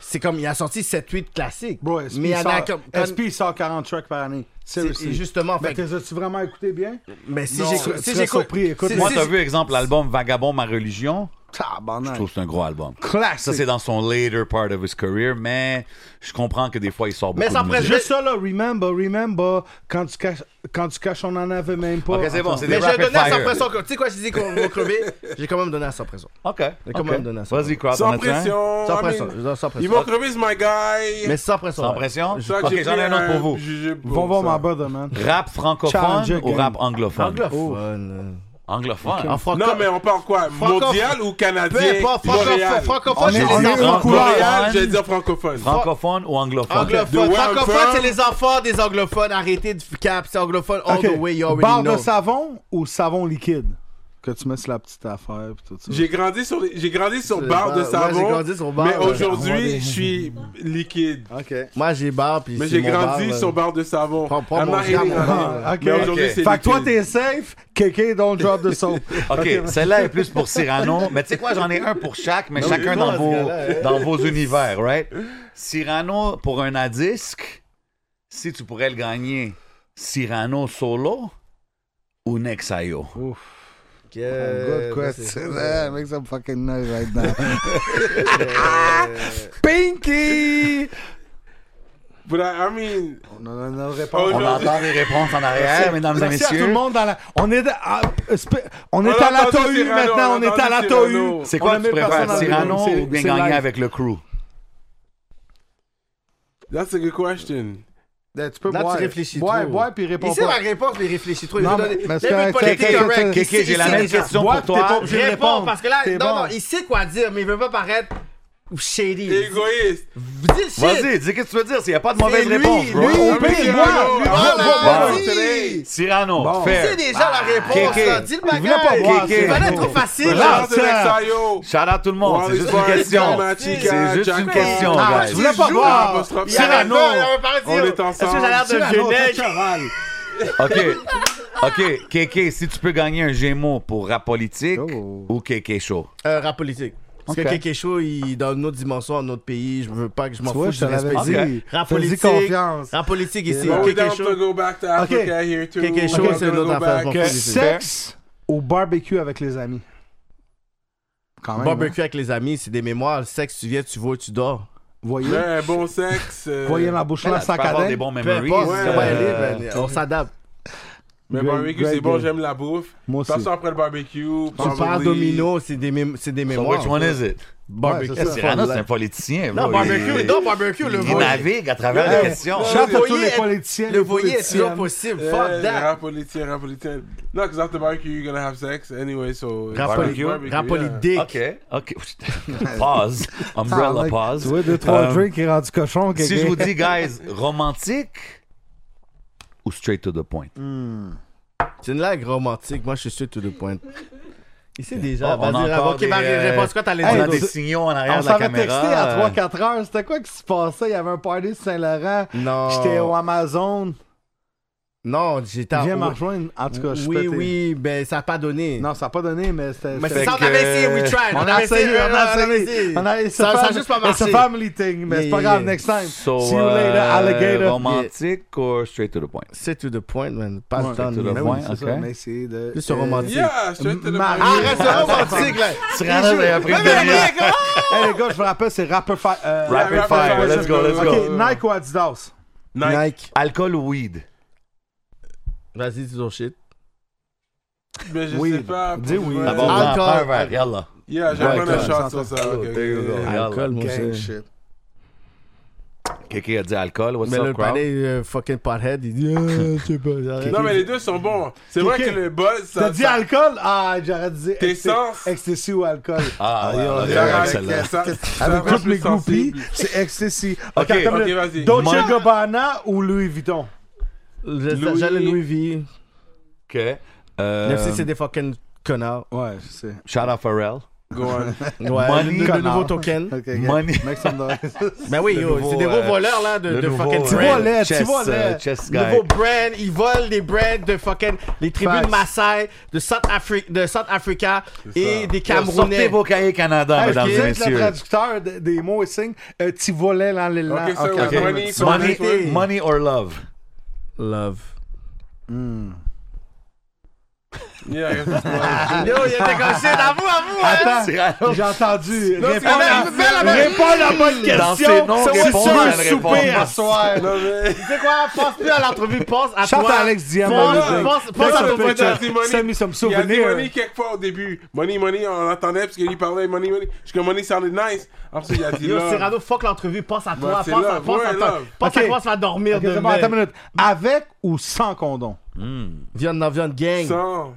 F: c'est comme, il a sorti 7-8 classiques.
C: Bro, SP,
F: mais il y en a
C: sort,
F: comme,
C: SP il sort 40 tracks par année. Seriously.
F: C'est- justement,
C: Mais
F: fait-
C: t'es as-tu vraiment écouté bien?
F: Mais si
C: Non,
F: j'écoute-
C: tu
F: si
C: serais
F: j'écoute-
C: surpris, écoute.
F: si-
B: Moi,
F: si-
B: t'as vu, exemple, l'album Vagabond, ma religion? Je
C: Tabarnak.
B: trouve que c'est un gros album.
C: Classique.
B: Ça, c'est dans son later part of his career, mais je comprends que des fois, il sort beaucoup
F: Mais sans
B: de musique.
C: Juste ça, là, remember, remember, quand tu caches, quand tu caches on en avait même pas.
B: Ok, c'est bon, c'est des
F: Mais j'ai
B: rapid
F: donné à sans
B: fire.
F: pression. Tu sais quoi, je dis qu'on va crever, j'ai quand même donné à sans pression.
B: OK.
F: J'ai quand
B: ok.
F: même donné à sans pression.
B: Vas-y, Crowd, on
E: Sans
B: a le temps?
E: pression.
F: Sans
E: I
F: pression,
E: mean,
F: je donne sans
E: Ils
F: pression.
E: vont crever, ce my guy.
F: Mais sans pression.
B: Sans
F: ouais.
B: pression?
E: Ça,
B: OK,
E: j'ai
B: j'en ai un
E: pris
B: autre pour vous.
E: jugé pour
C: Vont voir
E: ça.
C: ma brother, man.
B: Rap
C: Challenge
B: francophone ou
C: game.
B: rap anglophone?
F: Anglophone.
B: Anglophone.
F: En franco-
E: Non, mais on parle quoi
F: Francophone.
E: Mondial ou canadien
F: Peu importe,
E: Montréal.
F: francophone, francophone,
C: On est-
F: c'est
C: on
F: les
C: est
F: enfants.
C: une couleur.
E: Montréal, je vais dire francophone.
B: Francophone ou anglophone?
E: The
F: Anglophone,
E: way I'm
F: francophone,
E: from.
F: c'est les enfants des anglophones. Arrêtez de cap, c'est anglophone all
C: Ok.
F: the way, you already
C: Barre de
F: know.
C: savon ou savon liquide? Que tu mets sur la petite affaire pis tout ça.
E: J'ai grandi sur les- j'ai grandi sur
F: Sur les
E: barre de
F: barres. Ouais, j'ai
E: savon.
F: grandi sur barre,
E: mais
F: ouais.
E: aujourd'hui, je suis liquide.
C: Ok.
F: Moi, j'ai barre, puis
E: Mais
F: c'est
E: j'ai
F: mon
E: grandi
F: bar,
E: sur
F: là.
E: barre de savon.
F: Prends- prends
E: I'm
F: mon
E: not hating
F: gamme.
E: on it.
C: Ah, ok.
E: Mais aujourd'hui,
B: Ok.
E: c'est
C: Fait que toi,
E: liquide.
C: t'es safe, KK don't drop the soap.
B: OK, celle-là est plus pour Cyrano. Mais tu sais quoi, j'en ai un pour chaque, mais chacun dans vos,
C: hein.
B: dans vos univers, right? Cyrano pour un à disque, si tu pourrais le gagner, Cyrano solo ou Nexayo?
C: Good question. That makes some fucking noise right now. Euh, Pinky!
E: But I I mean,
C: On en a
E: Oh,
C: répondu.
B: On entend des réponses en arrière, mesdames et
C: Merci à tout
B: messieurs.
C: le monde. dans la- On est, à... espé- on est
E: On
C: à
E: a
C: la
E: entendu
C: tohu
E: Cyrano,
C: maintenant.
E: on a
C: On est à la
E: entendu
C: tohu.
E: Cyrano.
B: C'est
C: On a
B: quoi que tu
C: même personne
B: préfères,
C: dans le
B: Cyrano
C: room, c'est-
B: ou bien
C: c'est
B: gagner
C: live.
B: avec le crew?
E: that's a good question.
C: Eh, Tu peux
F: Là, tu
C: boire.
F: réfléchis
C: boire,
F: trop.
C: boire puis réponds
F: Il sait la
C: pas.
F: réponse, mais il réfléchit trop.
C: Non,
F: il veut
C: mais-
F: donner-
C: mais c'est
F: Everybody
C: correct,
F: is
C: c'est correct,
F: correct.
C: c'est-
F: Il sait-
B: Kéké, j'ai
F: il
B: la
F: sait-
B: même question
C: Bois,
B: pour
C: t'es pas
B: toi.
C: obligé. de
F: Réponds,
C: répondre.
F: parce que là,
C: T'es
F: non,
C: bon.
F: non, il sait quoi dire, mais il veut pas paraître shady.
E: Égoïste.
F: Dis le shit.
B: Vas-y, dis ce que tu veux dire, s'il n'y a pas de mauvaise
F: lui,
B: réponse, bro.
F: lui,
C: Ou
E: Lui,
C: bien,
E: Cyrano,
C: boire.
E: lui,
F: Voilà,
B: Bon.
F: vas-y.
B: Cyrano,
C: Bon.
B: fair.
F: C'est déjà la réponse,
B: Kéké.
F: là. Dis le
B: Il voulait
F: bagage.
B: pas boire,
F: C'est
B: Cyrano.
F: pas trop facile.
E: Shout
B: Là,
E: out to Nexayo.
B: Shout out tout le monde, c'est
E: Wallace
B: juste une
E: Barnes,
B: question.
E: Yamachica,
C: euh,
B: C'est juste
E: Jack
B: une
E: Bauer.
B: question,
C: Ah,
B: guys.
C: tu voulais pas
F: joue,
C: boire.
E: Apostrophe.
F: Il arrête
C: Cyrano.
F: pas, il avait pas dit,
E: On
F: oh,
E: est
F: Est-ce que
E: ensemble.
F: j'ai l'air d'un vieux
C: Cyrano, t'as
F: nègre?
C: choral.
B: OK. OK, Kéké, si tu peux gagner un Gémeaux pour rap politique
C: Oh.
B: ou Kéké Show.
F: Euh, Rap politique. Parce
B: Ok.
F: que quelque chose, il est dans une autre dimension, dans notre pays. Je veux pas que je m'en
C: Tu vois,
F: fous
C: je
F: du
C: te l'avais
F: respect.
C: dit.
F: Ok. Rap
C: Fais-y
F: politique.
C: confiance.
F: Rap politique ici.
E: But we
F: Quelque
E: down to
F: chose.
E: go back to Africa here too.
F: Quelque chose,
E: We're
F: c'est
E: gonna
F: une autre
E: go
F: affaire,
E: back.
F: je m'en fous.
C: Sexe ou barbecue avec les amis? Quand même. hein.
F: Barbecue avec les amis, c'est des mémoires. Le sexe, tu viens, tu vois, tu dors.
C: hein. Voyez,
E: Ouais, un bon sexe. euh,
C: voyez ma bouche
B: Là,
C: là,
B: tu peux
C: sac à
B: avoir
C: dents.
B: des bons
F: Peu
B: memories.
F: importe,
E: Ouais.
F: comment elle est,
B: Euh,
F: ben, on s'adapte.
E: Mais
C: Greg-
E: barbecue,
C: Greg,
E: c'est bon,
C: Greg.
E: j'aime la bouffe.
C: Moi aussi.
E: Passe après le barbecue.
F: On parle domino, c'est des, mém- c'est des
B: So
F: mémoires.
B: which one is it?
F: Barbecue.
C: Ouais,
B: Eh,
C: c'est ça.
B: Cyrano, c'est un politicien.
F: Non,
B: bro.
F: barbecue,
B: Il-
F: non, barbecue, le
B: Il
F: voyeur.
B: navigue à travers les questions.
C: Shout out
F: Le
C: à tous
F: voyer
C: les
F: est-
C: politiciens.
F: Le
C: les
F: voyer est toujours
C: politiciennes.
F: possible. Fuck that.
E: Euh, Rap politique, rap politique. No, because after barbecue, you're gonna have sex anyway, so.
F: Rap
B: Barbecue.
F: politique. Rap
E: yeah.
F: politique.
B: OK, OK. Pause. Umbrella
C: Ah, mec,
B: pause.
C: Tu vois, deux, trois
B: Euh,
C: drinks qui rendent du cochon.
B: Si
C: quelqu'un.
B: je vous dis, guys, romantique ou straight to the point?
F: C'est une blague romantique. Moi, je suis sûr tout le point. Il sait déjà.
B: Oh, on a
F: Vas-y,
B: encore
F: Ravo. Ok,
B: des,
F: Marie,
B: euh,
F: réponse quoi t'allais
B: On
C: Hey,
B: a
F: dire?
C: donc,
B: des signaux en arrière
C: On
B: de la
C: s'avait
B: caméra.
C: texté à
B: euh,
C: 3-4 heures. C'était quoi qui se passait? Il y avait un party de Saint-Laurent.
F: Non.
C: J'étais au Amazon.
F: Non, j'étais en
C: Viens me rejoindre. En tout cas, je suis
F: Ah, Oui,
C: pété.
F: oui, ben ça n'a pas donné.
C: Non, ça n'a pas donné, mais c'était.
F: mais
C: c'était-
F: c'est
C: Ah,
F: ça,
B: que-
F: on avait essayé, we tried.
C: On a essayé, on a essayé.
F: essayé.
C: On a essayé.
F: Ça ça a juste pas
C: C'est
F: marché.
C: un family thing, mais
F: Yeah,
C: c'est pas
F: yeah,
C: grave.
F: yeah.
C: Next time.
B: So,
C: See you
B: euh,
C: later, alligator.
B: Romantique ou straight to the point?
F: C'est to the point, man. Pas
C: Ouais,
F: le temps
B: to
F: de
B: the
F: même.
B: point.
C: Oui, c'est ça,
B: ok.
C: mais c'est de.
F: Plus romantique.
E: Yeah, straight to the
C: Marie-
E: point.
F: Arrête, c'est Ah, romantique, là.
B: Cyrano, j'avais appris une dernière.
C: Hey, les gars, je vous rappelle, c'est Rapper Fire. euh,
B: Rapid
E: Rapid
B: fire,
E: fire,
B: let's go, let's
E: let's
B: go.
C: Ok, Nike ou Adidas?
E: Nike.
B: Alcool ou weed?
F: Vas-y, dis ton shit.
E: Mais je
C: Oui.
E: sais pas.
C: Dis oui.
E: Ouais.
B: Ah bon, on
F: Alcool.
B: prend un verre, yalla.
E: Yeah, j'ai pris un
C: Alcool.
E: shot sur
C: Oh,
E: ça. ok, ok.
B: There you go. Yalla.
F: Alcool, mon
C: Gang
F: shit.
C: shit.
B: Kéké a dit alcool, what's
F: Mais
B: up,
F: le
B: crowd?
F: palais, euh, fucking pothead, il dit, euh, je sais pas. j'arrête.
E: Non, mais les deux sont bons. C'est vrai
C: Ok.
E: que le buzz. ça-
C: T'as dit
E: ça-
C: alcool? Ah, j'aurais dit.
E: Tes
C: ecstasy-
E: sens.
C: Ecstasy ou alcool.
B: Ah, ouais,
C: yo,
B: ouais,
E: ça-
C: j'aurais-
B: ouais,
E: ça-
B: celle-là.
E: ça- ça
C: Avec
E: rend
C: toutes mes
E: plus
C: groupies,
E: sensible.
C: c'est ecstasy.
B: Ok,
C: attends,
E: ok,
C: le-
E: vas-y.
C: Dolce
B: Mon-
C: Gabbana ou Louis Vuitton?
F: Je- J'allais Louis V.
B: OK. Euh,
F: Même si c'est des fucking connards.
C: Ouais, je sais.
B: Shout out Pharrell.
E: Go on.
F: Ouais, le- le nouveau token.
B: Money.
F: Mais Ben oui,
B: Le
F: yo,
B: nouveau,
F: c'est des gros
B: euh,
F: voleurs là de,
B: le
F: de
B: nouveau,
F: fucking
B: euh,
F: brand.
B: Tivolet, chess, Tivolet. euh, chess guy.
F: Nouveau brand, ils volent les brands de fucking les tribus
B: Facts.
F: de Maasai, de South, Afri- de South Africa et des
B: Sortez
F: Camerounais.
B: vos cahiers Canada,
C: Ah,
B: mesdames
C: ok.
B: et
C: Vous êtes le
B: messieurs.
C: traducteur de- des mots et signes, euh, tu volais dans les
E: Ok, ça, ouais, money, so
B: Money,
E: money.
B: money or love?
F: Love.
E: Yeah, yeah.
F: Yo, il était comme shit, avoue, avoue, hein.
B: Cyrano.
C: J'ai entendu.
B: Non,
C: Réponds
B: c'est vrai,
C: à-
B: mais fais la bonne-
C: réponds à la bonne
B: Dans
C: question.
B: ses noms,
C: C'est
B: réponds
C: sûr,
B: à la
C: souper
B: réponse.
C: à soir.
E: Non, mais-
F: Tu sais quoi, pense plus à l'entrevue, pense à
C: Chante
F: toi.
C: à Alex Diane,
F: Pense,
C: dans le
F: pense,
C: zinc.
F: pense à ton
E: Money,
F: futur.
E: money, money.
C: Send me some souvenir.
E: Il y a dit money quelque fois au début. Money, money, on l'entendait parce qu'il parlait money, money. Parce que money sounded nice. Ensuite, il a dit
F: Yo,
E: love.
F: Cyrano, fuck l'entrevue, pense à toi,
E: Ouais,
F: pense
E: Bah, c'est
F: à
E: love,
F: pense à
E: ouais,
F: toi.
E: love.
F: Pense à
C: Ok.
F: toi, ça va dormir
C: Ok, c'est bon,
F: demain.
C: attends une minute. Avec ou sans condom?
F: Viande dans viande gang.
E: Sans.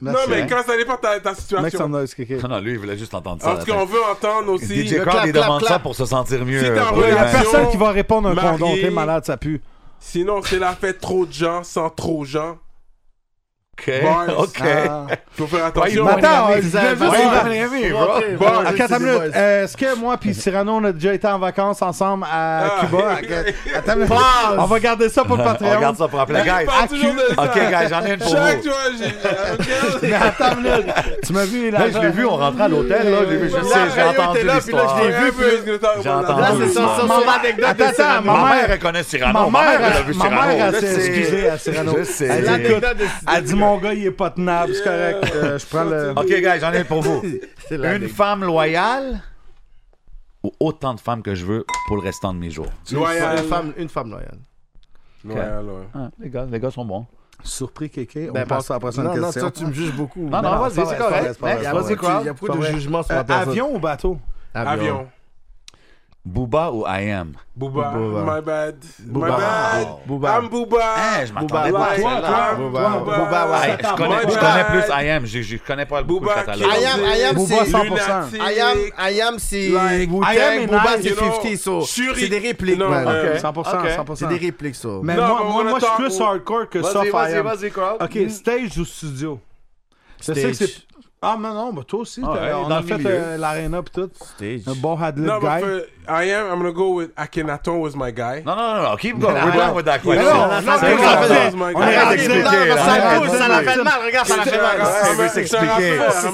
E: Non,
C: Merci,
E: mais
C: hein.
E: quand ça dépend de ta, ta
C: Mec, ça
E: situation.
C: me donne ce kéké.
B: Non, non, lui, il voulait juste entendre ça.
E: En tout cas, on veut entendre aussi.
B: DJ Crowd,
F: clap,
B: il
F: clap,
B: demande
F: clap.
B: ça pour se sentir mieux.
E: Si t'es en
B: pour
C: Il y
B: le
C: a
E: relation-
B: même.
C: personne qui va répondre à un
E: Marié.
C: condom. T'es malade, ça pue.
E: Sinon, c'est la fête trop de gens sans trop de gens.
B: OK,
E: Bars.
B: Eh, OK.
C: Ah.
E: Faut faire
B: il
E: attention.
B: m'a-
C: Attends, euh,
F: Ouais,
C: je
F: ça,
C: voulais
F: bah,
B: Ouais, il va
F: va.
C: juste... Oh,
B: rêver,
F: Bon,
B: bro.
F: ok,
E: Bon,
F: bon,
C: Attends
F: c'est
C: une
F: des
C: minute.
F: boys.
C: Euh, Est-ce que moi puis Cyrano, on a déjà été en vacances ensemble à
E: Ah.
C: Cuba? Attends une minute.
F: Pause.
C: On va garder ça pour le
B: On
C: Patreon.
B: regarde ça pour appeler.
E: Il
B: Guys,
E: parle toujours de ça.
B: OK, guys, j'en ai une pour
E: Chaque
B: vous.
E: fois, j'ai.
C: Mais attends une minute. Tu m'as vu là.
B: Là, je l'ai vu, on rentrait à l'hôtel, là, je l'ai vu, je
F: Là,
B: sais, j'ai
F: Rayo était
B: entendu
F: là, puis là, je l'ai
B: l'histoire.
E: J'ai vu plus.
B: J'ai entendu.
F: Là,
C: Ah,
F: c'est
B: Maman.
F: ça, ça, c'est l'anecdot
C: Attends,
F: de
C: attends,
F: Cyrano.
C: ma
B: Ma mère,
C: mère-
B: elle connaît
C: Ma
B: Cyrano. Ma
C: mère,
B: mère, elle a vu
C: ma
B: Cyrano.
C: mère, elle
B: Je
C: s'est
B: sais.
C: excusée à Cyrano.
B: Je
C: Elle
B: sais.
C: a-
F: L'anecdecte
C: écoute,
F: de-
C: Elle dit mon gars, il est pas tenable, c'est correct. Euh, je prends le.
B: OK, guys, j'en ai une pour vous.
F: C'est
B: Une
F: l'anecdote.
B: femme loyale ou autant de femmes que je veux pour le restant de mes jours.
E: Loyal.
F: Une femme, une femme loyale.
E: Loyal, ouais.
B: Ah, les gars, les gars sont bons.
C: Surpris, Kéké. On
F: Ben,
C: passe à la
F: parce-
C: prochaine
F: non, non,
C: question.
F: toi, tu me juges beaucoup.
B: Non, non, vas-y, c'est correct. Next, vas-y, crowd.
F: Il y a beaucoup de
C: Correct.
F: jugements sur
C: Euh,
F: la personne.
C: avion ou bateau
E: Avion.
B: Booba ou I am?
E: Booba.
F: Booba.
E: My bad.
F: Booba.
E: My bad.
F: Booba.
E: I'm Booba.
B: Hein, Eh, je m'attendais
F: Booba,
B: pas à
F: ouais,
B: celle-là.
E: toi,
F: Booba,
E: Booba.
F: Booba, ouais.
B: Hey, je, connais,
E: Booba.
B: je connais plus I am, je, je connais pas beaucoup
E: Booba,
B: le catalogue.
F: I am- I am,
C: Booba,
F: c'est-
C: 100%.
F: I am, I am, c'est
E: Like,
C: I am
F: Wu-Tang,
C: and
F: Booba,
C: I,
F: c'est
E: you know,
F: 50, so.
E: Shuri.
F: C'est des répliques,
E: Non,
F: man.
E: euh,
C: 100%,
B: Ok.
C: 100%.
F: C'est des répliques, so.
C: Mais
E: Non,
C: moi,
E: mais on
C: moi,
E: a
C: moi, je
E: tort.
C: suis plus hardcore que ça,
B: Vas-y, vas-y,
C: Fire.
B: vas-y, crowd.
C: Ok, stage ou studio Je sais que
F: Stage.
C: c'est. Ah, mais non, bah, toi aussi,
B: Ah,
C: t'as-
B: ouais,
C: on
B: dans
C: a
B: le
C: fait
B: milieu.
C: euh, l'arena pis tout.
F: Stage.
C: Un bon Hadlib
E: No, but
C: guy.
E: for I am, I'm gonna go with Akhenaton was my guy.
B: Non, non, non, non, keep going. We're
C: I
B: done
C: am.
B: with that
E: Yeah,
B: question.
E: non,
F: non,
B: C'est
F: non,
B: quoi,
F: non,
B: ça?
C: non,
E: non,
B: On est
E: non,
B: à
F: Arrêtez, Ah, non,
B: expliquer,
F: non,
B: là.
F: ça
C: Ouais,
F: pousse, ça la
C: ouais.
F: fait mal, regarde, ça la fait mal.
B: il veut s'expliquer.
E: Ça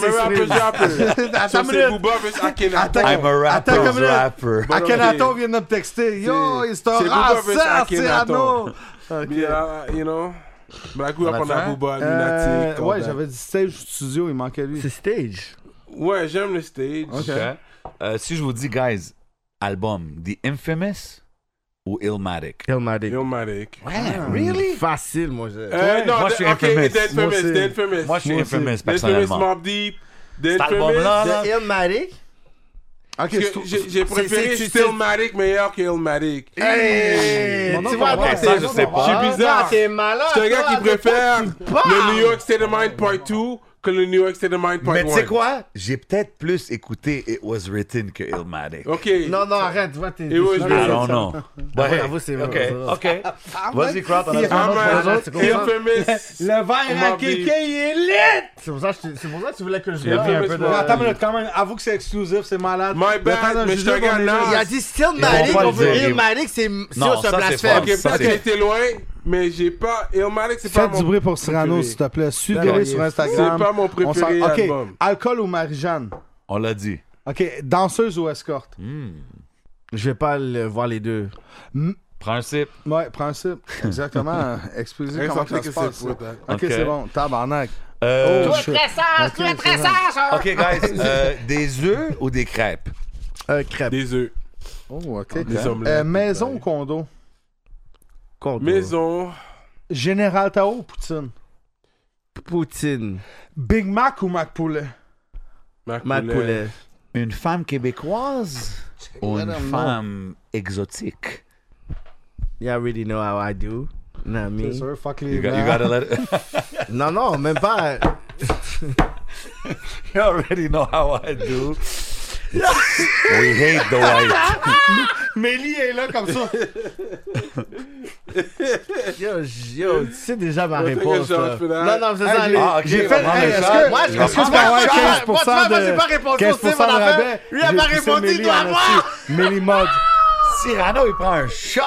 E: me Booba versus Akhenaton.
B: I'm a
C: Attends
B: rapper's
C: comme là.
B: rapper.
E: Bon,
C: Akhenaton
E: ok.
C: vient de me texter. Yo,
E: C'est-
C: il se
E: c'est Booba versus
C: raciste,
E: Akhenaton.
C: Cyrano.
E: Yeah, you know. Mais la
B: On
E: couleur
B: a
E: qu'on a
B: fait?
E: Booba,
C: Euh,
E: Lunatic. all
C: Ouais,
E: that.
C: j'avais dit stage ou studio, il manquait lui.
F: C'est stage.
E: Ouais, j'aime le stage.
B: Ok. Euh, Si je vous dis, guys, album, The Infamous ou Illmatic?
F: Illmatic.
E: Yo, Matic.
B: Ouais, really?
F: Hmm. Facile, moi, je...
E: Euh, non,
B: Moi, je suis
E: ok,
B: infamous.
E: The
B: Moi
E: Infamous,
C: aussi.
E: The Infamous.
B: Moi, je suis
E: The
B: Infamous,
E: Infamous,
B: personnellement.
E: Mob Deep. The
B: Cet album-là,
E: Infamous.
B: là,
F: The Illmatic?
C: Ok,
E: Parce
C: stu-
E: que j'ai- J'ai
F: c'est-
E: préféré
F: c'est-
E: Stillmatic meilleur que Illmatic.
F: Hey!
C: Non, non,
F: Tu
C: non,
F: vois,
C: non,
F: t'es-
B: ça, je sais pas.
F: Je suis bizarre. Ah, T'es malade.
E: C'est un gars
F: toi,
E: qui
F: de quoi
E: préfère
F: tu
E: le
F: parles?
E: New York State of Mind Part 2 que le New York State of Mind Part 1.
B: Mais tu sais quoi? J'ai peut-être plus écouté It Was Written que Illmatic.
E: Ok.
F: Non, non, arrête, tu vois, t'es...
E: Et ouais,
F: t'es-
E: je-
B: I don't know. But hey,
F: Bravo, c'est vrai,
B: OK,
F: c'est vrai.
B: OK. Vas-y, Crowd, on a besoin
E: I'm
B: d'autres
E: a-
B: choses.
F: c'est
E: Ah, Infamous.
C: Ah, Le verre à
E: Mobb Deep.
C: Kéké, il est lit!
F: C'est pour ça que je- c'est pour ça que tu voulais que je
E: Il a
F: voie
E: fait
F: un
E: un
F: peu de...
E: peu de-
C: Attends une minute, quand même, avoue que c'est exclusif, c'est malade.
E: My
C: Le
E: bad,
C: temps d'un
E: Ben, mais
C: jugeux, on est
E: je te regarde
C: là.
E: là.
F: Il a dit
B: Ils
F: Stillmatic,
B: vont pas
F: on
B: le
F: veut
B: dire, ils-
F: Illmatic, c'est... Si
B: Non,
F: on se
B: ça, c'est
F: blasphème.
B: fort.
E: Ok, peut-être
B: c'est-
E: que j'étais loin, mais j'ai pas. Illmatic, c'est pas
C: Faites du
E: mon.
C: bruit pour Cyrano,
E: préféré.
C: s'il te plaît.
F: Non,
C: Suivez-le sur Instagram.
E: c'est pas mon
C: On s'en-
E: préféré
C: Ok,
E: album.
C: alcool ou Marie-Jeanne?
B: On l'a dit.
C: Ok, danseuse ou escorte?
B: Hmm.
F: Je vais pas le- voir les deux.
B: Prends un sip.
C: Ouais, principe. Exactement. Expliquez comment ça
E: Expliquez
C: se
E: que c'est
C: passe.
E: pour
C: Ok,
E: toi.
B: Ok.
C: c'est bon. Tabarnak.
B: Euh,
C: Oh, shit.
F: sage,
C: tu es très
F: sage.
B: OK, guys, euh, des œufs ou des crêpes?
F: Euh, crêpe.
E: Des œufs.
C: Oh, ok.
E: Des hommes
C: Euh, Maison ou condo?
F: Condo.
E: Maison.
C: Général Tao ou Poutine?
F: Poutine.
C: Big Mac ou Mac Poulet?
E: Mac
F: Mac
E: Poulet.
F: poulet.
B: Une femme québécoise ou une femme exotique?
F: You already know how I do. You know what I mean?
C: C'est sûr, fuck les
B: You, got- you
C: blancs.
B: gotta let it...
F: Non, non, même pas.
B: You already know how I do. We hate the white. Mélie est là comme ça.
F: Yo, yo, tu sais déjà ma
E: Ouais,
F: réponse.
E: t'inquiète,
F: là.
E: je fais la-
F: Non, non, c'est
B: Hey,
F: ça.
B: j'ai-
F: allez.
B: Ah, ok,
F: J'ai fait.
B: on va
F: hey,
B: prendre
F: Est-ce
B: ça.
F: que moi,
B: Je
F: je
B: vais
F: est-ce que
B: prendre
F: je peux
B: ça.
F: avoir
B: Ah,
F: 15
B: moi,
F: Moi,
B: tu
F: tu
B: vois,
F: vois,
B: moi,
F: j'ai pas répondu. C'est mon
G: 15% de
F: affaire.
G: rabais.
F: Lui, il a
G: J'ai
F: pas
G: poussé
F: répondu.
G: Mélie
F: Toi,
G: en
F: moi.
G: Mélie Mode.
B: Cyrano, il prend un shot.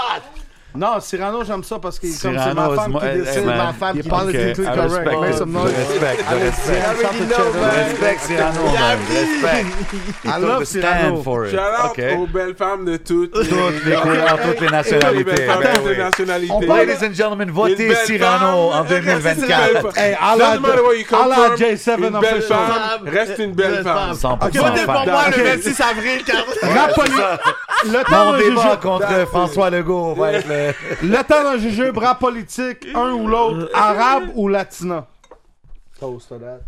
C: Non, Cyrano, j'aime ça parce que comme c'est
B: Cyrano,
C: ma femme
B: c'est
C: qui
B: moi-
C: décide.
B: eh,
F: Ma
B: man.
F: femme
G: Il
F: qui
G: parle
F: parle
G: de
B: Ok, I
G: tout correct.
B: respect.
G: Make some noise.
B: Je respecte, je respecte.
F: I already know,
B: Je
F: man.
B: respecte Cyrano, man. Je respecte. I
C: love Cyrano.
B: for it.
E: Shout out
B: OK.
E: aux belles femmes de toutes les,
B: Toutes les couleurs, toutes les
E: les
B: nationalités.
E: belles femmes
B: Ben
E: de
B: oui.
E: nationalités.
B: Ladies and gentlemen,
E: Une
B: votez
E: belle
B: Cyrano
E: femme,
B: en
E: reste une belle
B: 2024.
E: femme.
C: Hey, à la-
E: Doesn't matter where you come
C: à la
E: from,
C: J7
E: une belle
C: official.
E: femme reste une belle femme.
B: 100%
F: Votez pour
B: femme.
F: moi
C: Ok.
F: le 26 avril, car.
C: Rapoli- Le temps
B: Mon
C: d'un
B: débat
C: jujube,
B: contre François Legault va être le...
C: le temps d'un jujube, rap politique, un ou l'autre, arabe ou latina. Toast to that.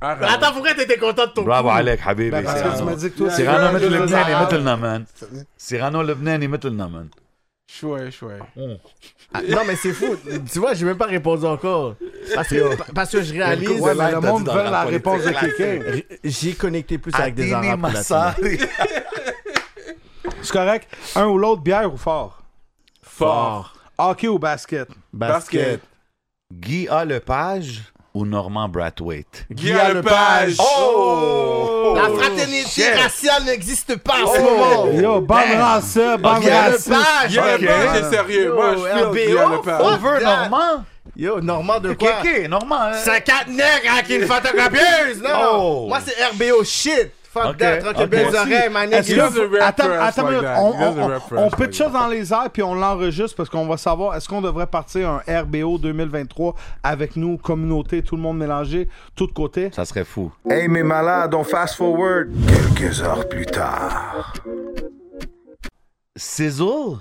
E: Arrête.
F: Attends, pourquoi t'étais content
I: Oh,
F: de ton
B: Bravo
F: coup?
B: عليك حبيبي
C: Parce que tu m'as
B: Cyrano.
C: dit que toi,
E: Yeah.
C: c'est-
B: hein. Cyrano
E: Cyrano
B: مثل لبناني
E: لبناني.
B: مثلنا مان Cyrano لبناني مثلنا مان
E: Chouette, chouette.
F: Ah, Non, mais c'est fou. Tu vois, j'ai même pas répondu encore. Parce que, parce que je réalise.
C: Ouais, mais le
B: t'as
C: monde
B: dit dans
C: veut
B: la
C: la
B: politique.
C: réponse de quelqu'un.
F: J'ai connecté plus avec des
B: Adini
F: arabes. que latinos.
B: Massari.
C: C'est correct. Un ou l'autre, bière ou fort?
E: Fort.
C: Hockey ou basket?
F: Basket.
E: Basket.
B: Guy A. Lepage ou Normand Brathwaite?
E: Guy a le page.
B: Oh!
F: La fraternité raciale n'existe pas en ce moment.
C: Yo, bonne race, bonne
F: Guy a le
C: race.
F: page.
E: Guy a
B: Ok.
E: le page est sérieux. Moi,
F: Yo,
E: je suis Guy a
F: RBO,
E: le
B: On
E: page.
B: veut Normand?
F: Yo, Normand de quoi?
B: Kéké, Normand. hein?
F: 50 nègres avec une photocopieuse, non!
B: Oh.
F: Moi, c'est RBO shit! Fuck
B: Ok,
F: that, tranquille,
B: ok.
F: belles
B: Moi
F: oreilles, ma nigga.
C: Est-ce
E: He doesn't
C: que,
E: rap
C: attends,
E: for us
C: attends,
E: like
C: une minute.
E: that.
C: on,
E: He doesn't
C: on-
E: rap for
C: on
E: us like
C: pitch ça
E: that.
C: dans les airs puis on l'enregistre parce qu'on va savoir est-ce qu'on devrait partir un RBO 2023 avec nous, communauté, tout le monde mélangé, tout de côté.
B: Ça serait fou.
I: Hey, mes malades, on fast forward. Quelques heures plus tard.
B: Sizzle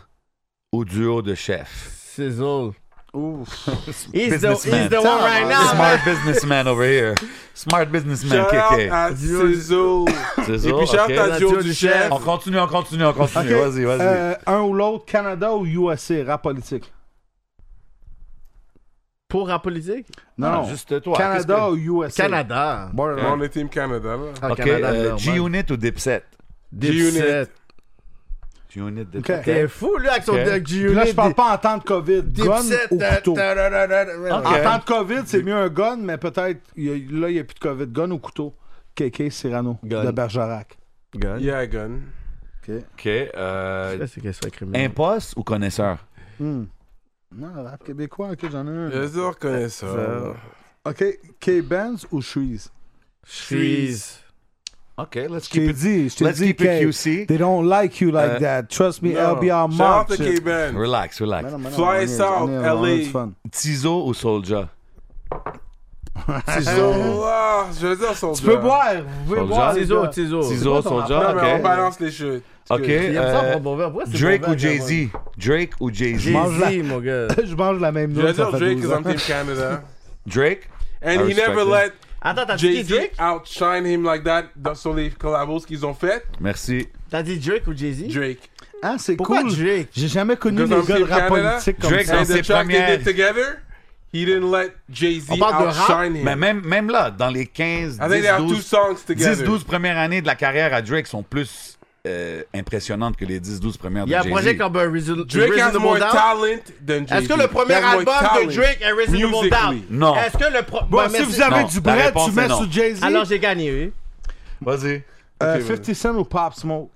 B: ou duo de chef?
F: Sizzle.
C: Ouf.
F: He's the,
B: Businessman.
F: he's the one right now, man.
B: Smart businessman over here. Smart businessman,
E: Shout out
B: Kéké.
E: à Cézo.
B: Sizzle,
E: Et puis shout
B: ok.
E: out à Joe
F: Joe
E: du
F: du
E: chef.
F: Chef.
B: On continue, on continue, on continue.
C: Ok.
B: Vas-y, vas-y.
C: Euh, un ou l'autre, Canada ou USA, rap politique.
F: Pour la politique?
C: Non, non.
B: juste toi.
C: Canada ou USA.
F: Canada.
C: Borderline.
E: On est Team Canada, là.
F: Ah,
B: Qu'est-ce que- Ok,
F: Canada,
B: euh,
F: normal.
B: G-Unit ou Dipset?
F: G-Unit.
B: G-Unit, Dipset.
C: Ok.
F: T'es fou, lui, avec son
B: Ok.
F: deck
C: Puis
F: G-Unit.
C: là, je parle pas en temps de COVID.
F: Dipset,
C: Gun ou
F: ta-
C: couteau.
F: ta- ta- ta- ta- ta-
B: Ok.
C: En temps de COVID, c'est mieux un gun, mais peut-être, il y a- là, il n'y a plus de COVID. Gun ou couteau? KK Cyrano
F: Gun.
C: de Bergerac.
F: Gun.
E: Yeah, gun.
B: Ok. euh,
F: Ça, c'est qu'elle soit criminelle.
B: Imposte ou connaisseur?
C: Hmm. Non, rap québécois, ok, j'en ai un.
E: Les autres connaissent ça.
C: Ok, K-Benz ou Shreeze?
F: Shreeze.
B: Ok, let's
C: Je t'ai
B: keep it.
C: dit, je t'ai
B: Let's
C: dit
B: keep it
C: K.
B: QC.
C: They don't like you like
B: Euh,
C: that. Trust me,
E: Non.
C: I'll be our
E: Shout out
C: mark.
E: à K-Ben.
B: Relax, relax.
E: Fly south, LA.
B: Tizo ou Soldier?
E: Ciseaux. Ah, je veux dire, son
C: Tu peux boire, vous pouvez
B: Soldier.
C: boire. les
F: Tizo,
C: gars.
F: Tizo.
B: Tizo,
C: quoi ton
B: Soldier,
E: Non, mais on
B: ok.
E: balance les chutes.
B: Ok.
F: Il aime ça
B: euh,
F: prendre bon verre. Pourquoi c'est
B: Drake
F: bon
B: ou
F: verre, Jay-Z?
B: Jay-Z? Drake ou Jay-Z?
F: Jay-Z, mon gars.
C: Je mange la même
E: Je veux
C: note.
E: dire,
C: ça fait
E: Drake is
C: 12
E: on
C: ans.
E: Team Canada.
B: Drake?
E: And
B: I
E: he never let
B: respect
F: Attends, t'as dit
E: Jay-Z
F: Drake?
E: outshine him like that dans, sur les collabos qu'ils ont fait.
B: Merci.
F: T'as dit Drake ou Jay-Z?
E: Drake.
C: Ah, c'est
F: Pourquoi
C: cool.
F: Drake?
C: J'ai jamais connu
E: Because
C: les
E: I'm
C: gars de
E: Team
C: rap
E: Canada.
C: politique comme
B: Drake,
C: ça.
E: And
B: Dans
E: the
B: ses
E: track they
B: premières-
E: did together, he didn't let Jay-Z
F: On parle de rap?
E: outshine him.
B: Mais même, même là, dans les 15,
E: I think they have two
B: 10, 12,
E: songs together.
B: 10-12 premières années de la carrière à Drake sont plus euh, impressionnantes que les 10-12 premières
F: Il
B: de
F: y a un projet
B: Jay-Z.
F: comme un Reason-
E: Drake has
F: Reasonable
E: more
F: Doubt.
E: talent than Jay-Z.
F: Est-ce que le premier
E: He has more
F: album de
E: talent
F: Drake est Reasonable
E: musically.
F: Doubt?
B: Non.
F: Est-ce que le pro...
C: Bon,
F: Bah,
C: si
F: merci.
C: vous avez
B: Non,
C: du
B: la
C: bread,
B: réponse
C: tu
B: est
C: mets
B: non.
C: sur Jay-Z.
F: Alors j'ai gagné, oui.
B: Vas-y.
C: Euh,
E: Ok,
C: 50 Cent ou Pop Smoke?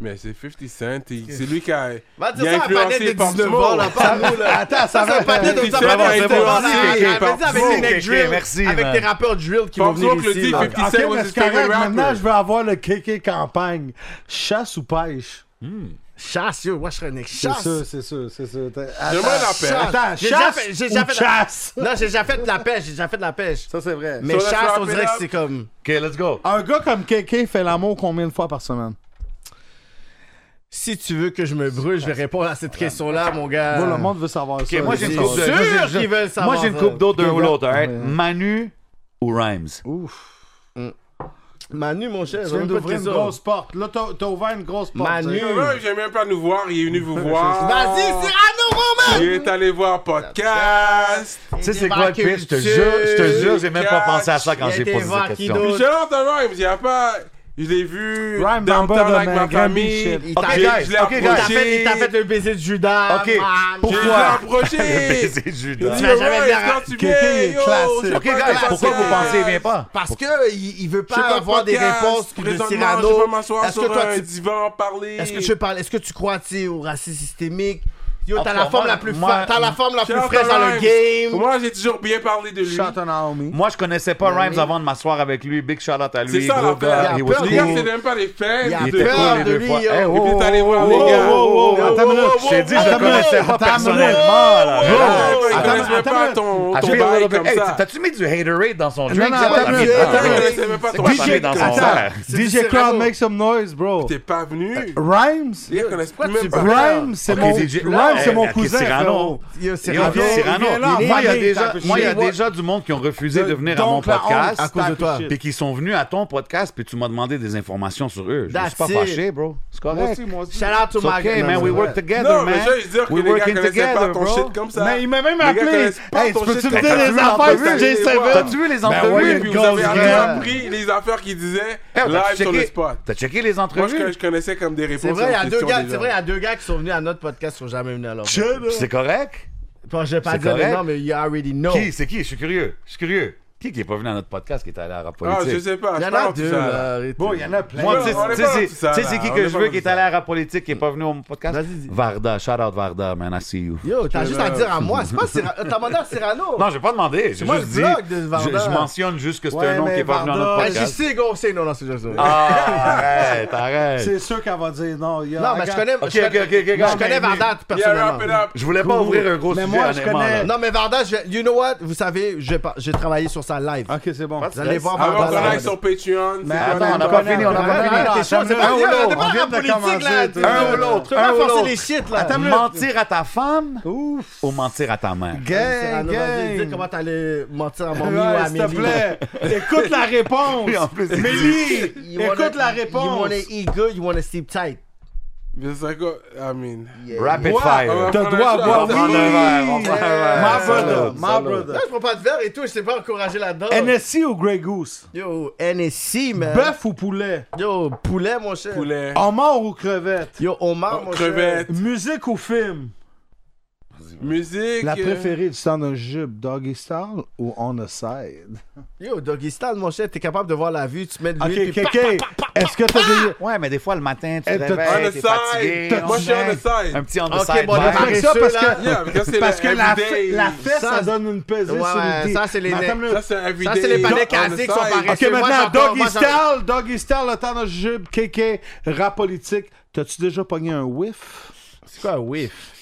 E: Mais c'est 50 Cent. il- C'est lui qui a.
F: Va
E: Il
F: dire
E: a
F: ça à Panette
E: influencé
F: de
E: Pop
F: 19 ans, là,
E: Smoke.
F: pas nous, là.
C: Attends,
F: Ça,
C: ça
F: c'est
C: va.
F: Panette de
E: Pop
F: ça,
E: Smoke,
F: Panette
E: c'est
F: de 19 ans,
E: Pop Smoke,
F: là.
E: c'est
F: Elle
E: Pop
F: fait ça avec
E: Smoke.
F: les neck
B: Ok,
F: drills,
B: merci,
F: Avec
B: man.
F: tes rappeurs drill qui vont
E: Pop
F: venir
E: Smoke le
F: ici,
E: dit,
F: là.
E: 50
C: Ok,
E: Cent was
C: mais
E: his
C: c'est correct.
E: favorite
C: Maintenant,
E: rapper.
C: je veux avoir le KK campagne. Chasse ou pêche?
F: Chasse, yo, moi je serais un ex
C: C'est
F: chasse.
C: sûr, c'est sûr, c'est sûr. T'as-
E: Donne-moi la paix.
F: chasse.
C: Attends,
F: J'ai
C: chasse
F: déjà fait- j'ai
C: ou
F: déjà fait la-
C: chasse?
F: Non, j'ai déjà fait de la pêche, j'ai déjà fait de la pêche.
C: Ça, c'est vrai.
F: Mais
E: So let's
F: chasse,
E: wrap
F: on
E: it
F: dirait que
E: up.
F: c'est comme.
B: Ok, let's go.
C: Un gars comme KK fait l'amour combien de fois par semaine?
F: Si tu veux que je me brûle, je vais répondre à cette question-là, mon gars.
C: Moi, le monde veut savoir ça.
B: Ok, moi j'ai
F: c'est
B: une coupe de.
F: sûr
B: moi, j'ai-
F: qu'ils
B: j'ai-
F: veulent savoir
B: Moi j'ai une
F: ça.
B: coupe d'autres d'un ou l'autre, alright?
C: Ouais.
B: Manu ou Rhymes?
F: Manu, mon cher,
C: Tu
F: j'ai même
C: viens
F: pas de
C: d'ouvrir une
F: question.
C: grosse porte. Là, t'as t'as ouvert une grosse porte.
F: Manu.
C: tu sais.
E: Ouais, Il vient même pas nous voir, il est venu vous voir.
F: Vas-y,
B: Oh.
F: Cyrano, mon
E: Il est allé voir podcast.
B: Tu sais, c'est quoi le pire? Je te jure, je te jure, j'ai même pas pensé à ça quand
F: Il
B: j'ai
F: était
B: posé cette
F: vacuido.
B: question.
E: Puis Shout out à Rhymes, il a pas. Je l'ai vu
C: Ryan
E: downtown
C: Bamba de
E: avec ma
C: Grand
E: famille.
C: Beach.
F: Il
E: J'ai-
F: t'a
B: Ok,
E: je
B: guys,
E: l'ai
B: ok, guys.
F: Il t'a fait, il
E: approché.
F: t'a fait le baiser de Judas. man.
B: Ok,
E: Je l'ai
B: pourquoi? Le
E: approché.
B: baiser de
F: Tu
B: Judas.
F: m'as
E: Tu me
F: jamais
E: raises
F: bien
E: quand tu
C: Quelqu'un
E: viens,
C: est
E: yo,
C: classé.
E: je suis
B: Ok,
E: pas
B: guys,
E: classé.
B: pourquoi vous pensez il vient pas?
F: Parce que il, il veut
E: Je sais
F: pas avoir des
E: podcast,
F: réponses de
E: présentement,
F: Cyrano.
E: Je vais pas m'asseoir
F: Est-ce que
E: sur
F: toi,
E: un
F: tu-
E: divan, parler.
F: Est-ce que tu parles Est-ce que tu crois tu sais, au racisme systémique Yo, t'as
B: Enfin,
F: la forme
B: moi-
F: la plus
B: moi-
F: fa- t'as la forme la plus
E: Shout out
F: fraîche dans
E: Rhymes.
F: le game.
E: Moi, j'ai toujours bien parlé de lui.
C: Shut on homie.
B: Moi, je connaissais pas Rhymes avant de m'asseoir avec lui. Big shout out à lui.
E: Ben C'est ça
B: Gros
E: l'affaire.
B: gars,
F: Il a
B: he was
F: peur,
E: Les gars,
B: cool.
E: c'est même pas les fans.
F: Il a
B: Il
E: de-
B: était
F: peur
B: cool les
F: de
B: deux
F: lui,
B: fois.
F: yo.
B: Hey,
E: Et puis, t'es allé voir
B: oh,
E: les
B: oh,
E: gars.
B: oh, oh,
E: Oh,
B: attends
E: oh,
B: une minute.
E: oh,
B: Je t'ai dit,
E: oh,
B: je le
E: oh,
B: connaissais pas
C: attends une
B: personnellement.
E: oh,
B: là.
E: oh,
B: Bro.
E: oh, Il
C: attends,
E: connaissait même
C: attends,
E: pas
C: attends.
E: ton
B: I
E: ton
B: feel a
E: bail
B: little bit-
E: comme
B: Hey,
E: ça.
B: T'as-tu mis du haterade dans son drink?
C: non,
B: Ça,
C: attends
B: la
C: une
B: vie-
C: minute.
B: Ah,
E: Attends,
B: ouais.
E: il connaissait même pas ton
B: quoi,
E: bail.
B: ça met dans son
C: attends.
B: verre.
C: DJ Crowd, make some noise, bro.
E: T'es pas venu.
C: Rhymes?
E: Les gars connaissent
F: Pourquoi
E: même
F: tu
E: pas.
C: Rhymes, c'est
B: Ok,
C: mon,
B: DJ
C: Rhymes, c'est
B: Eh,
C: mon
B: ok,
C: cousin.
B: Cyrano.
C: frérot.
F: Yo,
B: Yo,
F: Cyrano.
B: Cyrano.
C: il est là,
B: Moi, il y a
C: il est
B: déjà,
C: là,
B: moi, il y a
C: il est
B: déjà du monde qui ont refusé de venir à
C: Donc,
B: mon
C: la honte,
B: podcast.
F: à cause de toi.
B: Puis qui sont venus à ton podcast, puis tu m'as demandé des informations sur eux. Je me suis
F: That's
B: pas
F: it.
B: fâché, bro. C'est correct.
C: moi aussi.
F: Shout out to
B: It's
F: my
B: okay,
F: Non,
B: man.
F: c'est
B: We
F: vrai.
B: work together,
E: Non,
B: man.
E: mais je veux dire que
B: We
E: les gars
B: working
E: connaissaient pas
B: together,
E: ton
B: bro.
E: shit comme ça.
C: Mais il m'a même
E: Les gars
C: appelé.
E: connaissent pas
C: Hey,
E: ton
C: peux-tu
E: shit,
C: me
E: t'as
C: dire les
E: vu
C: affaires
E: l'entrevue,
C: sur
E: les
C: J7?
E: voix.
B: T'as-tu vu les
C: Ben
B: entrevues?
C: ouais,
E: Oui,
C: les
E: puis vous
C: gosses,
E: avez
C: gars.
E: rien appris les affaires qu'ils disaient
F: Eh,
B: Hey,
E: live
B: t'as-tu
E: sur le
B: checké-
E: spot.
B: T'as checké les
E: Moi, je,
B: entrevues?
E: je connaissais comme des réponses.
F: C'est vrai, il y a
E: aux
F: deux
E: questions
F: gars,
E: des
F: c'est
E: gens.
F: vrai, il y a deux gars qui sont venus à notre podcast qui sont jamais venus à leur.
B: Puis C'est correct?
F: Bon, je vais pas
B: C'est
F: dire
B: correct.
F: non, mais you already know.
B: Qui? C'est qui? Je suis curieux. Je suis curieux. Qui qui est pas venu à notre podcast qui est allé à la rap
E: Ah, je
B: politique?
E: sais pas.
F: Il y
E: je
F: en
E: parle Ah,
F: a
E: de
F: deux.
E: ça, là.
F: là, arrêtez.
C: Bon, il y en a plein.
B: Moi,
E: Ouais,
B: tu sais,
E: on est
B: tu sais,
E: pas dans
B: c'est-
E: tout ça,
B: tu sais,
E: là.
B: c'est qui
E: On
B: que
E: est
B: je
E: pas
B: veux
E: dans
B: qui est
E: tout
B: allé
E: ça.
B: à la politique qui est pas venu au podcast?
F: Vas-y, dis.
B: Varda, shout out Varda, man, I see you.
F: Yo, t'as
E: Je-
F: juste à dire à moi, c'est pas Cyrano. T'as demandé à Cyrano.
B: Non, j'ai pas demandé. J'ai
F: Moi,
B: juste
F: le
B: dit.
F: blog de Varda.
B: Je, je mentionne juste que c'est
C: Ouais,
B: un nom qui
C: mais
B: est pas venu à notre
C: Varda-
F: Ben, je
B: podcast.
F: sais qu'on sait, non, non, c'est juste ça.
B: Ah, arrête, arrête.
C: C'est sûr qu'elle va dire non. il y a-
F: Non, mais je connais.
B: Ok,
F: je
B: ok,
F: connais-
B: ok, ok,
F: Je
B: ok.
F: connais Varda
E: Yeah, wrap it
F: personnellement.
E: up.
B: Je voulais pas ouvrir un gros
C: Mais
B: sujet,
C: moi, je
B: honnêtement.
C: connais-
B: là.
F: Non, mais Varda, je- you know what? Vous savez, je vais pas- j'ai travaillé sur sa live.
C: Ok, c'est bon.
F: Vous allez voir
E: Avant
F: Varda.
E: qu'on aille
F: live.
E: sur Patreon.
C: Mais
E: c'est
C: attends,
E: quoi,
B: on
E: là?
B: a pas fini, on a pas fini.
C: Attends,
F: T'es chaud, c'est pas
C: attends,
F: là,
C: attends,
F: t'es pas
C: on
F: dans la
C: vient de
F: politique, là.
C: commencer,
F: t'es-
C: un ou l'autre,
F: Tu vas
C: un ou
F: forcer
C: l'autre.
F: les shit, là.
B: Mentir à ta femme
C: Ouf.
B: ou mentir à ta mère?
C: Gang,
F: Cyrano, vas-y, dis
C: gang.
F: comment t'allais mentir à mon ou
C: Ouais,
F: à
C: S'il te
F: Amélie.
C: plaît, écoute la réponse.
B: Oui, en plus, il
C: Mélie,
F: You wanna-
C: écoute la
F: You
C: réponse.
F: wanna eat good, you wanna sleep tight.
E: Mais c'est quoi? I mean.
B: Rapid
C: Ouais,
B: fire.
C: T'as droit à
E: Oui.
B: On va
C: boire.
B: prendre un verre, on va prendre un
C: My
B: verre.
C: brother, my
F: Là,
C: brother.
F: je prends pas de verre et tout, je t'ai pas encouragé là-dedans.
C: NSC ou Grey Goose?
F: Yo, NSC, man.
C: Bœuf ou poulet?
F: Yo, poulet, mon cher.
E: Poulet. Oh,
C: Homard ou crevette?
F: Yo, homard, mon cher.
E: Crevette.
C: Musique ou film?
E: Musique.
C: La
E: euh,
C: préférée du temps d'un jupe, Doggy Style ou On a Side?
F: Yo, Doggy Style, mon cher, t'es capable de voir la vue, tu mets de
C: Ok,
F: l'huile, puis
C: ok, ok. Est-ce que t'as déjà.
B: Ouais, mais des fois, le matin, tu te
C: Eh, t'as-
E: On
B: réveilles,
E: the
B: t'es
E: side.
B: fatigué.
E: Moi, je suis on the
B: Un
E: side.
B: petit on the
F: Ok,
B: side.
F: bon,
B: vibe.
F: les
C: Avec ça, parce
F: ceux-là-
C: que.
E: Yeah, mais ça, c'est
C: Parce que
E: le
C: la,
E: everyday.
C: fe- la fesse,
F: Ça,
C: ça, donne une pesée
F: ouais,
C: sur le
F: ouais,
C: dé.
F: ça, c'est les
C: Mais
F: nez.
C: attends une minute.
E: Ça, c'est un everyday.
F: Ça, c'est les palais
E: on the
F: casiers qui sont
E: side.
F: pareils.
C: Ok,
F: Parce que moi,
C: maintenant,
F: j'en parle,
C: Doggy
F: moi, j'en-
C: Style, Doggy Style, le temps de jupe, KK, rap politique. T'as-tu déjà pogné un whiff?
F: C'est quoi un whiff?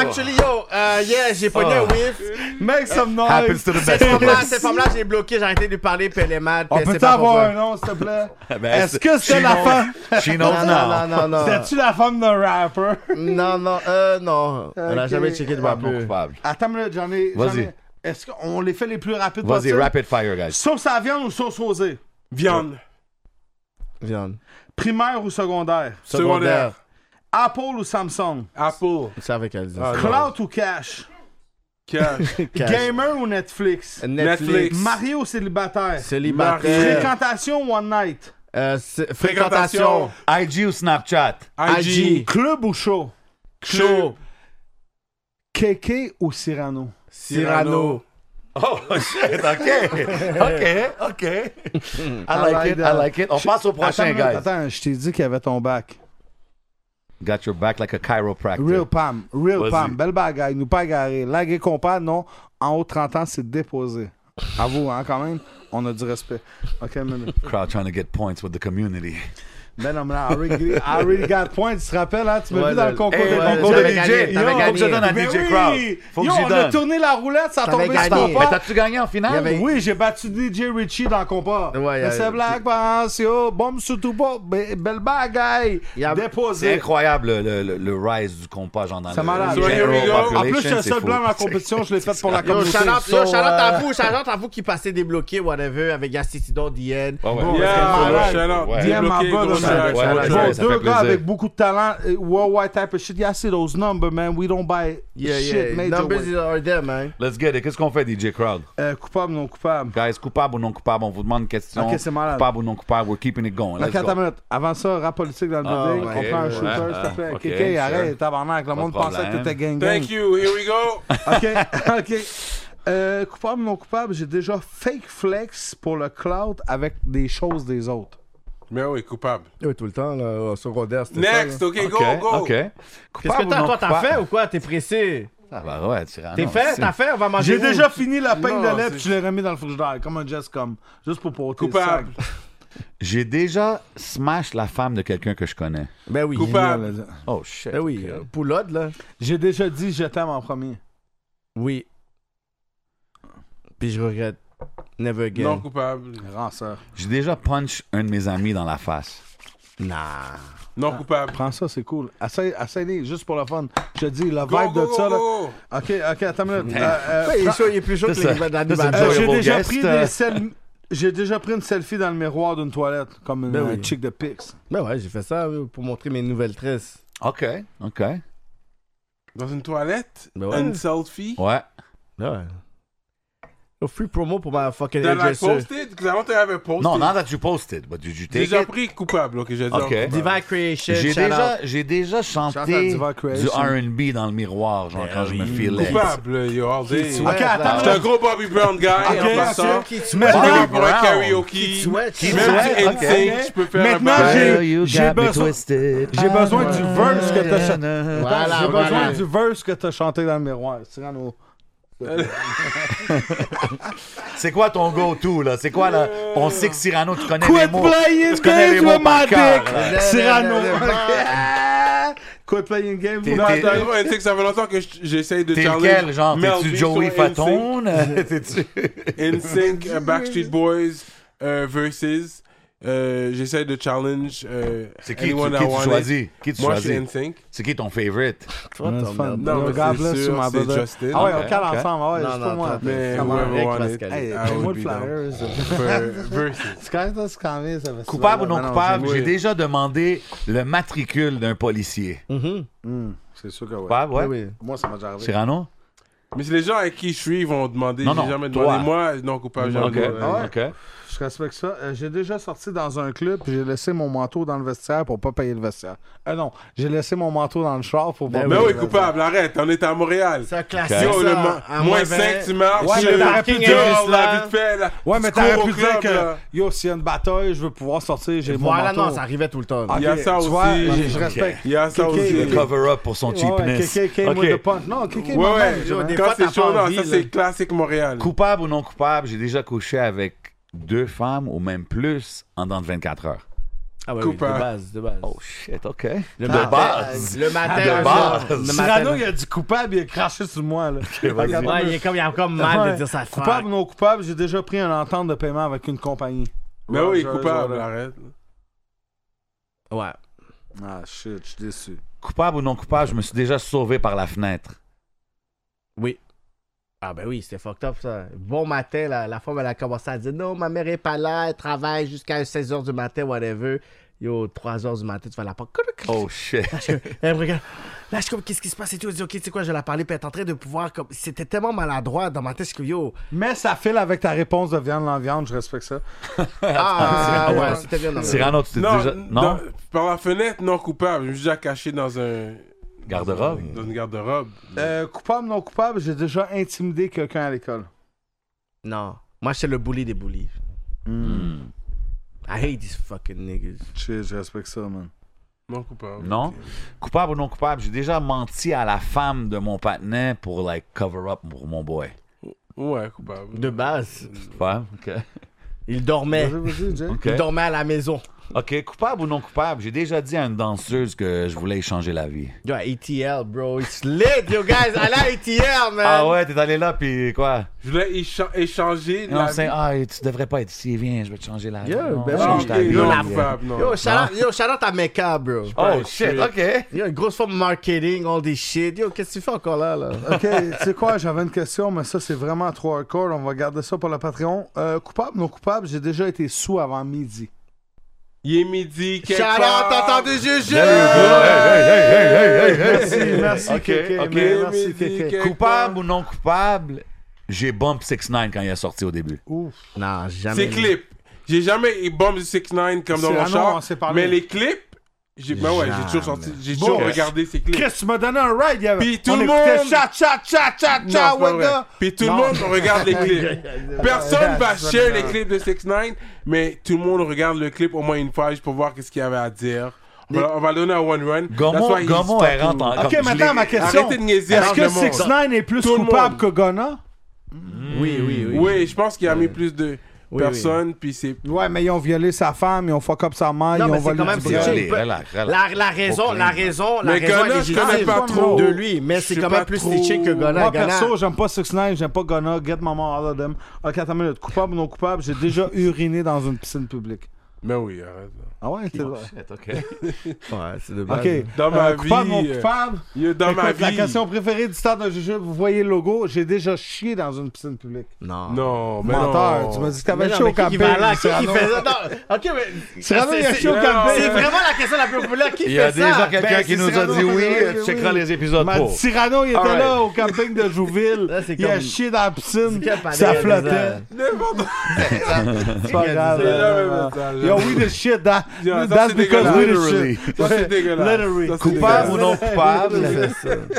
F: Actually, yo, euh, yeah, j'ai pogné un whiff.
C: Make some
F: Euh,
B: Happens
C: noise!
B: to the
F: Cette
B: best of
F: femme-là,
B: us.
F: cette femme-là, j'ai bloqué, j'ai arrêté de lui parler, puis elle est mad. puis
C: On
F: elle sait
C: peut
F: pas
C: avoir un
F: pourquoi.
C: nom, s'il te plaît?
B: Ben,
C: Est-ce que c'est
B: she
C: la
B: knows-
C: femme?
B: She knows
F: Non,
B: now.
F: non, non, non. non.
C: C'est-tu la femme d'un rapper?
F: Non, non, euh, non. On a
C: Ok.
F: jamais checké de
B: Ah,
F: voir
B: mon
F: plus.
B: coupable.
C: Attends une minute, j'en ai. j'en
B: Vas-y.
C: ai- Est-ce qu'on les fait les plus rapides
B: Vas-y,
C: possible?
B: rapid fire, guys.
C: Sauce à viande ou sauce rosée?
E: Viande.
F: Viande.
C: Primaire ou secondaire?
E: Secondaire.
C: Apple ou Samsung?
B: Ah,
E: Apple.
F: Je savais qu'elle disait
E: Ah,
F: ça.
E: non.
C: Cloud ou cash?
E: Cash.
F: Cash.
C: Gamer ou Netflix?
E: Netflix.
F: Netflix.
C: Marié ou célibataire?
F: Célibataire.
C: Fréquentation ou one night?
F: Euh, c'est- Fréquentation.
B: IG ou Snapchat?
E: IG.
F: IG.
C: Club ou show?
E: Show.
C: Keke ou Cyrano?
F: Cyrano.
B: Oh shit, ok. Ok, ok. I like it, I like it. On passe au
C: Attends,
B: prochain,
C: une minute,
B: guys.
C: attends, je t'ai dit qu'il y avait ton bac.
B: Got your back like a chiropractor.
C: Real Pam, Real
B: Vas-y.
C: Pam, belle bagaille, nous pas égarés. Lag et compas, non, en haut de 30 ans, c'est déposé. À vous, hein, quand même, on a du respect. Ok, mais
B: Crowd trying to get points with the community.
C: Ben non, mais là, I already, I already got points, tu te rappelles, hein, tu m'as
F: Ouais,
C: vu dans
F: le- Eh,
C: le concours
B: Hey,
C: de
B: le
F: ouais,
B: concours de
F: j'avais
B: DJ.
F: gagné,
B: Yo,
F: t'avais
B: faut que je
F: gagné.
B: donne à
C: Ben
B: DJ Crowd. Faut
C: Yo,
B: que j'y
C: on a
B: donne.
C: tourné la roulette, ça a
F: T'avais
C: tombé sur
F: gagné.
C: ton
B: Mais
C: pas.
B: t'as-tu gagné en finale?
F: Il y avait-
C: Oui, j'ai battu DJ Richie dans le compas.
F: Ouais, il y
C: mais
F: a-
C: c'est black, pensio, bombe sur tout bas, be- belle bagaille,
F: Il y a-
B: C'est
C: déposé.
B: incroyable le, le- le rise du compas, genre dans
C: C'est
B: le
C: malade.
B: general
E: So here we go. En
C: En
B: population,
C: plus, je suis le
B: c'est
C: seul
B: fou.
C: blanc dans la compétition, je l'ai faite pour la
F: Yo,
C: communauté.
F: shout out,
B: So,
F: yo, shout out à
B: euh,
F: vous, shout out à vous qui passez débloqué, whatever, avec Yassisidon, DN.
B: Ouais, ouais.
C: Bon,
E: Yeah,
C: parce que-
E: shout out.
B: Ouais.
E: Débloqué,
C: Bien, ma
E: gros
C: bonne,
E: shout
C: ça.
B: Ouais, ouais,
C: Bon,
B: ouais, ça fait
C: deux
B: plaisir.
C: gars avec beaucoup de talent, euh, worldwide type of shit. Yeah, I see those numbers, man. We don't buy
F: Yeah,
C: shit,
F: yeah.
C: major
F: Numbers
C: way.
F: are there, man.
B: Let's get it. Qu'est-ce qu'on fait, DJ Crowd?
C: Euh, coupable, non coupable.
B: Guys, coupable ou non coupable? On vous demande une question.
C: Ok, c'est malade.
B: Coupable ou non coupable? We're keeping it going.
C: Là,
B: Let's go.
C: attends une minute. Avant ça, rap politique dans le
B: Ah,
C: building.
B: ok,
C: on prend un
B: ouais,
C: shooter,
B: ouais,
C: s'il te plaît.
B: ok,
C: Kéké,
B: sure.
C: arrête, tabarnak. Le
B: Pas de
C: monde pensait que
B: problème.
C: t'étais gang gang.
E: Thank you, here we go.
C: OK, OK. Euh, coupable, non coupable, j'ai déjà fake flex pour le cloud avec des choses des autres.
E: Mais oui, coupable.
F: Ouais, tout le temps, là, au secondaire, c'était ça,
E: Next,
F: là.
E: ok, go,
B: OK,
E: go.
B: OK.
F: Qu'est-ce que
B: ou
F: t'as,
B: non
F: toi, t'as
B: coupable?
F: fait ou quoi? T'es pressé?
B: Ah, bah ouais, tu
F: T'es fait? T'as fait? On va manger
C: J'ai
F: où?
C: déjà fini la peigne
E: Non,
C: de lait
E: c'est-
C: puis je l'ai remis dans le frigidaire, comme un geste comme. Juste pour porter
E: Coupable.
F: Ah
C: le sac.
B: J'ai déjà smash la femme de quelqu'un que je connais.
F: Ben oui.
E: Coupable.
B: Oh shit.
F: Ben oui.
B: Ok.
F: euh, Poulode, là.
C: J'ai déjà dit je t'aime en premier.
F: Oui. Puis je regrette. Never again.
E: Non coupable.
C: Ranceur.
B: J'ai déjà punch un de mes amis dans la face.
F: Nah. Ah.
E: Non coupable.
C: Prends ça, c'est cool. Essaye, essaye juste pour le fun. Je te dis, le
E: Go,
C: vibe
E: go,
C: de
E: go,
C: ça, là.
E: go.
C: Ok, ok, attends une minute.
B: Damn.
C: Euh, euh,
F: Ouais, il, est
C: prends-
F: chaud, il est plus chaud que
B: C'est ça.
F: les
B: Ça,
C: Euh,
B: c'est
F: l'animateur.
C: j'ai
B: enjoyable
C: déjà
B: guest,
C: pris
B: euh.
C: des sel- J'ai déjà pris une selfie dans le miroir d'une toilette, comme une
F: Ben
C: euh,
F: oui.
C: chick de Pix.
F: Ben ouais, j'ai fait ça oui, pour montrer mes nouvelles tresses.
B: OK. OK.
E: Dans une toilette,
F: Ben ouais.
E: une selfie.
B: Ouais.
F: Ouais. Le free promo pour ma fucking
E: Then I
F: agency.
E: posted, because I don't think I ever posted.
B: Non, not that you posted, but did you take
E: Déjà
B: it?
E: pris coupable, ok, j'ai dit.
B: Ok.
E: non coupable.
F: Divine Creation,
B: J'ai
F: shout out.
B: déjà, j'ai déjà
C: Shout out
B: chanté
C: Diva
B: du
C: Creation.
B: R&B dans le miroir, genre quand je me filais.
E: oh, Coupable, yo, all day.
F: Ok,
E: Je
F: attends.
E: suis un gros Bobby Brown guy, en passant.
F: Qui tu
C: Maintenant-
E: Bobby
B: Bobby
E: Brown,
B: Brown.
E: karaoke.
F: souhaites,
E: Même
F: tu
E: si
B: souhaites,
E: NSYNC, je peux faire un
C: Maintenant,
E: bail.
C: j'ai-
B: Well, you
C: j'ai
B: got me
C: besoin-
B: twisted.
C: J'ai besoin du verse que t'as chanté.
F: Voilà,
C: J'ai
F: voilà.
C: besoin du verse que t'as chanté dans le miroir. Cyrano.
B: C'est quoi ton go-to, là? C'est quoi, là? On sait que Cyrano, tu connais les
C: Quit
B: mots.
C: playing
B: tu connais les
C: games
B: mots
C: with
B: par
C: my
B: cœur,
C: dick.
B: là.
C: Cyrano. Ok. Quit playing games with
B: T'es-
E: Non,
C: my
B: t'es-
E: t'as
C: dick.
E: le droit, NSYNC, ça fait longtemps que je- j'essaye de
B: T'es
E: challenge
B: lequel, genre?
E: Mel B
B: T'es-tu
E: sur
B: Joey
E: NSYNC.
B: Fatone? T'es-tu...
E: NSYNC, euh, Backstreet Boys euh, versus. Euh, J'essaie de challenge. euh,
B: C'est qui, tu-
E: Anyone
B: qui
E: I
B: tu
E: Want It.
B: choisis? Qui tu
E: Moi, je suis
B: choisis?
E: NSYNC.
B: C'est qui ton favorite?
F: Toi,
C: That's
F: ton
C: fun.
F: merde.
E: Non,
C: Yo,
E: mais
C: God
E: c'est
C: bless you,
E: sûr,
C: my
E: c'est
C: brother.
E: Justin.
C: Ah ouais,
B: Ok,
C: on cale
B: ok.
C: ensemble. Ah ouais,
F: Non,
C: c'est
F: non,
C: pour moi.
F: attends,
E: Mais
F: Come on,
E: whoever
F: Rick
E: won it,
F: Pascal.
C: Hey,
E: I
C: moi
E: would
C: le
E: be down.
C: flyers. euh,
E: Ver- Versus.
C: C'est quand même ça, calmer, ça fait ça,
B: Coupable ou
C: là.
B: non
C: Ben
B: coupable,
E: oui.
B: j'ai déjà demandé le matricule d'un policier.
F: Mhm.
B: Mm.
C: Hmm, C'est sûr que ouais.
B: Coupable, ouais?
F: Oui, oui.
C: Moi, ça m'a déjà arrivé.
B: Cyrano?
E: Mais c'est les gens avec qui je suis, ils vont demander.
B: Non,
E: j'ai
B: non,
E: jamais
B: toi.
E: demandé. Moi, non, coupable, jamais
B: OK.
E: demandé.
C: Ah ouais?
B: OK.
C: Je respecte ça. Euh, j'ai déjà sorti dans un club, puis j'ai laissé mon manteau dans le vestiaire pour pas payer le vestiaire. Ah non, j'ai laissé mon manteau dans le char pour pas
F: Ben
E: Mais
C: payer
E: oui,
C: le vestiaire.
E: coupable, arrête, on est à Montréal.
F: C'est un classique.
E: Yo, le
F: ça,
E: ma-
F: à
E: moins
F: 20.
E: 5, tu marches.
C: Ouais,
E: le
C: mais t'aurais pu
E: dehors,
C: dire
F: juste là.
E: la vie de paix, là.
C: Ouais, mais
E: Tu cours
C: t'aurais
E: au
C: pu dire
E: club,
C: que
E: là.
C: yo, s'il y a une bataille, je veux pouvoir sortir, j'ai mon
F: Voilà,
C: manteau.
F: non, ça arrivait tout le temps.
C: Ah,
E: Il y a
C: ok,
E: ça
C: tu vois,
E: aussi.
C: j'ai- je respecte.
E: Il y a ça
C: Kéké,
E: aussi.
B: Le
C: Kéké.
B: cover-up pour son cheapness.
C: Ouais, KK came
B: OK.
C: with the punch. Non, KK,
E: Ouais,
C: moi même,
E: ouais.
C: j'ai-
F: des
E: Quand
F: fois,
E: c'est
F: t'as
E: chaud,
F: pas
E: non,
F: envie,
E: ça,
F: là.
E: c'est classique Montréal.
B: Coupable ou non coupable, j'ai déjà couché avec deux femmes ou même plus en dans de 24 heures.
F: Ah ouais, oui, de
E: Coupable.
F: base, de base.
B: Oh shit, OK.
F: Le
B: de
F: matin,
B: base.
F: Le matin,
B: De
F: un
B: base.
F: jour, le matin,
C: Cyrano, il a dit coupable, il a craché sur moi. Là.
B: vas-y.
C: Regarde,
F: Ouais, il est comme, il a comme mal
C: Ouais.
F: de dire ça. fuck.
C: Ah, Coupable ou non coupable, j'ai déjà pris un entente de paiement avec une compagnie.
E: Mais Ben oui,
C: Rogers,
E: coupable,
C: voilà.
E: arrête.
F: Ouais.
C: Ah shit, je suis déçu.
B: Coupable ou non coupable, je me suis déjà sauvé par la fenêtre.
F: Oui. Ah ben oui, c'était fucked up ça. Bon matin, la, la femme elle a commencé à dire non, ma mère est pas là, elle travaille jusqu'à 16h du matin, whatever. Yo, 3h du matin, tu vas la porte.
B: Oh shit.
F: Elle me regarde. Là, je suis comme, qu'est-ce qui se passe et tout. Elle dit, ok, tu sais quoi, je vais la parler, puis elle est en train de pouvoir, comme, c'était tellement maladroit dans ma tête, je suis comme, yo.
C: Mais ça file avec ta réponse de viande en viande, je respecte ça.
F: Ah, ouais, c'était bien dans le-
B: Cyrano, tu t'es
E: Non,
B: déjà...
E: dans-
B: Non?
E: par la fenêtre, non coupable. Je me suis déjà caché dans un.
B: Garde-robe?
E: Dans une garde-robe.
C: Euh, coupable, non coupable, j'ai déjà intimidé quelqu'un à l'école.
F: Non. Moi, j'étais le bully des bullies.
B: Hmm.
F: I hate these fucking niggas.
C: Shit, je respecte ça, man.
E: Non coupable.
B: Non? Coupable ou non coupable, j'ai déjà menti à la femme de mon patinet pour, like, cover-up pour mon boy.
E: Ouais, coupable.
F: De base,
B: Femme? OK.
F: il dormait.
C: Vas-y, vas-y, Jay.
B: OK.
F: Il dormait à la maison.
B: OK, coupable ou non coupable, j'ai déjà dit à une danseuse que je voulais échanger la vie.
F: Yo, à ATL, bro, it's lit, yo, guys. Allez à ATL, man.
B: Ah ouais, t'es allé là, puis quoi?
E: Je voulais écha- échanger.
B: Non,
E: la
B: c'est,
E: vie.
B: ah, tu devrais pas être ici, viens, je vais te changer la vie.
F: Yeah,
B: Non,
F: ben
B: je
E: Ah,
B: change
E: ok,
B: ta vie.
E: non,
F: la-
E: coupable, non.
F: Yo, shout out, yo, shout out à Mecca, bro.
B: Oh shit, ok.
F: Yo, une grosse forme de marketing, all this shit. Yo, qu'est-ce que tu fais encore là, là?
C: Ok, tu sais quoi, j'avais une question, mais ça, c'est vraiment trop hardcore. On va garder ça pour le Patreon. Euh, coupable, non coupable, j'ai déjà été sous avant midi.
E: Il est midi, quelque
F: Shout-out,
E: part.
F: t'as entendu, Juju?
B: There you go. Hey, hey, hey, hey, hey, hey, hey.
C: Merci, merci,
B: Ok,
C: Kéké,
B: ok.
C: man, merci,
E: Kéké.
C: Kéké.
E: Quelque
B: Coupable ou non coupable, j'ai bump 6 9 quand il est sorti au début.
F: Non, jamais.
E: Ces clips. J'ai jamais eu Bomb 6 9 comme dans
C: C'est-
E: mon
C: ah non, on
E: char.
C: s'est parlé.
E: Mais les clips, j'ai ben ouais, j'ai toujours sorti, j'ai
C: Bon,
E: toujours
C: Chris.
E: regardé ces clips.
C: Chris, tu m'as donné un ride. il y avait-
E: Puis tout
C: on
E: le
C: écoutait
E: monde-
C: Cha, cha, cha, cha, cha,
E: Non, c'est pas
C: what
E: vrai.
C: the-
E: Puis tout le
C: Non.
E: monde regarde les clips. Personne va share les clips de 6 9 mais tout le monde regarde le clip au moins une fois juste pour voir qu'est-ce qu'il y avait à dire. On va, on va le donner à One Run. That's why
B: Gaumont,
E: he's
B: Gaumont
E: fucking-
B: elle rentre en.
C: Ok,
B: comme- je l'ai-
C: maintenant, ma question.
E: Arrêtez de niaiser
C: Est-ce que
E: avec le monde.
C: 6 9 est plus
E: Tout le
C: coupable
E: monde.
C: que Ghana?
F: Oui, oui, oui.
E: Oui, je pense qu'il a mis plus de
F: oui.
E: personnes, puis c'est
C: Ouais, mais ils ont violé sa femme, ils ont fuck up sa mère,
F: Non, mais
C: ils ont
F: c'est
C: volé
F: quand
C: du
F: même-
C: bras.
F: c'est-
B: Allez, relax, relax.
F: La, la raison, la raison, la
E: Mais
F: raison
E: Ghana,
F: est
E: je connais
F: légitime
E: pas trop.
F: de lui, mais
E: Je
F: c'est
E: suis
F: quand même
E: pas
F: plus
E: trop-
F: stitché que Ghana.
C: Moi,
F: Ghana-
C: perso, j'aime pas 6 9 j'aime pas Ghana, get my mom out of them. Ok, attends une minute, coupable ou non coupable, j'ai déjà uriné dans une piscine publique.
E: Mais oui, arrête. là.
C: Ah ouais, c'est vrai.
F: Ouais, c'est de base.
C: Ok,
E: Dans ma
C: coupable
E: vie,
C: ou non
E: euh,
C: coupable?
E: Yo, dans ma
C: Écoute, La
E: vie.
C: question préférée du stade de Juju, vous voyez le logo, j'ai déjà chié dans une piscine publique.
F: Non.
E: Non, mais
C: Menteur,
E: non.
C: tu m'as dit que
F: Mais
C: t'avais
F: non,
C: chié au
F: mais qui qui
C: camping.
F: va là? Qui qui
C: Cyrano.
F: fait ça? Non, ok, mais.
C: Cyrano, il a
F: C'est-
C: chié au
E: non,
C: camping.
F: C'est vraiment la question la plus populaire. Qui
B: Il
F: fait
B: y a déjà
F: ça?
B: quelqu'un
C: Ben,
B: qui
C: c'est
B: nous a
C: Cyrano,
B: dit
C: oui,
B: oui,
C: oui,
B: tu
C: oui.
B: checkeras les épisodes
C: Ma-
B: pour.
C: Cyrano, il était
E: Alright.
C: là au camping de Jouville.
F: Là, c'est
C: il a
F: comme-
C: chié dans la piscine.
F: Quel panel,
C: Ça flottait.
F: bizarre.
E: N'importe
C: C'est pas grave.
E: C'est jamais
C: euh,
E: mental,
C: Yo, we the shit. That,
E: Yo, ça,
C: that's
E: c'est
C: because we the
B: dégueulasse.
C: shit.
E: Ça, c'est dégueulasse.
C: Literally.
E: Ça, c'est
B: Coupable
E: dégueulasse.
B: ou non coupable,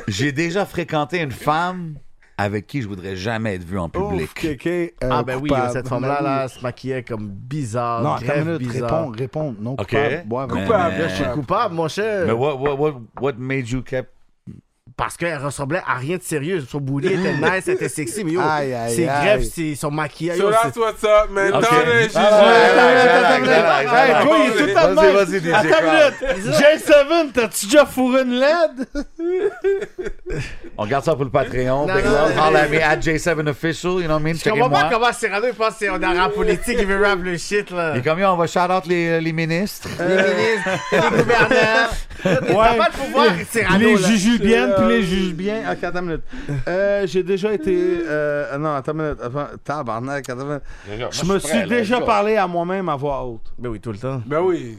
B: j'ai déjà fréquenté une femme avec qui je voudrais jamais être vu en public.
C: Ouf, Kéké, euh,
F: Ah, ben oui,
C: coupable.
F: cette femme-là,
C: Ben
F: là,
C: oui.
F: se maquillait comme bizarre.
C: Non, attends une
F: grève
C: minute.
F: bizarre.
C: Réponds, réponds. Non,
B: Ok.
C: coupable. Ouais, vraiment.
E: Coupable,
B: Mais-
E: là, je
C: Euh,
E: suis
F: Coupable, mon cher.
B: Mais what, what, what, what made you kept
F: Parce qu'elle ressemblait à rien de sérieux. Son booty était nice, elle était sexy, mais yo,
C: Aïe, aïe,
F: ses
C: aïe.
F: greffes, ses- son maquillage.
E: So
F: yo,
E: that's what's up, man.
B: Ok.
E: T'en es juste-
B: Ah, relax,
C: attends,
B: relax,
C: attends,
B: relax,
C: attends.
B: relax.
C: Hey, toi, il est tout le temps de
B: Vas-y,
C: même.
B: vas-y, DJ
C: Attends une
B: Crowd.
C: minute. J7, t'as-tu déjà fourré une LED?
B: On garde ça pour le Patreon.
F: Non,
B: Big
F: non,
B: love.
F: non,
B: Holla at
F: mais-
B: me, at J7 Official, you know what I mean?
F: Je comprends pas
B: Checkez-moi.
F: comment Cyrano il pense qu'on est en rap politique, il veut rap le shit là.
B: Et comme yo, on va shout out les, les ministres.
F: Les ministres, les gouverneurs. T'as pas le pouvoir, Cyrano.
C: les
F: là.
C: juges
B: Euh,
C: bien, puis les juges bien. Ok, attends une minute. Euh, j'ai déjà été. Euh, non, attends une minute. Attends, tabarnak, attends une minute. je me suis déjà parlé à moi-même à voix haute.
F: Ben oui, tout le temps.
E: Ben oui.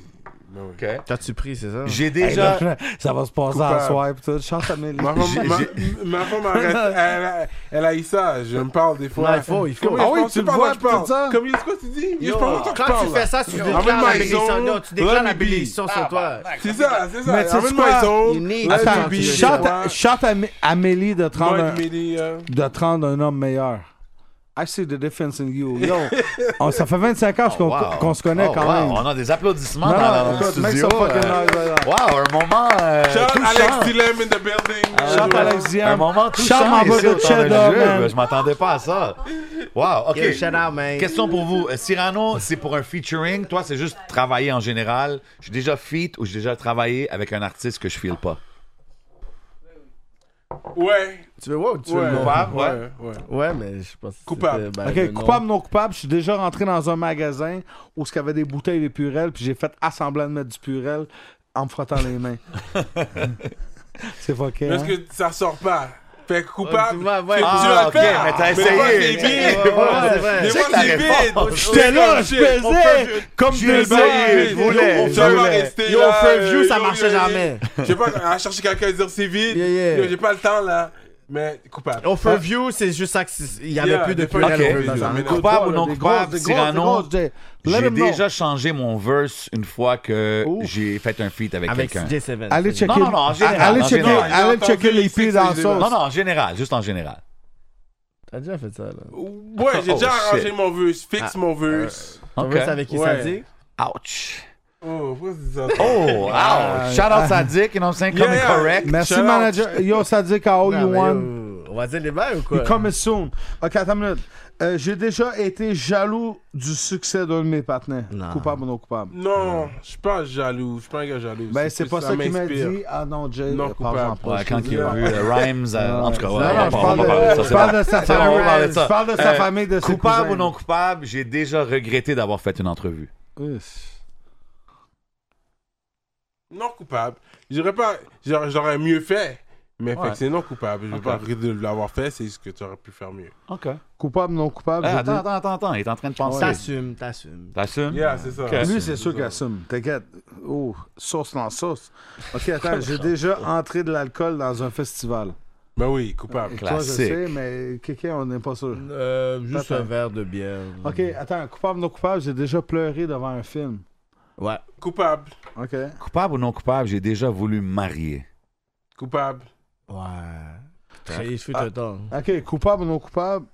E: Ben oui.
F: T'as-tu pris, c'est ça?
B: J'ai déjà.
C: ça va se passer
E: Coupable.
C: à soir, puis tout. Chante à mes
E: Ah, Ma femme, ma, ma femme arrête. Elle, a- elle a eu ça. Je me parle des fois.
F: Non, il faut, il faut.
E: Comme,
C: Ah
E: je
C: oui,
E: pense-
C: tu le
E: pendant
C: vois,
E: que je parle.
C: tout ça.
E: Comme, c'est quoi tu dis? Je
F: Yo,
E: pense que
F: quand
E: je parle,
F: tu
E: là.
F: fais ça, tu
E: Amène
F: déclares
E: ma
F: la bénédiction.
E: zone.
F: Non, tu déclares
E: Let
F: la
E: me be.
F: bénédiction sur toi.
E: C'est ça, c'est ça.
C: Mais tu sais
E: Amène
C: quoi?
E: my zone.
F: You need
E: Let
F: to
E: me
C: Attends,
E: be.
F: tu sais
C: chante,
E: Ouais.
C: à- chante à Mé- Amélie de
E: Mike
C: prendre, un,
F: Euh,
E: Media.
C: de te rendre un homme meilleur. I see the difference in you. Yo, on- ça fait 25 ans qu'on
B: wow.
C: qu'on se connaît
B: Oh,
C: quand
B: wow,
C: même.
B: On a des applaudissements
C: Non,
B: dans,
C: non,
B: dans le
C: écoute, make
B: studio.
C: some fucking
B: euh,
C: noise right now.
B: wow, un moment. Euh,
E: Shout
B: touchant.
E: Alex Tillem in the building.
F: Ah,
C: Shout
E: Ouais.
C: Alex Diem.
B: Ah, Un moment touchant
C: Shout en bas
B: ici
C: de
B: au temps de
C: cheddar,
B: jeu.
C: man.
B: Je m'attendais pas à ça. Wow, OK.
F: Yo, shout out, man.
B: Question pour vous. Euh, Cyrano, c'est pour un featuring. Toi, c'est juste travailler en général. J'ai déjà feat ou j'ai déjà travaillé avec un artiste que je file pas.
E: Ouais.
F: Tu veux wow, tu veux
E: Ouais.
F: le nom?
B: Coupable, ouais.
E: ouais.
F: Ouais, mais je pense que.
E: Coupable.
F: c'était, ben, le
C: Ok,
F: nom.
C: coupable, non coupable, je suis déjà rentré dans un magasin où il y avait des bouteilles de Purel, puis j'ai fait assemblant de mettre du Purel en me frottant les mains. c'est fucké.
E: Parce
C: Hein?
E: que ça sort pas. Fait que
F: Ouais,
E: coupable.
F: tu vois, ouais.
E: c'est- tu
F: Ah,
E: vas
B: ok,
E: faire.
B: mais t'as
E: des fois,
B: essayé.
E: c'est vide.
F: Ouais, ouais, c'est vrai.
E: Des
B: C'est
E: fois,
B: que la
E: c'est vide.
B: réponse.
C: J'étais là, je faisais comme
B: J'ai
C: des
B: essayé, je
C: hommes.
B: voulais,
E: On
B: je
E: peut
B: voulais.
E: rester
F: Yo,
E: là,
F: Fairview,
E: euh,
F: ça
E: yo,
F: marchait
E: yo, yo.
F: jamais.
E: Je sais pas, à chercher quelqu'un et dire c'est vide.
F: Yeah, yeah. Oh.
E: Yo, J'ai pas le temps là. Mais coupable.
F: Au fur view, c'est juste ça qu'il y avait
E: Yeah,
F: plus de
E: des
F: purée
E: fois,
F: à
E: il y a
F: l'eau
E: des
F: dans un
E: amis.
F: micro.
B: Coupable ou non
C: Des grosses,
B: coupable,
C: des grosses,
B: Cyrano?
C: des grosses, des- Let
B: J'ai
C: him know.
B: déjà changé mon verse une fois que j'ai fait un feat avec,
F: Avec
B: quelqu'un.
F: CJ7.
C: Allez
F: c'est-
C: checker.
B: Non, non, non, en général,
C: allez
B: en
C: checker,
B: général.
C: allez
E: J'ai
C: checker
E: entendu
C: les filles
E: ça,
C: dans la
E: j'ai
C: sauce.
B: Non, non, en général, juste en général.
F: T'as déjà fait ça, là.
E: Ouais, j'ai
B: Oh,
E: déjà
B: shit.
E: arrangé mon verse. Fixe mon verse.
F: On
B: Ok.
F: veut avec qui ça
E: Ouais.
F: dit?
B: Ouch.
E: Oh, pourquoi tu dis ça?
B: Oh,
C: Ah.
B: ouch. Shout out Sadik, you know what I'm saying? Coming
E: Yeah.
B: correct.
C: Merci,
E: Shout-out.
C: manager. Yo, ça dit qu'à
F: Non,
C: all you
F: Ah, mais
C: want.
F: yo, On va dire les bails ou quoi?
C: You coming soon. Ok, attends une minute. Euh, J'ai déjà été jaloux du succès d'un de mes partenaires.
F: Non.
C: Coupable ou non coupable?
E: Non, je suis pas jaloux. Je suis pas un gars jaloux.
C: Ben, c'est
E: plus
C: pas ça qui m'a
E: m'inspire.
C: dit. Ah non, Jay,
E: Non,
C: euh,
E: coupable.
C: parle-en pas.
B: Ouais, quand il a
E: Ouais.
B: vu euh, Rhymes, euh, en tout cas, ouais,
C: Non,
B: on
C: non,
B: va
C: je
B: pas- on
C: parle
B: va pas parler de ça,
C: de-
B: c'est
C: je parle
B: bon.
C: de sa
B: C'est bon, on va parler
C: famille.
B: de
C: Je
B: ça.
C: parle de sa
B: Euh,
C: famille, de ses
B: Coupable
C: cousins.
B: ou non coupable, j'ai déjà regretté d'avoir fait une entrevue.
C: Ouf.
E: Non coupable. J'aurais pas. j'aurais- J'aurais mieux fait. Mais fait
B: Ouais.
E: que c'est non coupable. Je veux
B: Ok.
E: pas rire de l'avoir fait, c'est ce que tu aurais pu faire mieux.
B: OK.
C: Coupable, non coupable.
B: Ah,
C: j'ai
B: attends,
C: dit-
B: attends, attends, attends. Il est en train de penser.
F: T'assumes, t'assumes.
B: T'assumes?
E: Yeah, c'est ça.
B: Ok.
E: Lui,
C: Lui, c'est sûr qu'il assume. T'inquiète. Oh, sauce dans sauce. Ok, attends, j'ai déjà entré de l'alcool dans un festival.
E: Ben oui, coupable.
C: Toi, je
B: Classique.
C: sais, mais quelqu'un, on n'est pas sûr.
F: Euh, juste
C: Attends.
F: un verre de bière.
C: Ok, attends, coupable, non coupable, j'ai déjà pleuré devant un film.
F: Ouais.
E: Coupable.
C: Ok.
B: Coupable ou non coupable, j'ai déjà voulu me marier.
E: Coupable.
F: Ouais. Très, je suis hein. temps.
C: Ok, coupable, non coupable,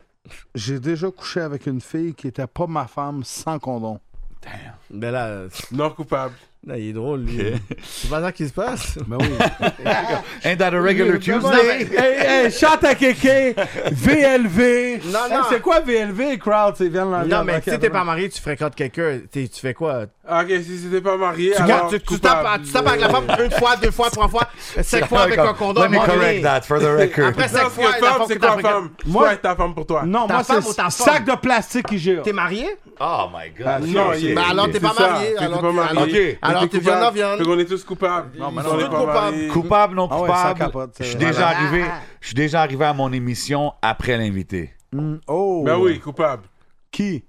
C: j'ai déjà couché avec une fille qui était pas ma femme sans condom.
F: Mais là, euh,
E: Non coupable.
F: là, il est drôle, lui. C'est pas ça qui se passe.
C: Ben oui.
B: Ain't that a regular Tuesday?
C: hey, hey, chante à Kéké, VLV.
F: Non,
C: Hey,
F: non.
C: c'est quoi VLV, crowd? C'est bien l'anglais.
F: Non, mais si t'es pas marié, tu fréquentes quelqu'un, t'es- tu fais quoi
E: Ah, Ok, si c'était pas marié,
F: Tu,
E: alors.
F: tu- tu tapes,
E: coupable.
F: tu tapes avec la femme une fois, deux fois, trois fois, cinq fois avec un condom.
B: Let me
F: mais-
B: correct that for the record.
F: Après
E: Non,
F: cinq
E: parce que
F: fois, la
E: femme,
F: femme
E: c'est
F: que t'as
E: quoi
F: fréquent-
E: femme Toi et ta femme pour toi.
C: Non,
F: Ta
C: moi,
F: femme
C: c'est
F: ou ta
C: sac
F: femme?
C: de plastique IGA.
F: T'es marié
B: Oh my God.
E: Non, il est-
F: Bah alors t'es
E: c'est
F: pas
E: ça,
F: marié.
E: t'es
F: Alors
E: pas
F: t'es-
E: marié.
F: alors-
B: Ok.
F: Alors
E: T'es
F: t'es viande en
E: coupable. Fait
F: viande.
E: qu'on est tous coupables.
B: Non, mais
E: Ils
B: non,
E: sont
B: on
E: tous
B: est
E: pas
F: coupables.
E: mariés.
B: Coupable, non
C: Ah ouais, ça
B: coupable.
C: capote, ça.
B: je suis déjà arrivé. Je suis déjà arrivé à mon émission après l'invité.
C: Mm, Oh.
E: Ben oui, coupable.
C: Qui?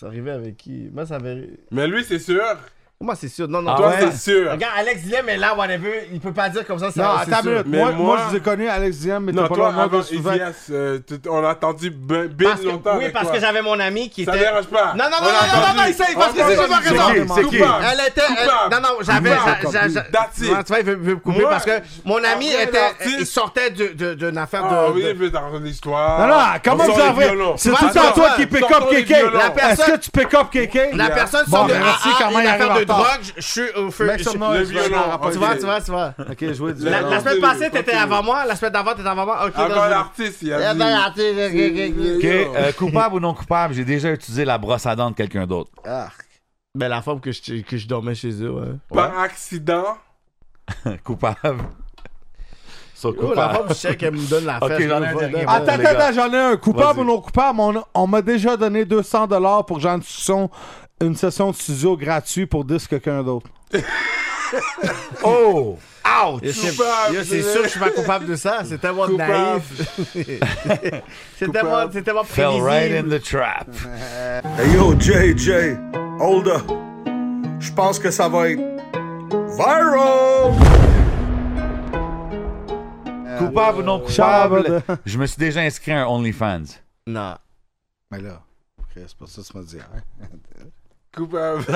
F: Ça arrivait avec qui Moi ça avait.
E: Mais lui, c'est sûr.
F: Moi c'est sûr. Non non.
B: Ah
E: Toi,
B: ouais?
E: c'est sûr.
F: Regarde Alex Dilem est là whatever. Il peut pas dire comme ça. c'est-
C: Non,
F: c'est
C: attends
F: sûr.
C: une minute.
E: Mais
C: Moi, moi,
E: moi-
C: je vous ai connu, Alex Diam, mais t'es
E: Non,
C: pas
E: toi,
C: là
E: avant
C: de souvent.
E: Isias, euh, tu- on a attendu bien bien
F: Parce que-
E: longtemps.
F: oui
E: avec
F: parce
E: toi.
F: que j'avais mon ami qui
E: Ça
F: était.
E: dérange pas.
F: Non, non, non,
E: On
F: non,
E: a
F: non, non,
E: entendu.
F: non, essaye, parce que
E: On a
F: c'est toujours
E: entendu.
B: raison. C'est qui? C'est qui?
E: Coupable.
F: Elle était. elle-
E: Coupable.
F: non non j'avais.
E: Coupable.
F: j'a- j'a- j'a-
E: That's it.
F: Non, Tu vois il veut, veut me couper
E: Moi,
F: parce que mon ami
E: après
F: était.
E: l'artiste-
F: Il sortait de- de- d'une affaire
E: Ah oui,
F: de. de-
E: mais t'as entendu l'histoire.
C: Non, non, comment
E: On sort
C: vous en
E: les
C: vrai?
E: violons.
C: C'est
E: On
C: tout le temps
E: sort-
C: toi qui
E: on
C: pick
E: sort
C: up
E: les
C: Kéké.
E: violons.
F: La personne-
C: Est-ce que tu pick up Kéké?
F: La
E: Yeah.
F: personne
C: Bon,
F: sort de
C: ben, merci,
F: AA,
C: comment
F: une affaire
C: il arrive
F: de
C: en retard.
F: drogue. Je suis au feu.
C: Mec,
F: je-
C: sur moi,
E: le
C: je vais
E: violon.
C: en rapporter.
F: Tu vois, tu vois, tu vois.
C: Ok, jouer du
F: La,
E: Non,
F: la
E: non,
F: semaine
E: c'est
F: passée,
E: lui,
F: t'étais
E: continue.
F: avant moi. La semaine d'avant, t'étais avant moi. Ok,
E: Encore
F: dans-
E: l'artiste, il
F: Eh
E: a
F: ben,
E: dit.
F: artiste, ok, ok, ok.
B: Ok, euh, coupable ou non coupable, j'ai déjà utilisé la brosse à dents de quelqu'un d'autre.
F: Ben, la femme que je, que je dormais chez eux, ouais.
E: Par accident.
B: Coupable. So,
F: Oh, la
B: coupable.
F: femme, je sais qu'elle me donne la
B: Ok,
F: fesse. je
B: j'en ai
F: le
B: un
F: vois,
B: dernier.
F: là.
B: Ah,
C: Attends,
B: les gars.
C: attends, attends, j'en ai un. Coupable
B: Vas-y.
C: ou non coupable, on, on m'a déjà donné 200$ pour Jean Tusson, une session de studio gratuite pour dire quelqu'un d'autre.
B: Oh!
F: Yo, c'est
E: Coupable,
F: yo, c'est
E: c'est-
F: sûr que je suis pas coupable de ça. C'est tellement
E: Coupable.
F: naïf. c'est tellement, c'est tellement
B: Fell right in
F: prévisible.
B: the trap.
K: Hey yo, JJ, hold up. Je pense que ça va être viral.
B: Coupable ou non
C: Euh,
B: coupable, je me suis déjà inscrit à un OnlyFans.
F: Non.
C: Mais là, c'est pas ça que tu m'as dit. hein?
E: Coupable.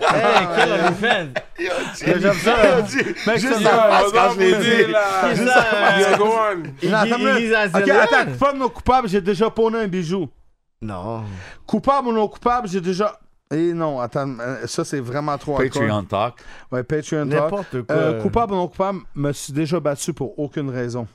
F: Hey, quel OnlyFans?
C: J'aime ça. Mec, ça,
E: Yo,
C: ça
E: on va vous dire, là.
F: C'est ça, euh,
E: Yo, go on.
F: Iggy-
C: Non, attends,
F: Iggy
C: mais- Ok,
F: Azalea?
C: attends, coupable ou non coupable, j'ai déjà ponné un bijou.
F: Non.
C: Coupable ou non coupable, j'ai déjà. Eh non, attends, euh, ça c'est vraiment trop hardcore.
B: Patreon Talk.
C: Ouais, Patreon talk.
F: N'importe quoi.
C: Euh, coupable ou non coupable, me suis déjà battu pour aucune raison.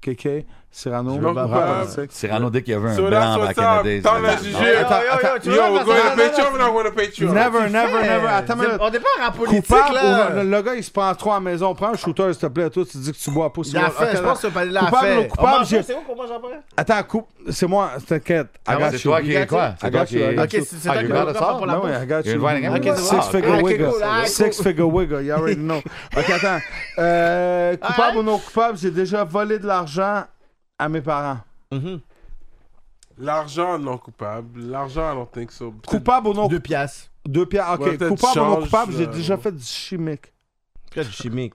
C: KK, Cyrano,
E: Non
C: Raphaël
E: coupable.
C: Politique.
B: Cyrano, dès qu'il y avait un
E: Sur la
B: blanc back in the
E: 60,
B: days.
E: t'en
B: là,
E: as
B: non.
E: jugé.
F: Yo, yo, yo, tu
E: Yo,
F: vois,
E: we're
F: parce que-
E: going to
F: non, non,
E: pay you, we're not going to pay you.
C: Never, never,
F: Hey,
C: never. Attends,
F: c'est-
C: mais
F: on n'est pas en rap politique,
C: coupable
F: là.
C: ou- le, le gars il se prend trois à la maison. Prends un shooter, s'il te plaît. Toi, tu dis que tu bois pas.
F: Il a fait, je pense que ce palier-là a
C: Coupable
F: fait.
C: ou coupable,
F: On mange-
C: j'ai-
F: C'est où qu'on mange après?
C: Attends, coupe. C'est moi, t'inquiète. I
B: Ah ouais,
C: got
B: c'est
C: you.
B: toi qui est quoi?
C: I
B: C'est
C: got
B: toi qui
C: you, I
B: est.
C: got
F: Ok, c'est c'est
B: Ah,
F: toi
B: you
F: qui
B: got
F: me
B: us
F: prend
B: all?
F: pour la
C: No
F: peau.
C: way, I got
B: You're
C: you.
B: inviting everyone.
C: Six
B: Ah,
C: figure
F: ok,
C: wigger.
F: cool, ah,
C: Six
F: cool.
C: figure wigger, you already know. Ok, attends. Euh, coupable
F: Alright.
C: ou non coupable, j'ai déjà volé de l'argent à mes parents.
F: Mhm.
E: L'argent non coupable. L'argent, I don't think so.
C: Coupable ou non
F: Deux piastres.
C: Deux pierres. Ok,
E: Ouais, peut-être
C: coupable ou non
E: change,
C: coupable, j'ai
E: euh,
C: déjà fait du chimique.
F: Quoi du chimique?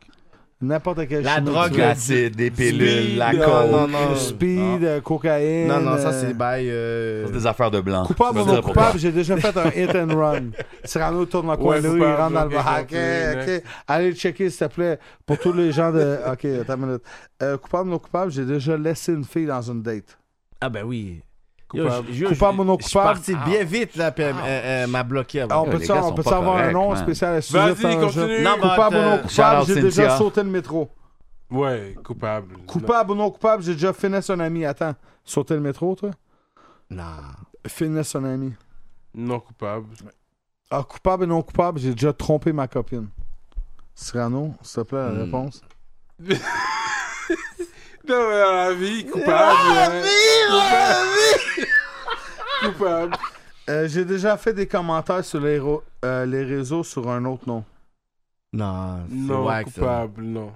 C: N'importe quel
F: La
C: chimique.
F: drogue, euh,
C: tu veux.
B: L'acide, des pilules, la
E: Speed,
B: coke.
F: non, non.
C: Speed, euh, cocaïne.
F: Non, non, ça
C: euh,
E: bah,
F: c'est bail.
B: Ça,
F: euh,
B: c'est des affaires de blanc.
C: Coupable ou
B: Je veux
C: non
B: dire pourquoi.
C: coupable, j'ai déjà fait un hit and run. Cyrano tourne en coin
E: Ouais,
C: de rue, il
E: coupable,
C: rentre dans le
E: ok,
C: bar. Ok,
E: continue,
C: ok.
E: next.
C: Allez le checker, s'il te plaît. Pour tous les gens de. Ok, attends une minute. Euh, coupable ou non coupable, j'ai déjà laissé une fille dans une date.
F: Ah ben oui.
C: Coupable. Coupable ou non
F: Je suis
C: coupable?
F: parti bien vite là, puis euh, elle-
B: Ah.
F: elle- elle m'a bloqué. avant.
C: Alors, Ah, on
B: les
C: peut,
B: gars
C: on
B: sont
C: peut
B: pas
C: avoir un
B: corrects,
C: nom
B: man.
C: spécial à ce
E: Vas-y,
C: sujet, faire un jeu.
E: continue.
F: Non, bah,
C: Coupable ou non
F: euh,
C: coupable,
B: shout-out
C: j'ai déjà
B: Cynthia.
C: sauté le métro.
E: Ouais, coupable.
C: Coupable ou non coupable, j'ai déjà finesse un ami. Attends, sauter le métro, toi?
F: Non.
C: Finesse un ami.
E: Non coupable.
C: Ah, coupable ou non coupable, j'ai déjà trompé ma copine. Cyrano, s'il te plaît, la
F: Hmm.
C: réponse.
E: Non, mais dans la vie, coupable. ouais. Coupable.
C: Euh, j'ai déjà fait des commentaires sur les, ro- euh, les réseaux sur un autre nom.
F: Non, c'est
E: Non,
F: wack, ça.
E: coupable, non.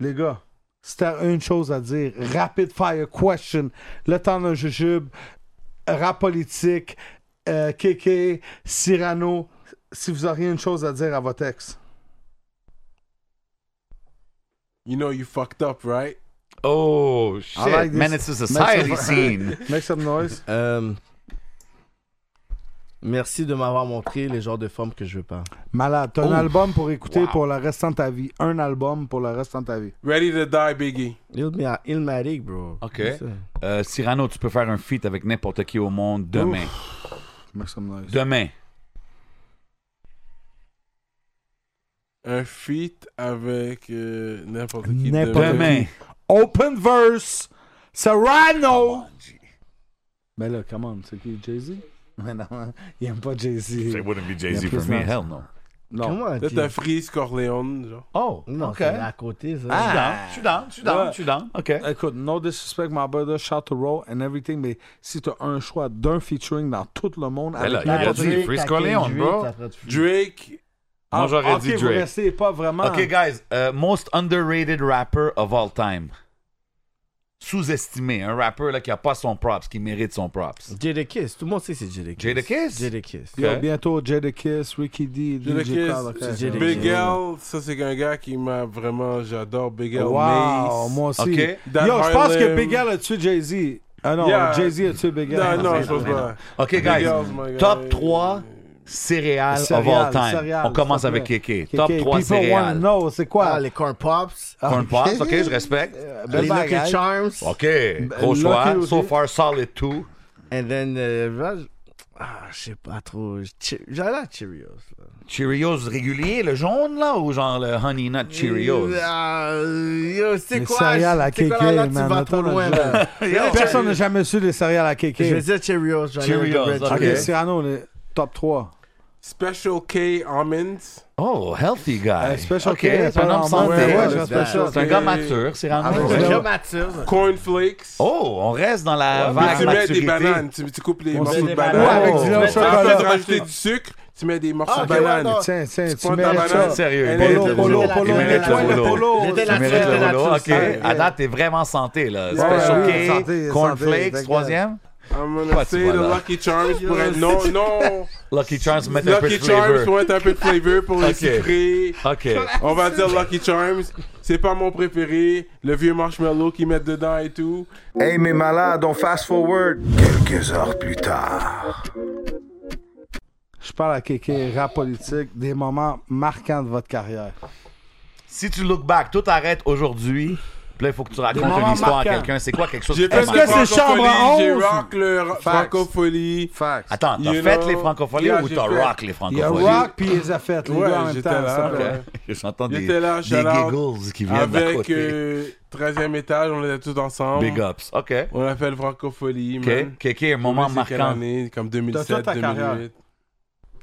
C: Les gars, C'était une chose à dire. Rapid fire question. Le temps d'un jujube. Rap politique. euh, Kéké. Cyrano. Si vous auriez une chose à dire à votre ex.
E: You know you fucked up, right?
B: Oh, shit.
C: like this.
B: Man, it's a society
F: Make some-
B: scene.
C: Make some noise.
F: Euh, merci de m'avoir montré les genres de formes que je veux pas.
C: Malade. T'as un
F: Oh.
C: album pour écouter
F: Wow.
C: pour le restant de ta vie. Un album pour le restant de ta vie. Ah,
E: Ready to die, Biggie.
F: Ilma- Ilmatic, bro.
B: OK.
F: C'est ça.
B: Euh, Cyrano, tu peux faire un feat avec n'importe qui au monde demain.
C: Make some noise.
B: Demain.
E: Un feat avec euh, n'importe qui.
C: N'importe
E: demain.
B: Demain.
C: Open verse. Serrano. Mais là, come on, c'est qui Jay-Z? Mais non, hein, il aime pas Jay-Z.
B: It wouldn't be
C: Il y
B: Jay-Z
C: a plus
B: for me.
C: nice.
B: Hell no.
C: Non.
F: Comment
E: Peut-être
F: tu-
E: un Freeze Corleone, genre.
B: Oh,
F: Non,
B: OK.
F: c'est à côté, ça.
B: Ah, je suis down, je suis down, je suis down. OK.
C: Écoute, no disrespect, my brother, shout to roll and everything, mais si t'as un choix d'un featuring dans tout le monde,
B: Ben là,
C: avec
B: il a
C: n'importe
B: dit
C: qui-
B: Freeze
F: T'as
B: Corleone,
F: Kendrick,
B: bro.
F: t'as Fred Fou-
E: Drake.
B: Moi, j'aurais
C: Ah,
B: dit
C: ok, vous
B: Drake.
C: restez pas vraiment.
B: OK, guys. euh, most underrated rapper of all time. Sous-estimé. Un rappeur là, qui a pas son props, qui mérite son props.
F: Jada Kiss. Tout le monde sait que c'est Jada Kiss.
B: Jadakiss?
F: Jada Kiss.
C: Yo,
B: Ok.
C: bientôt, Jadakiss, Ricky D,
E: Jada
C: DJ Khaled,
E: Kiss,
C: ok.
F: Jada
E: Big
F: Kiss.
E: L, ça c'est un gars qui m'a vraiment, j'adore Big L.
C: Wow,
E: Mace.
C: moi aussi.
B: Ok.
E: Dan
C: Yo, je pense que
E: Harlem.
C: Big L a tué Jay-Z. Ah non,
E: Yeah.
C: Jay-Z a tué Big L.
E: Non, non, je pense pas.
B: OK,
E: Big
B: guys.
E: L's, my guy.
B: Top 3 céréales of
C: Céréales,
B: all time.
C: céréales,
B: On commence
C: s'il te
B: avec
C: plaît.
B: Kéké.
C: Ok,
B: Top
C: ok,
B: 3
C: people wanna
B: céréales.
C: know, Ah, c'est quoi?
F: Ah, les Corn Pops. Ah,
B: Corn Pops, OK, je respecte.
F: les Lucky
C: bagaille.
F: Charms.
B: OK, gros
C: Euh, ben, Lucky
B: choix.
C: Luke.
B: So far, solid 2.
F: And then, euh, voilà, je- ah, je sais pas trop. Che- J'allais à Cheerios. là.
B: Cheerios régulier, le jaune, là, ou genre le Honey Nut Cheerios?
F: Ah, yo, c'est
C: Les
F: quoi?
C: céréales à
F: c'est quoi,
C: Kéké,
F: là, tu
C: man,
F: vas
C: attends,
F: trop loin,
C: je-
F: là.
C: Personne n'a jamais su les céréales à
F: Je vais
C: Kéké.
F: dire Cheerios. j'allais
B: Cheerios,
F: avec le Red
B: ok.
F: Cheerios.
C: Ok, Cyrano, le top 3.
E: Special K Almonds.
B: Oh, healthy guy.
C: Euh, Special
B: OK,
C: K,
B: c'est
E: hein,
B: un homme
C: ouais,
B: santé.
C: ouais,
E: euh,
F: ouais,
B: C'est
F: Special
B: un
E: K.
B: gars mature, c'est rendu.
C: Ah,
F: C'est
C: ouais.
F: Jean Mathis.
E: Cornflakes.
B: Oh, on reste dans la
E: Mais
B: vague
E: tu mets
B: maturité.
E: des bananes, tu, tu coupes les
C: On
E: morceaux
C: met
E: de
C: des
E: bananes.
C: bananes. Ouais, avec du lait au
E: Mais tu-
C: chocolat.
E: Après de rajouter du sucre, tu mets des morceaux
F: Ah,
E: de
F: ok,
E: bananes.
F: ouais, non.
C: Tiens, tiens, tu
E: prends ta
C: mets ça.
E: banane.
B: Sérieux, il
E: Elle
B: mérite
E: est-
B: le
E: Polo,
B: rouleau.
E: Polo,
B: Il mérite
F: Polo,
B: le
F: Polo.
B: rouleau.
F: Il était
B: Il mérite
F: là-dessus,
B: le
F: il était
B: rouleau. OK,
F: là-dessus.
B: à date, t'es vraiment santé, là. Special
E: ouais,
C: santé,
B: K,
C: santé,
B: Cornflakes,
C: t'inquiète.
B: troisième.
E: I'm
B: Quoi,
E: gonna
B: tu
E: say
B: vois,
E: the
B: là?
E: Lucky Charms pour être... Non, non.
B: Lucky Charms, mettre un peu de
E: Lucky Charms
B: flavor.
E: pour être un peu de flavor pour les
B: Ok.
E: sucrer.
B: OK.
E: On va dire Lucky Charms. C'est pas mon préféré. Le vieux marshmallow qu'ils mettent dedans et tout.
K: Hey, mes malades, on fast forward.
H: Quelques heures plus tard.
C: Je parle à Kéké, rap politique, des moments marquants de votre carrière.
B: Si tu look back, tout arrête aujourd'hui. Puis là, il faut que tu racontes une
C: moments
B: histoire à
C: marquants.
B: quelqu'un. C'est quoi quelque chose
E: J'ai
B: qui
E: fait
B: t'a
E: le
B: marqué?
C: c'est chambre à
E: Francofolie, J'ai
C: 11?
E: rock le ra-
C: Facts.
E: francofolie.
C: Facts.
B: Attends, t'as
E: You
B: fait
E: know-
B: les francopholies
E: Yeah,
B: ou
E: j'ai
B: t'as
E: fait.
B: rock
C: Il
B: les
C: y a
B: francopholies?
C: rock puis les a fait, les
E: Ouais,
C: gars, en même
E: j'étais
C: temps.
E: là,
C: ça,
E: ouais.
C: là.
B: J'entends des,
E: J'étais là,
B: des
E: shout out.
B: giggles qui viennent d'à
E: Avec
B: côté.
E: euh, 13e étage, on était tous ensemble.
B: Big ups. OK.
E: On a fait le francofolie. man.
B: OK. Kéké, un moment
E: Oublie, c'est quelle
B: marquant.
E: année, comme
C: T'as fait
E: 2007,
C: ta carrière.
E: 2008.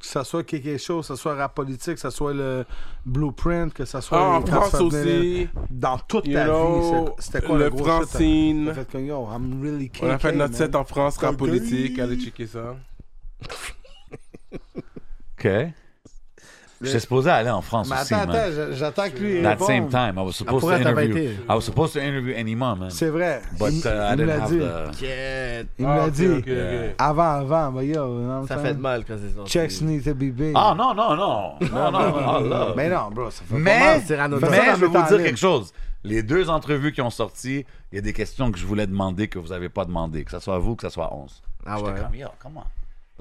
C: Que ça soit Kéké Show, que ça soit rap politique, que ça soit le Blueprint, que ça soit...
E: Ah, en
C: quand tu
E: France
C: fais venir-
E: aussi.
C: Dans toute
E: You
C: ta vie,
E: know,
C: c'est- c'était quoi le,
E: le
C: gros shit, t'as-
E: Francine.
C: t'as fait comme, yo, I'm really
E: On a
C: KK,
E: fait notre
C: man.
E: set en France, rap politique. Allez checker ça.
B: OK. J'étais supposé aller en France
C: Mais
B: aussi,
C: attends,
B: man.
C: attends, j- j'attends que lui
B: That
C: réponde.
B: same time, I was supposed to
F: Pourquoi t'as pas
B: interview.
F: été?
B: I was supposed to interview any mom, man.
C: C'est vrai.
B: But
C: il
B: uh, I
C: il me
B: didn't
C: l'a
B: have
C: dit.
B: the...
F: Yeah.
C: Il me
E: Ah,
C: l'a
E: ok,
C: dit.
E: ok, ok.
C: Avant, avant, mais yo, you know what I'm
F: Ça
C: saying?
F: fait de mal quand c'est sorti.
C: Checks need to be big.
B: Ah non, non, non. Non, non. Oh, là.
C: Mais non, bro, ça fait pas
B: Mais,
C: mal.
F: mal, Cyrano.
B: mais
F: Fais ça
C: dans
B: je vais
C: le temps
B: vous dire
C: libre.
B: quelque chose. Les deux entrevues qui ont sorti, il y a des questions que je voulais demander que vous n'avez pas demandé, que ce soit à vous, que ce soit à 11.
F: Ah ouais.
B: J'étais comme, yo, come on.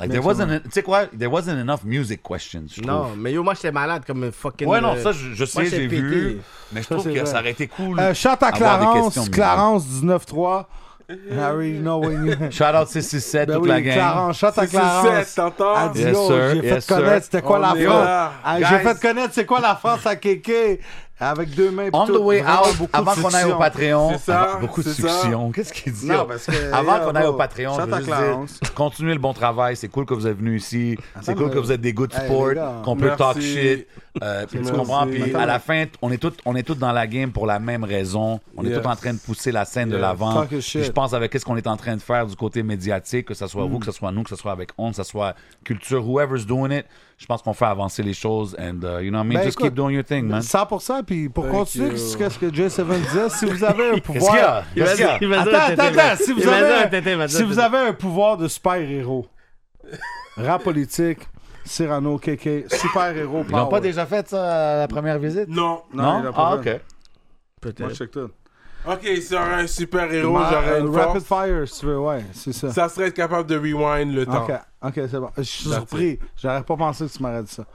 B: Like, there wasn't, tu sais quoi, there wasn't enough music questions, je
F: Non,
B: trouve.
F: mais yo, moi, j'étais malade comme un fucking.
B: Ouais, non,
F: euh,
B: ça, je, je sais,
F: moi, j'étais
B: j'ai
F: pété.
B: vu, mais je trouve
C: c'est
B: que
C: vrai.
B: ça aurait été cool.
C: Euh, shout à
B: d'avoir Hmm. des questions
C: Clarence,
B: minimum.
C: Clarence 19-3. I already know when you...
B: Shout out 667,
C: Ben
B: toute
C: oui,
B: la gang.
C: Clarence, shout à
E: C'est
C: Clarence.
E: 7, t'entends?
C: Elle dit,
B: Yes,
C: Ah, yo,
B: sir.
C: j'ai
B: Yes,
C: fait connaître c'était quoi
E: On
C: la
E: est là.
C: France. Ah, J'ai
B: Guys.
C: fait connaître c'est quoi la France à Kéké. Avec deux mains. puis
B: On the
C: tout,
B: way
C: vraiment
B: out,
C: beaucoup
B: avant
C: de
B: qu'on aille au
C: succion.
B: Patreon,
E: C'est ça,
B: avant- beaucoup de
E: c'est ça.
B: succion, qu'est-ce qu'il dit?
C: Non, parce que-
B: avant qu'on aille au
C: oh,
B: Patreon, je
C: shout
B: veux
C: à
B: juste
C: Clarence.
B: dire, continuez le bon travail, c'est cool que vous êtes venus ici, c'est cool
C: mais-
B: que vous êtes des good
C: Hey, les
B: sports,
C: gars.
B: qu'on peut
E: Merci.
B: talk shit, euh, puis tu
E: Merci.
B: comprends, puis
E: Attends,
B: à
E: mais-
B: la fin, on est tous on est tous dans la game pour la même raison, on est
E: Yes.
B: tous en train de pousser la scène de
E: Yes.
B: l'avant,
C: Talk your shit.
B: Puis je pense avec qu'est-ce qu'on est en train de faire du côté médiatique, que ce soit vous, que ce soit nous, que ce soit avec on, que ce soit culture, whoever's doing it, je pense qu'on fait avancer les choses, and uh, you know what I mean,
C: Ben,
B: just
C: écoute,
B: keep doing your thing, man.
C: 100%. puis pour
K: Thank
C: continuer
K: you.
C: ce que- ce que J7 disait, si vous avez un pouvoir...
K: qu'il y a?
F: euh,
K: Qu'est-ce qu'il y a? Il m'a dit un
C: Attends,
K: tété,
C: attends,
K: man.
C: attends, si
K: Il
C: vous
K: m'a dit
C: avez
K: un tété, il m'a dit
C: si
K: un
C: vous
K: tété.
C: avez un pouvoir de super-héros, rap politique, Cyrano, KK, super-héros,
B: Ils l'ont pas
C: power.
B: déjà fait ça à la première visite?
E: Non.
B: Ah Non?
C: il l'a pas
B: ah,
C: fait.
B: ok.
C: Peut-être. Moi, je check tout.
E: Ok, si j'aurais un super héros,
C: Ma-
E: j'aurais une
C: euh, Rapid
E: force.
C: fire, si tu veux, ouais, c'est ça.
E: Ça serait être capable de rewind le temps.
C: Ok, ok, c'est bon. Je suis
E: That's
C: surpris. J'aurais pas pensé que tu m'aurais dit ça.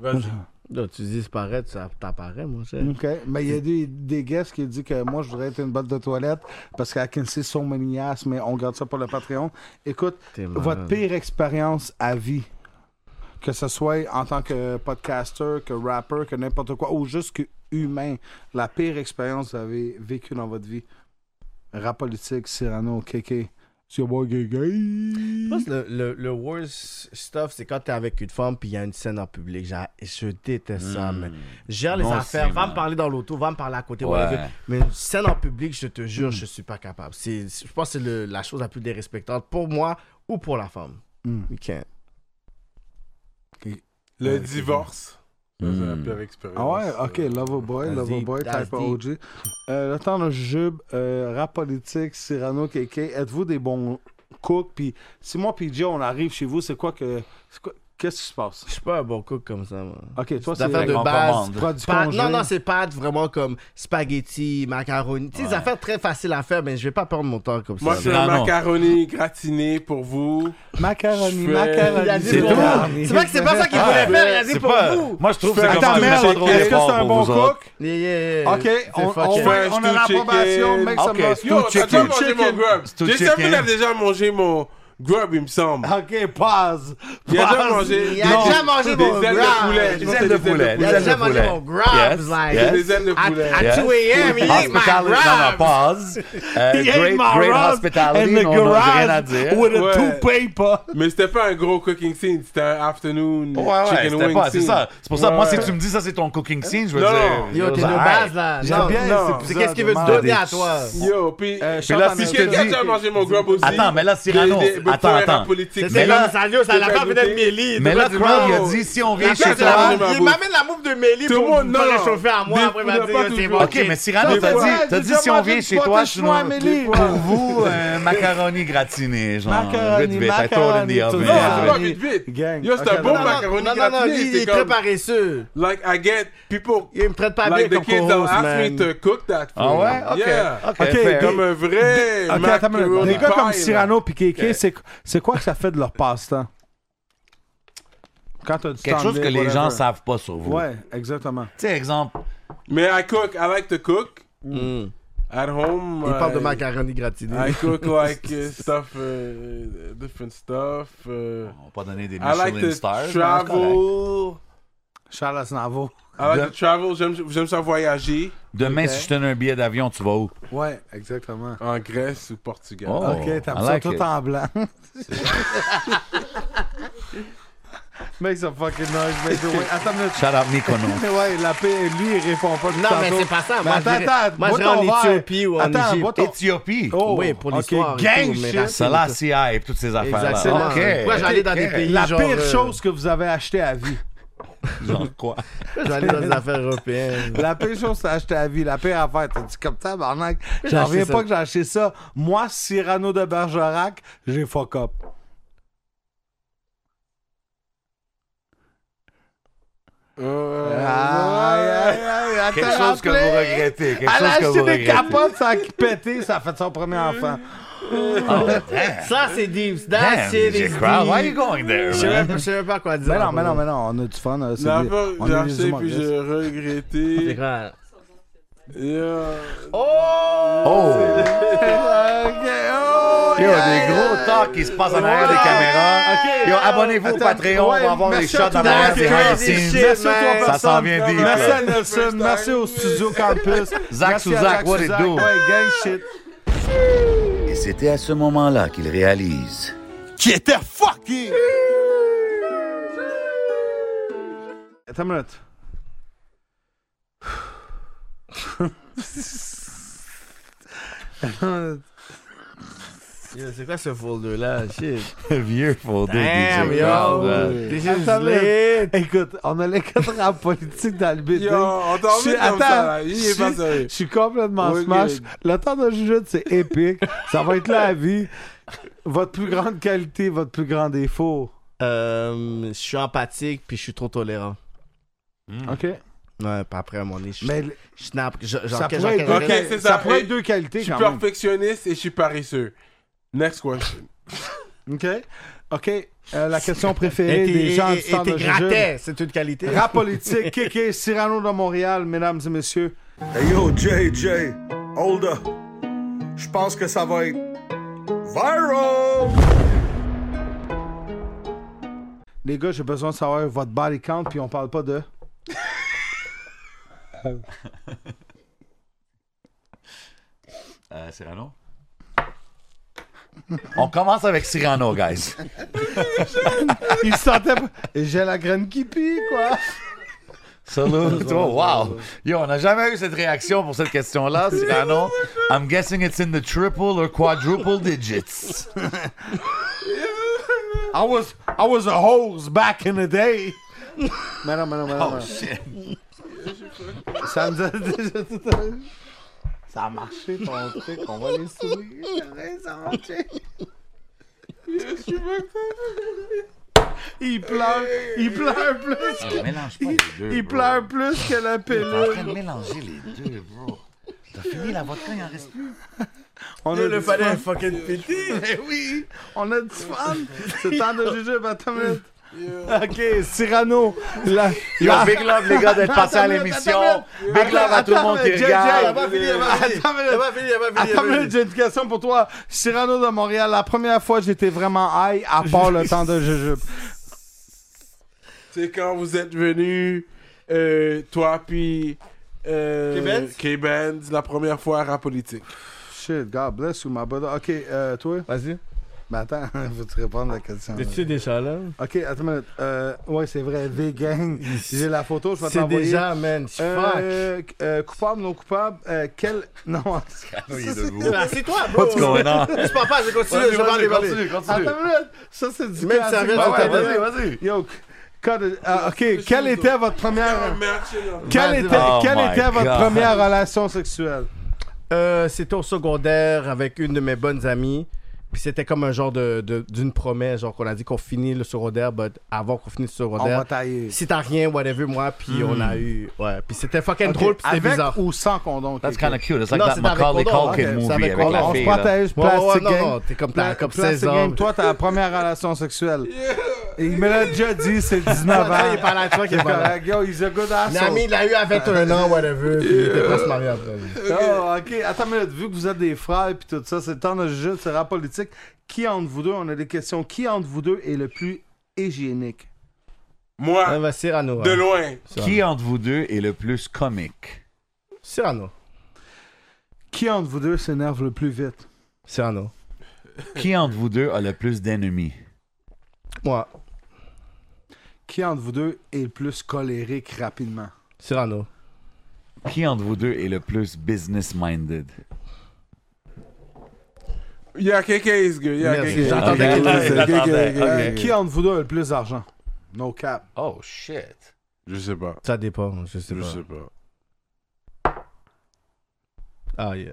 E: Vas-y.
F: Là, tu disparais, tu t'apparais, moi. c'est-
C: Ok, mais il y a des, des guests qui disent que moi je voudrais être une botte de toilette parce qu'à can see so many ass, mais on garde ça pour le Patreon. Écoute,
F: T'es malade.
C: votre pire expérience à vie, que ce soit en tant que podcaster, que rapper, que n'importe quoi, ou juste que humain, la pire expérience que vous avez vécue dans votre vie. Rap politique, Cyrano, Kéké. C'est moi, Kéké.
F: Je pense que le, le, le worst stuff, c'est quand t'es avec une femme puis il y a une scène en public. J'a- Je déteste ça, mais gère les
B: Hmm. Moi aussi,
F: affaires, va
B: man.
F: me parler dans l'auto, va me parler à côté.
B: Ouais. Hmm.
F: whatever. Mais une scène en public, je te jure, je suis pas capable. C'est, je pense que c'est le- la chose la plus dérespectante pour moi ou pour la femme.
B: Hmm.
C: Mm.
F: We can't.
E: Le divorce. Ça, c'est
B: Hmm.
E: la pire expérience. Euh,
C: Ah ouais, ok, Lover Boy,
E: That's
C: Lover
E: deep,
C: Boy,
E: that's
C: Type of
E: deep.
C: OG. Euh, le temps de jube, euh, rap politique, Cyrano, KK, êtes-vous des bons cooks? Puis si moi, PJ, on arrive chez vous, c'est quoi que. c'est quoi- Qu'est-ce qui se passe?
F: Je suis pas un bon cook comme ça, moi.
C: Ok, toi,
F: Des
C: c'est
F: affaires de base.
C: Produits
F: Pâtes-
C: congelés.
F: non, non, c'est pâtes vraiment comme spaghetti, macaroni. Tu sais, des affaires très faciles à faire, mais je vais pas perdre mon temps comme
E: Moi,
F: ça.
E: c'est un macaroni gratiné pour vous.
C: Macaroni,
E: Je fais-
C: macaroni.
E: Il a dit
B: C'est
E: pour
B: tout.
E: vous.
F: C'est vrai que c'est pas ça qu'il voulait faire, il a dit
B: C'est
F: pour
B: pas-
F: vous.
B: Moi, je trouve que
E: Je
B: c'est
E: fais-
B: comme
E: Attends,
B: un
E: merde,
B: méchant drôle
E: est-ce que
B: départ
E: c'est un
B: pour
E: bon
B: vous autres.
C: cook?
F: Yeah, yeah, yeah.
C: Ok,
F: C'est
C: on, on,
F: fucking-
C: ouais, on a
E: Stew
C: l'approbation,
E: chicken.
C: mec,
B: Ok,
C: ça
E: Yo, t'as déjà
B: chicken.
E: mangé mon grub.
B: Stew
E: J'ai
B: chicken.
E: a déjà mangé mon grub, il me semble.
C: me Ok, pause.
E: Il a déjà
C: Pause.
E: mangé.
F: Il a déjà mangé
E: des
F: mon
E: ailes de
F: grab.
E: poulet.
B: Des
E: Je pense
B: ailes
E: que
B: de
E: c'est des
B: poulet.
F: Il
B: Des
F: a
B: ailes
F: déjà
B: de
F: mangé
B: poulet.
F: mon grabs,
B: Yes,
F: like.
B: yes.
E: Des ailes de
F: À,
E: poulet.
F: à
B: Yes.
F: 2 a.m., il ate my
B: Hospitality, non,
F: grabs.
B: non, pause. Euh,
C: He ate
B: great,
C: my
B: great
C: rubs
B: hospitality,
C: in the
B: non, on n'a rien à
C: garage
B: dire.
C: with a
E: Ouais.
C: toupee pot.
E: Mais c'était pas un gros cooking scene, c'était un afternoon
B: Ouais, ouais,
E: chicken
B: c'était
E: wing
B: pas, c'est
E: scene.
B: ça. C'est pour ça,
E: Ouais,
B: moi, si
E: ouais.
B: tu me dis ça, c'est ton cooking scene, je veux
E: Non,
B: dire.
E: non.
F: Yo, t'es de
B: Hey,
F: base, là.
C: J'aime
F: Non,
C: bien cet
E: non.
F: C'est
C: épisode
F: qu'est-ce qu'il veut
C: de
F: te donner
C: merde.
F: à toi?
E: Yo, puis
C: Euh,
B: Mais là,
C: Charles
B: si
E: si
C: Hamilton.
E: quelqu'un a mangé mon grub aussi.
B: Attends, mais là, Cyrano,
E: des- des- des-
B: Ah attends,
E: des- des-
B: attends.
E: des- politiques.
B: Mais
F: C'était
B: là-
F: comme ça, yo, ça
E: c'est
F: l'a
E: pas
F: pas fait
E: goûté.
F: d'être Mélie.
B: Mais là,
F: Pourquoi tu
B: Crowd, il a
E: non.
B: dit si on
F: Il
B: vient
E: Attends,
B: chez
E: ça va
B: toi.
E: aller ma
F: m'amène
E: bouffe.
F: la bouffe de Mélie
E: Tout le
F: pour
E: monde,
F: me
E: non, non.
F: faire réchauffer à moi.
E: Des
F: Après, il m'a
E: fois,
F: dit,
E: pas
F: yo, c'est
E: toujours.
F: bon.
B: Ok, mais Cyrano,
C: Des
B: t'as
C: fois,
B: dit, t'as
C: j'ai
B: dit
C: déjà
B: si on
C: mangé
B: vient
C: du
B: chez
C: potage
B: toi, je
C: chinois,
B: nous-
C: Amélie.
B: pour vous, euh, macaroni gratiné, genre.
C: Macaroni,
B: Vite, vite, I throw it in
C: macaroni,
B: the
C: tout
B: oven.
E: Non, c'est pas
C: Gang.
E: vite vite.
C: Gang.
E: Yo, c'est
C: Ok,
E: un bon
C: non, non,
F: Non,
E: macaroni
F: non, non,
E: gratiné,
F: lui, il
E: c'est
F: est très
E: comme-
F: paresseux.
E: Like, I get people...
F: Il me traite pas bien
E: Like, the
F: comme
E: kids don't
F: co-host,
E: ask me
F: man.
E: to cook that food.
B: Ah ouais? Ok.
E: Yeah.
B: Ok,
C: Ok, euh,
B: fair.
E: Comme un vrai
C: Ok, attends, une minute.
E: macaroni
C: des gars
E: pie,
C: comme
E: là.
C: Cyrano puis Kéké, c'est- c'est quoi que ça fait de leur passe-temps? Quand t'as du
B: Quelque
C: temps
B: chose que
C: libre,
B: les gens
C: whatever.
B: savent pas sur vous.
C: Ouais, exactement.
B: Tu sais, exemple,
E: Mais I cook, I like to cook.
F: Mm.
E: At home,
F: Il parle de
E: I-
F: macaroni gratiné.
E: I cook like uh, stuff, uh, different stuff. uh,
B: on va pas donner des
E: I
B: Oh, Michelin
E: like to
B: stars. mais c'est correct.
E: travel.
C: Charles Aznavour.
E: I like to travel. J'aime j'aime ça voyager
B: Demain,
C: Ok.
B: si je te donne un billet d'avion, tu vas où?
C: Ouais, exactement.
E: en Grèce ou Portugal.
B: Oh.
C: ok, t'as
B: I
C: mis ça
B: like
C: tout
B: it.
C: en blanc. make some fucking noise, make the way. Attends une minute.
B: Shout out Mykonos.
C: Mais ouais, la paix, lui, il répond pas. depuis
F: Non, mais
C: tantôt.
F: c'est pas ça.
C: Mais
F: Moi,
C: attends,
F: je dirais-
C: attends,
F: moi,
C: bois
F: je dirais en
C: ton verre.
F: Éthiopie ou en
C: Attends,
F: Égypte.
C: bois ton-
B: Éthiopie.
C: Oh,
F: Oui, pour
C: ok,
F: l'histoire. et
B: Gang
F: tout, mais
B: shit.
F: racine,
B: Selassie et toutes ces affaires-là.
F: Exactement.
B: Ok.
F: Moi, j'allais dans des
B: Ok.
F: pays.
C: Eh, La
F: genre,
C: pire
F: euh,
C: chose que vous avez acheté à vie.
B: Genre quoi?
F: Je vais aller dans des affaires européennes.
C: La pire chose, c'est acheter à vie. La pire affaire, t'as dit comme ça, barnac.
F: j'ai
C: J'en
F: acheté
C: reviens
F: ça?
C: pas que j'ai acheté ça. Moi, Cyrano de Bergerac, j'ai fuck up.
E: Euh,
C: Aïe, aïe, aïe, attends,
B: Quelque chose que vous
C: rappelez.
B: regrettez. Quelque
C: Elle
B: chose
C: a
B: que vous
C: acheté des
B: regrettez. Euh.
C: capotes, ça a pété, ça a fait son premier enfant.
B: Oh, damn.
F: Ça, c'est deep. That
B: Damn,
F: shit
B: DJ
F: is
B: Crowd, why
F: deep.
B: you going there,
F: Je sais
B: man?
F: même pas- je sais même pas quoi dire.
C: Mais non, mais non, mais non, on a du fun. euh, c'est
E: la
C: des-
E: fois,
C: on
E: j'ai
C: est
E: acheté
C: des
E: puis
C: humoristes.
E: j'ai
F: C'est
E: regretté.
F: grave.
E: Yeah.
B: Oh!
C: Ok, oh,
B: Yo,
C: yeah,
B: des gros
C: yeah.
B: talks qui se passent en arrière des
C: Ouais.
B: caméras. Yo, abonnez-vous au
C: Attends,
B: Patreon
C: ouais,
B: pour avoir les
C: merci à
B: shots en
C: tout le
B: arrière
C: monde.
B: des behind the
F: Crazy
B: scenes.
F: shit,
C: Merci à toi,
F: man.
B: Ça
C: personne.
B: s'en vient deep,
C: Merci
B: là.
C: à Nelson, merci au studio Campus.
B: Zach
C: Merci à
B: Suzak,
C: Zach
B: what it
C: Suzak.
B: do?
C: Ouais, gang shit.
J: Et c'était à ce moment-là qu'il réalise.
I: Qui était fucké!
C: Attends une minute.
F: Yo, C'est quoi ce folder-là? Shit. euh,
B: Vieux folder
F: Damn,
B: DJ
F: yo.
C: Ah,
B: Crowd, man.
F: This is
C: Attends, mais-
F: lit.
C: Écoute, on a les quatre rap politiques dans le building.
E: Yo, on t'a
C: Je suis-
E: mis comme
C: attends,
E: ça, là. Il est
C: je
E: pas
C: suis-
E: sérieux.
C: Je suis complètement
E: Oui,
C: smash.
E: good.
C: Le temps de jujutsu, c'est épique. ça va être là à vie. Votre plus grande qualité, votre plus grand défaut.
F: Euh, je suis empathique, puis je suis trop tolérant. Hmm.
C: OK?
F: Ouais, pas après, à mon nez. Je,
C: Mais le-
F: je snap. Je, j'en-
C: ça
F: que-
C: pourrait
F: j'en-
C: être,
E: Ok, c'est
C: ça
E: ça.
C: pourrait
E: Et
C: être deux
E: Je
C: qualités
E: suis
C: quand même.
E: perfectionniste et je suis paresseux. Next question.
C: OK? OK. Euh, la question
F: Et
C: préférée
F: t'es-
C: des gens
F: et-
C: du
F: et-
C: temps
F: et t'es
C: de jujutsu.
F: gratté, c'est une qualité.
C: Rap politique, Kéké, Cyrano de Montréal, mesdames et messieurs.
K: Hey yo, JJ, hold up. Je pense que ça va être viral.
C: Les gars, j'ai besoin de savoir votre body count, puis on parle pas de.
B: Euh, Cyrano? On commence avec Cyrano, guys.
C: Il se sentait pas. J'ai la graine qui pille, quoi.
B: Salute. Oh, wow. Yo, on n'a jamais eu cette réaction pour cette question-là, Cyrano. I'm guessing it's in the triple or quadruple digits.
C: I was, I was a hose back in the day. Mais non, mais non, mais non.
B: Oh,
C: mais non.
B: shit.
C: Ça nous a déjà tout à l'heure. Ça a marché ton truc, on va les sourire. C'est vrai, Ça a marché. Il pleure, il pleure plus.
B: Ah, mélange pas les deux,
C: Il
B: bro.
C: pleure plus que la
B: T'es en train de
C: pilule.
B: mélanger les deux, bro. T'as fini la vodka, il en reste plus.
C: On a,
F: Il
C: du
F: le
C: fun.
F: fallait fucking péter.
C: Eh oui, on a du fun. C'est temps de juger, attends une minute. Ok, Cyrano. La...
B: Yo, big love, les gars, d'être passés à l'émission. Big love à tout le monde qui
C: Attends, attends,
B: regarde.
C: attends, attends, attends,
F: Elle va finir, elle va finir,
C: Attends,
F: elle va
C: mais
F: finir.
C: j'ai une question pour toi. Cyrano de Montréal, la première fois j'étais vraiment high, à part le temps de jujube.
E: C'est quand vous êtes venu, euh, toi puis euh,
F: K-Benz?
E: K-Benz, la première fois à rap politique.
C: Shit, God bless you, my brother. Ok, euh, toi?
F: Vas-y.
C: Ben attends, faut te répondre à la question. là.
F: C'est déjà là.
C: Ok, attends une minute. Euh, ouais, c'est vrai, V-Gang. J'ai la photo, je vais
F: C'est
C: t'envoyer.
F: déjà, man. Fuck.
C: Euh, euh, coupable, non coupable, euh, quel. Non,
F: Ah, C'est toi, bro.
B: What's going on?
F: Je parle pas, je continue, je vais aller parler.
C: attends une minute. Ça, c'est du
F: Même
C: classique.
F: serviette,
C: Ouais, ouais,
F: c'est
C: vas-y,
F: vrai.
C: vas-y. Yo, quand- ah, ok, quelle était votre
E: Ah.
C: première. Quelle
F: Vas-y,
C: était,
B: vas-y.
C: quelle
B: Oh my
C: était votre
B: God.
C: première relation sexuelle?
F: Euh, C'était au secondaire avec une de mes bonnes amies. Puis c'était comme un genre de de- d'une promesse, genre qu'on a dit qu'on finit le secondaire, mais avant qu'on finisse le
C: On va
F: secondaire,
C: tailler.
F: si t'as rien, whatever, moi, puis on a eu. Ouais, puis c'était fucking
C: Ok,
F: drôle, puis c'était
C: Avec
F: bizarre.
C: ou sans condom?
B: That's
C: Kéké?
B: kind of cute. It's like
F: Non,
B: that
F: c'est avec
B: Macaulay
F: condom.
B: Culkin
F: Ok, c'est
B: movie
F: avec
B: avec,
F: condom.
B: la
C: on se
B: fille. là.
C: protège,
F: Ouais, ouais,
C: plastic
F: non,
C: gang.
F: non, t'es comme- t'as
C: Pla-
F: comme
C: Plastic
F: 16 ans.
C: Gang, toi, ta première relation sexuelle. Il me l'a déjà dit, c'est 19 ans.
F: Ah, il est pas là, toi qui est
C: C'est
F: pas là.
C: correct. Yo, he's a good asshole.
F: Nami l'a eu à 21 ans, whatever, puis il était presque marié après.
C: Oh, ok, attends une minute. Vu que vous êtes des frères et tout ça, c'est le temps de juger, c'est rap politique. Qui entre vous deux, on a des questions, qui entre vous deux est le plus hygiénique?
F: Ouais,
E: Moi,
F: bah, Cyrano.
E: de
F: ouais.
E: loin.
B: Qui entre vous deux est le plus comique?
F: Cyrano.
C: Qui entre vous deux s'énerve le plus vite?
F: Cyrano.
B: Qui entre vous deux a le plus d'ennemis?
F: Moi.
C: Qui entre vous deux est le plus colérique rapidement?
F: Cyrano.
B: Qui entre vous deux est le plus business-minded?
E: Il y a KK, ce gars. Il y a
F: Merci.
E: KK.
F: J'entendais
E: Il y a
B: quelqu'un,
E: KK, il y a
B: j'attendais.
E: KK, il y a
B: Ok.
E: KK.
C: Qui entre vous deux a le plus d'argent? No cap.
B: Oh, shit.
E: Je sais pas.
F: Ça dépend, je sais
E: Je
F: pas.
E: sais pas.
F: Ah, yeah.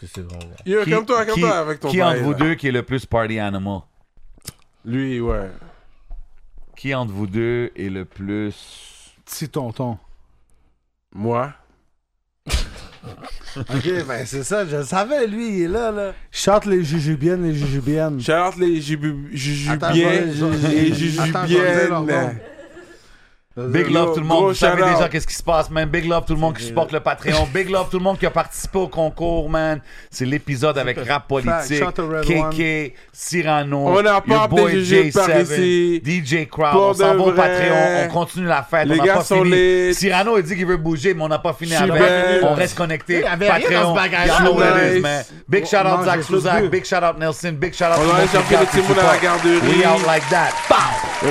F: Je sais pas. ouais.
E: Yo,
B: Qui-
E: calme-toi,
B: qui-
E: calme-toi avec ton
B: Qui entre
E: bail,
B: vous
E: là.
B: deux qui est le plus party animal?
E: Lui, ouais.
B: Qui entre vous deux est le plus...
C: Petit tonton.
E: Moi.
C: Ok, ben c'est ça, je le savais, lui, il est là, là. Chante les jujubiennes, les jujubiennes.
E: Shout out les jubu- jujubiens. Les jujubiennes.
B: Big
E: Yo,
B: love tout le monde,
E: gros
B: vous savez
E: shout-out.
B: déjà qu'est-ce qui se passe, man. Big love tout le monde qui supporte le Patreon. Big love tout le monde qui a participé au concours, man. C'est l'épisode avec Rap Politique,
C: Shout to Red
B: KK, Cyrano,
E: On a
B: your
E: pas
B: boy
E: des jeux par
B: J7,
E: ici.
B: DJ Crowd.
E: Pour
B: on s'en
E: de
B: va au
E: vrai.
B: Patreon, on continue la fête,
E: Les
B: on n'a
E: gars
B: pas
E: sont
B: fini.
E: lit.
B: Cyrano, il dit qu'il veut bouger, mais on n'a pas fini
F: Je suis
B: avec.
E: bien.
B: On reste connecté.
F: Il y avait rien dans ce bagage-là.
B: You know what it is,
E: Nice.
B: man. Big shout out
C: Non,
B: Zach
C: j'ai tout
B: Suzak,
C: vu.
B: big shout out Nelson, big shout out
E: On
B: tout le
E: a
B: monde qui
E: échappé
B: regarde,
E: le Timon
B: qui
E: à la
B: supporte.
E: garderie.
B: We out like that. Pow!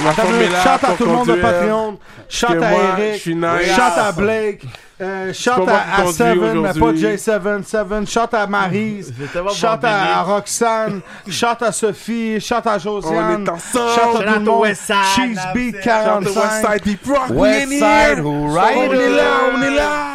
E: ma
C: Attends
E: femme
C: une
E: est là
C: minute, Chante à
E: pour
C: tout le monde de
E: conduire.
C: Patreon. Chante
E: Que
C: à
E: moi,
C: Eric.
E: je suis nice.
C: Chante à Blake. euh,
E: C'est
C: chante
E: pas moi qui
C: à, à
E: conduis
C: Seven, mais pas
E: aujourd'hui.
C: J7. Seven. Chante à Maryse.
F: tellement
C: Chante
F: bordélique.
C: à, à Roxane. Chante à Sophie. Chante à Josiane.
E: On est ensemble.
C: Chante à tout
F: Chante
C: le
F: au
C: monde.
F: Westside,
C: Cheese Beat 45.
E: Westside Deep Rock.
B: Westside,
E: on
B: who
E: est
B: ride
E: là,
B: it.
E: on est là.